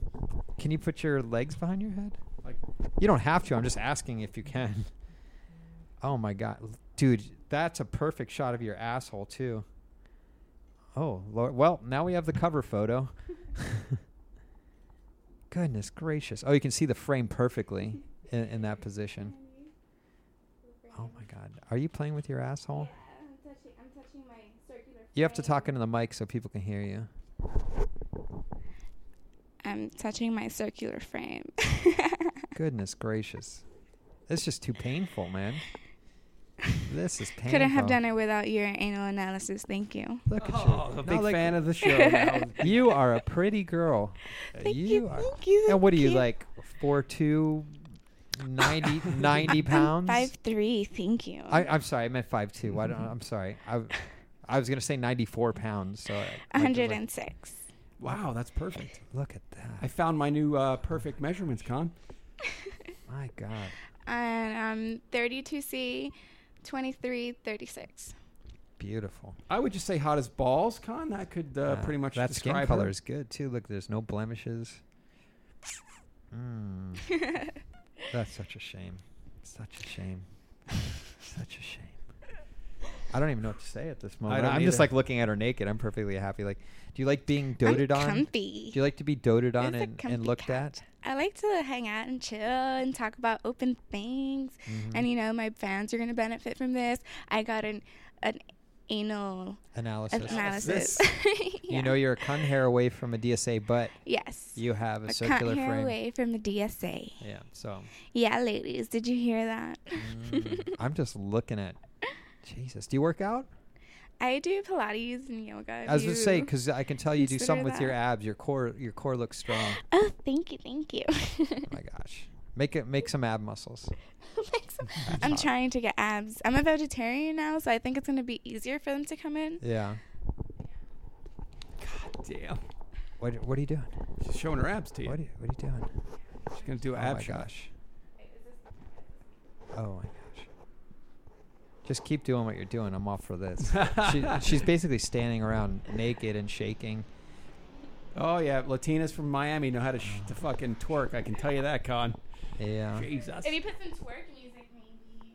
[SPEAKER 3] can you put your legs behind your head?
[SPEAKER 2] Like,
[SPEAKER 3] You don't have to. I'm just asking if you can. Oh my God, dude, that's a perfect shot of your asshole too. Oh Lord. Well, now we have the cover photo. Goodness gracious. Oh, you can see the frame perfectly in, in that position. Oh my God. Are you playing with your asshole?
[SPEAKER 4] I'm touching, I'm touching my circular.
[SPEAKER 3] You have to talk into the mic so people can hear you.
[SPEAKER 4] I'm touching my circular frame.
[SPEAKER 3] Goodness gracious. That's just too painful, man. This is painful.
[SPEAKER 4] Couldn't have done it without your anal analysis. Thank you.
[SPEAKER 3] Look at
[SPEAKER 2] Oh,
[SPEAKER 3] you.
[SPEAKER 2] a
[SPEAKER 3] Not
[SPEAKER 2] big
[SPEAKER 3] like-
[SPEAKER 2] fan of the show. now.
[SPEAKER 3] You are a pretty girl. Thank
[SPEAKER 4] you,
[SPEAKER 3] are.
[SPEAKER 4] thank you,
[SPEAKER 3] And what are you
[SPEAKER 4] thank you.
[SPEAKER 3] like? Four two, 90, 90 pounds.
[SPEAKER 4] Five three. Thank you.
[SPEAKER 3] I, I'm sorry, I meant five two. I don't. I'm sorry. I, I was gonna say ninety four pounds. So I- I was like,
[SPEAKER 4] 106.
[SPEAKER 2] wow, that's perfect.
[SPEAKER 3] Look at
[SPEAKER 2] I
[SPEAKER 3] that.
[SPEAKER 2] found my new uh, perfect measurements, Con.
[SPEAKER 3] My God.
[SPEAKER 4] And um, 32C, 23, 36.
[SPEAKER 3] Beautiful.
[SPEAKER 2] I would just say hot as balls, Con. That could uh,
[SPEAKER 3] Wow.
[SPEAKER 2] pretty much
[SPEAKER 3] that
[SPEAKER 2] describe
[SPEAKER 3] skin color
[SPEAKER 2] her.
[SPEAKER 3] is good too. Look, there's no blemishes. Mm. That's such a shame. Such a shame. such a shame. I don't even know what to say at this moment.
[SPEAKER 2] don't
[SPEAKER 3] I'm just
[SPEAKER 2] either.
[SPEAKER 3] like looking at her naked. I'm perfectly happy. Like, do you like being doted
[SPEAKER 4] I'm
[SPEAKER 3] on?
[SPEAKER 4] Comfy.
[SPEAKER 3] Do you like to be doted on
[SPEAKER 4] It's a
[SPEAKER 3] and, and
[SPEAKER 4] comfy
[SPEAKER 3] looked
[SPEAKER 4] cat.
[SPEAKER 3] at?
[SPEAKER 4] I like to hang out and chill and talk about open things.
[SPEAKER 3] Mm-hmm.
[SPEAKER 4] And you know, my fans are going to benefit from this. I got an an anal
[SPEAKER 3] Analysis.
[SPEAKER 4] analysis. Yeah.
[SPEAKER 3] You know, you're a cunt hair away from a DSA, but
[SPEAKER 4] yes.
[SPEAKER 3] you have a,
[SPEAKER 4] I can't
[SPEAKER 3] circular
[SPEAKER 4] hair
[SPEAKER 3] frame.
[SPEAKER 4] away from the DSA.
[SPEAKER 3] Yeah. So
[SPEAKER 4] Yeah, ladies, did you hear that?
[SPEAKER 3] mm, I'm just looking at. Jesus, do you work out?
[SPEAKER 4] I do Pilates and yoga.
[SPEAKER 3] I was gonna
[SPEAKER 4] You-
[SPEAKER 3] say because I can tell you do
[SPEAKER 4] consider
[SPEAKER 3] something with your
[SPEAKER 4] that?
[SPEAKER 3] abs. Your core, your core looks strong.
[SPEAKER 4] Oh, thank you, thank you.
[SPEAKER 3] oh my gosh, make it make some ab muscles.
[SPEAKER 4] Like some- I'm trying to get abs. I'm a vegetarian now, so I think it's gonna be easier for them to come in.
[SPEAKER 3] Yeah.
[SPEAKER 2] Damn.
[SPEAKER 3] What What are you doing?
[SPEAKER 2] She's showing her abs to you.
[SPEAKER 3] What are you, What are you doing?
[SPEAKER 2] She's going to do an
[SPEAKER 3] oh
[SPEAKER 2] ab
[SPEAKER 3] my
[SPEAKER 2] shot.
[SPEAKER 3] gosh. Oh my gosh. Just keep doing what you're doing. I'm all for this. she, she's basically standing around naked and shaking.
[SPEAKER 2] Oh, yeah. Latinas from Miami know how to, sh- to fucking twerk. I can tell you that, Con.
[SPEAKER 3] Yeah.
[SPEAKER 2] Jesus.
[SPEAKER 4] If you put some twerk music, maybe.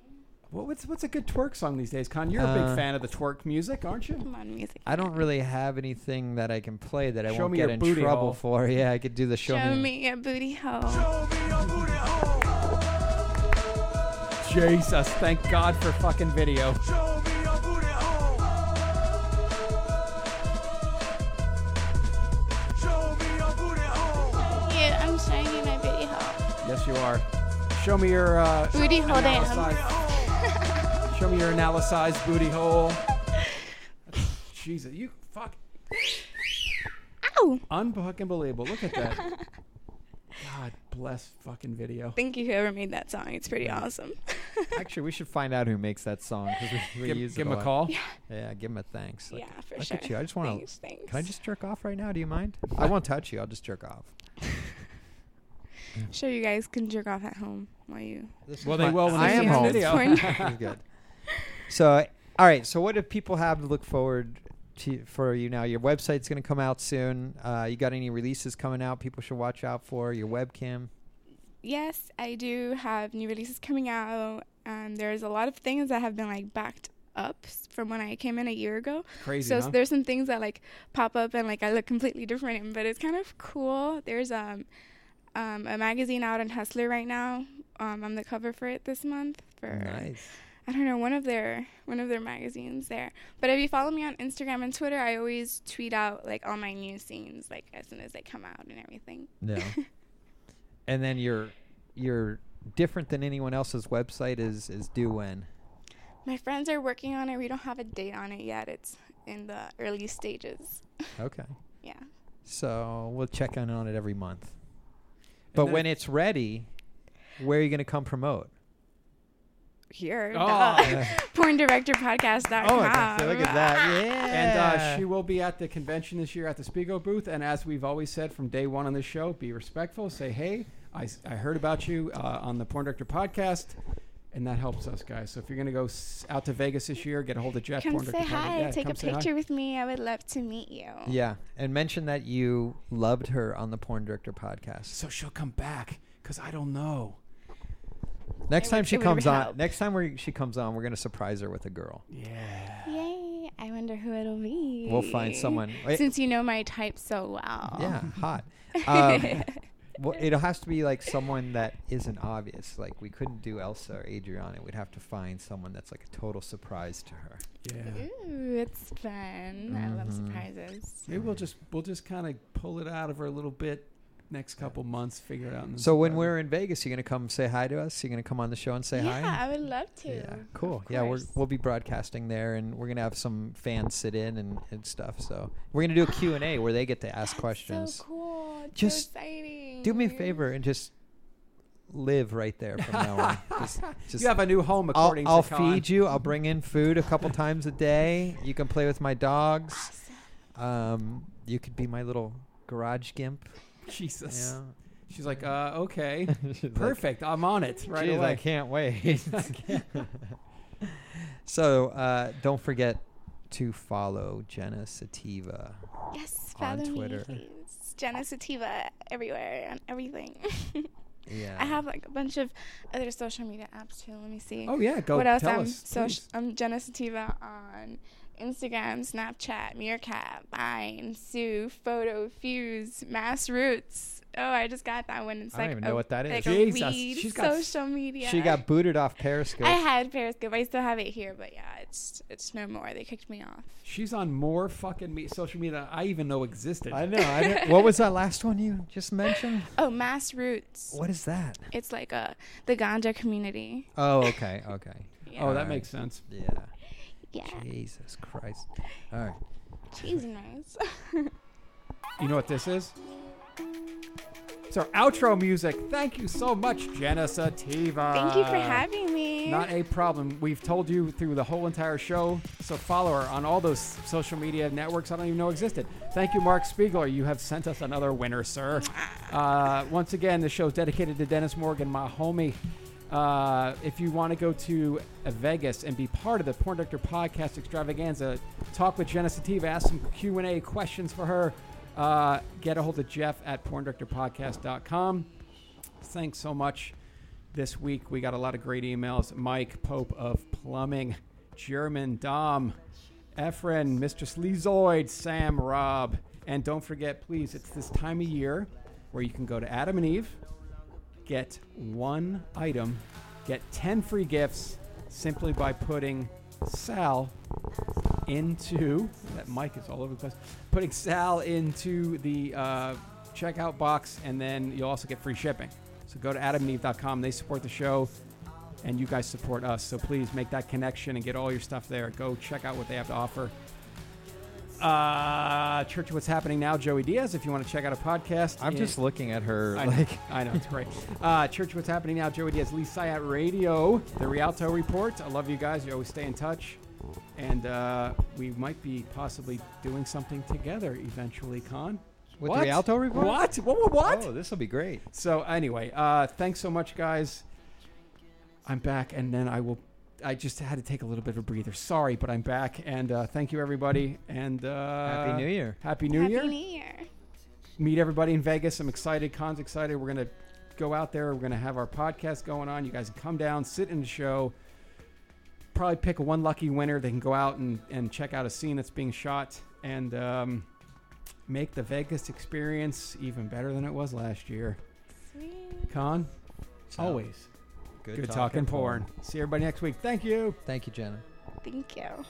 [SPEAKER 2] What- what's, what's a good twerk song these days, Con? You're a
[SPEAKER 3] Uh,
[SPEAKER 2] big fan of the twerk music, aren't you?
[SPEAKER 4] Come on, music.
[SPEAKER 3] I don't really have anything that I can play that I
[SPEAKER 2] Show
[SPEAKER 3] won't
[SPEAKER 2] me
[SPEAKER 3] get
[SPEAKER 2] your
[SPEAKER 3] in
[SPEAKER 2] booty
[SPEAKER 3] trouble
[SPEAKER 2] hole.
[SPEAKER 3] for. Yeah, I could do the show,
[SPEAKER 4] Show me a booty hole.
[SPEAKER 2] Jesus. Thank God for fucking video.
[SPEAKER 4] Yeah, I'm showing you my booty hole.
[SPEAKER 2] Yes, you are. Show me your uh,
[SPEAKER 4] Booty hole dance.
[SPEAKER 2] analysis- Show me your analyzed booty hole. Jesus, you fuck
[SPEAKER 4] Ow!
[SPEAKER 2] unfucking believable. Look at that. God bless fucking video.
[SPEAKER 4] Thank you, whoever made that song. It's pretty awesome.
[SPEAKER 3] Actually, we should find out who makes that song 'cause we, we
[SPEAKER 2] Give,
[SPEAKER 3] use it
[SPEAKER 2] give him a
[SPEAKER 3] lot.
[SPEAKER 2] call.
[SPEAKER 3] Yeah, give him a thanks. Look-
[SPEAKER 4] yeah, for
[SPEAKER 3] look
[SPEAKER 4] sure.
[SPEAKER 3] at you. I just want
[SPEAKER 4] Thanks,
[SPEAKER 3] to.
[SPEAKER 4] thanks.
[SPEAKER 3] Can I just jerk off right now? Do you mind? I won't touch you. I'll just jerk off.
[SPEAKER 4] Sure, you guys can jerk off at home while you.
[SPEAKER 3] This is
[SPEAKER 2] Well, they
[SPEAKER 3] my-
[SPEAKER 2] will when
[SPEAKER 3] I
[SPEAKER 2] they
[SPEAKER 3] am
[SPEAKER 2] see
[SPEAKER 3] home.
[SPEAKER 2] this
[SPEAKER 4] porn.
[SPEAKER 3] This is good. So, all right. So, what do people have to look forward to for you now? Your website's going to come out soon. Uh, you got any releases coming out? People should watch out for your webcam.
[SPEAKER 4] Yes, I do have new releases coming out. Um, there's a lot of things that have been like backed up s- from when I came in a year ago.
[SPEAKER 2] Crazy,
[SPEAKER 4] So
[SPEAKER 2] huh?
[SPEAKER 4] there's some things that like pop up and like I look completely different in, but it's kind of cool. There's um, um a magazine out in Hustler right now. Um, I'm the cover for it this month for
[SPEAKER 3] Nice.
[SPEAKER 4] I don't know one of their one of their magazines there. But if you follow me on Instagram and Twitter, I always tweet out like all my new scenes like as soon as they come out and everything.
[SPEAKER 3] No. and then your your different than anyone else's website is is due when.
[SPEAKER 4] My friends are working on it. We don't have a date on it yet. It's in the early stages.
[SPEAKER 2] Uh,
[SPEAKER 3] Okay.
[SPEAKER 4] Yeah.
[SPEAKER 3] So we'll check in on it every month. But
[SPEAKER 2] then
[SPEAKER 3] when
[SPEAKER 2] if-
[SPEAKER 3] it's ready, where are you going to come promote?
[SPEAKER 4] Here.
[SPEAKER 2] Oh,
[SPEAKER 4] the porndirectorpodcast.com.
[SPEAKER 3] Look at that. Yeah.
[SPEAKER 2] And uh, she will be at the convention this year at the Spiegel booth. And as we've always said from day one on this show, be respectful. Say, hey, I, s- I heard about you uh, on the Porn Director podcast. And that helps us, guys. So if you're going to go s- out to Vegas this year, get a hold of Jeff.
[SPEAKER 4] Come
[SPEAKER 2] Porn
[SPEAKER 4] say
[SPEAKER 2] Director Podcast.
[SPEAKER 4] hi.
[SPEAKER 2] Yeah,
[SPEAKER 4] Take a
[SPEAKER 2] come say hi.
[SPEAKER 4] picture with me. I would love to meet you.
[SPEAKER 3] Yeah, and mention that you loved her on the Porn Director podcast.
[SPEAKER 2] So she'll come back because I don't know.
[SPEAKER 3] Next
[SPEAKER 4] It
[SPEAKER 3] time
[SPEAKER 4] would-
[SPEAKER 3] she
[SPEAKER 4] it would
[SPEAKER 3] comes on,
[SPEAKER 4] help.
[SPEAKER 3] next time we she comes on, we're gonna surprise her with a girl.
[SPEAKER 2] Yeah.
[SPEAKER 4] Yay. I wonder who it'll be.
[SPEAKER 3] We'll find someone. Wait.
[SPEAKER 4] Since you know my type so well.
[SPEAKER 3] Yeah, hot. Um, well, it has to be like someone that isn't obvious. Like we couldn't do Elsa or Adriana. We'd have to find someone that's like a total surprise to her.
[SPEAKER 4] Mm-hmm.
[SPEAKER 2] Yeah.
[SPEAKER 4] Ooh, it's
[SPEAKER 3] Mm-hmm.
[SPEAKER 4] fun. I love surprises.
[SPEAKER 2] Maybe we'll just we'll just kind of pull it out of her a little bit next couple months, figure it out. and
[SPEAKER 3] So when
[SPEAKER 2] survive it.
[SPEAKER 3] we're in Vegas, you gonna come say hi to us? You gonna come on the show and say hi?
[SPEAKER 4] Yeah, I would love to.
[SPEAKER 3] Yeah,
[SPEAKER 4] Of
[SPEAKER 3] cool. Yeah, we're,
[SPEAKER 4] course.
[SPEAKER 3] we'll be broadcasting there, and we're gonna have some fans sit in and, and stuff. So we're gonna do a Q and A where they get to ask
[SPEAKER 4] That's
[SPEAKER 3] questions.
[SPEAKER 4] So cool. It's
[SPEAKER 3] Just
[SPEAKER 4] so exciting.
[SPEAKER 3] Do me a favor and just live right there from now on. Just, just
[SPEAKER 2] you have a new home,
[SPEAKER 3] I'll,
[SPEAKER 2] according
[SPEAKER 3] I'll
[SPEAKER 2] to Khan.
[SPEAKER 3] feed you. I'll bring in food a couple times a day. You can play with my dogs. Um, you could be my little garage gimp.
[SPEAKER 2] Jesus.
[SPEAKER 3] Yeah.
[SPEAKER 2] She's like, uh, okay, perfect. I'm on it right
[SPEAKER 3] Jeez,
[SPEAKER 2] away.
[SPEAKER 3] I can't wait. so uh, don't forget to follow Jenna Sativa.
[SPEAKER 4] Yes,
[SPEAKER 3] on
[SPEAKER 4] follow
[SPEAKER 3] Twitter.
[SPEAKER 4] me. It's Jenna Sativa everywhere on everything.
[SPEAKER 3] Yeah.
[SPEAKER 4] I have like a bunch of other social media apps too. Let me see.
[SPEAKER 2] Oh yeah, go
[SPEAKER 4] what else?
[SPEAKER 2] tell
[SPEAKER 4] I'm
[SPEAKER 2] us.
[SPEAKER 4] so
[SPEAKER 2] please.
[SPEAKER 4] I'm Jenna Sativa on Instagram, Snapchat, Meerkat, Vine, Sue, Photo, Fuse, Mass Roots. Oh, I just got that one. It's
[SPEAKER 3] I don't
[SPEAKER 4] like
[SPEAKER 3] even
[SPEAKER 4] a,
[SPEAKER 3] know what that
[SPEAKER 4] like
[SPEAKER 3] is.
[SPEAKER 4] a
[SPEAKER 2] Jesus,
[SPEAKER 4] weed
[SPEAKER 2] she's got s-
[SPEAKER 4] social media.
[SPEAKER 3] She got booted off Periscope.
[SPEAKER 4] I had Periscope. I still have it here, but yeah, it's it's no more. They kicked me off.
[SPEAKER 2] She's on more fucking me- social media than I even know existed.
[SPEAKER 3] I know. I didn't- what was that last one you just mentioned?
[SPEAKER 4] Oh, Mass Roots.
[SPEAKER 3] What is that?
[SPEAKER 4] It's like a the ganja community.
[SPEAKER 3] Oh, okay, okay.
[SPEAKER 4] Yeah.
[SPEAKER 2] Oh, that
[SPEAKER 3] Alright.
[SPEAKER 2] makes sense.
[SPEAKER 3] Yeah.
[SPEAKER 4] Yeah,
[SPEAKER 3] Jesus Christ. All right.
[SPEAKER 4] cheese and rice.
[SPEAKER 2] You know what this is? It's our outro music. Thank you so much, Jenna Sativa.
[SPEAKER 4] Thank you for having me.
[SPEAKER 2] Uh, Not a problem. We've told you through the whole entire show, so follow her on all those social media networks I don't even know existed. Thank you, Mark Spiegler. You have sent us another winner, sir. Uh, once again, the show's dedicated to Dennis Morgan, my homie. Uh, if you want to go to uh, Vegas and be part of the Porn Director Podcast Extravaganza, talk with Jenna Sativa, ask some Q and A questions for her. Uh, get a hold of Jeff at porndirectorpodcast.com. Thanks so much this week we got a lot of great emails. Mike Pope of Plumbing, German Dom, Efren, Mistress Lezoid, Sam Rob, and don't forget, please, it's this time of year where you can go to Adam and Eve, get one item, get ten free gifts simply by putting Sal into that mic is all over the place. Putting Sal into the uh, checkout box, and then you'll also get free shipping. So go to adamandeve.com. They support the show, and you guys support us. So please make that connection and get all your stuff there. Go check out what they have to offer. Uh, Church, of what's happening now? Joey Diaz. If you want to check out a podcast,
[SPEAKER 3] I'm
[SPEAKER 2] it-
[SPEAKER 3] just looking at her
[SPEAKER 2] I know,
[SPEAKER 3] like
[SPEAKER 2] I know it's great. Uh, Church, what's happening now? Joey Diaz, Lee Syatt Radio, The Rialto Report. I love you guys. You always stay in touch, and uh, we might be possibly doing something together eventually. Con
[SPEAKER 3] with
[SPEAKER 2] What?
[SPEAKER 3] the Rialto report.
[SPEAKER 2] What? What? What? what?
[SPEAKER 3] Oh, this will be great.
[SPEAKER 2] So anyway, uh, thanks so much, guys. I'm back, and then I will. I just had to take a little bit of a breather. Sorry, but I'm back, and uh, thank you everybody. And uh,
[SPEAKER 3] Happy New Year.
[SPEAKER 2] Happy New
[SPEAKER 4] Happy
[SPEAKER 2] Year
[SPEAKER 4] New Year.
[SPEAKER 2] meet everybody in Vegas. I'm excited. Con's excited. We're gonna go out there. We're gonna have our podcast going on. You guys can come down, sit in the show. Probably pick one lucky winner. They can go out and, and check out a scene that's being shot and um, make the Vegas experience even better than it was last year.
[SPEAKER 4] Sweet.
[SPEAKER 2] Con, always good, talking, porn. See everybody next week. Thank you.
[SPEAKER 3] Thank you, Jenna.
[SPEAKER 4] Thank you.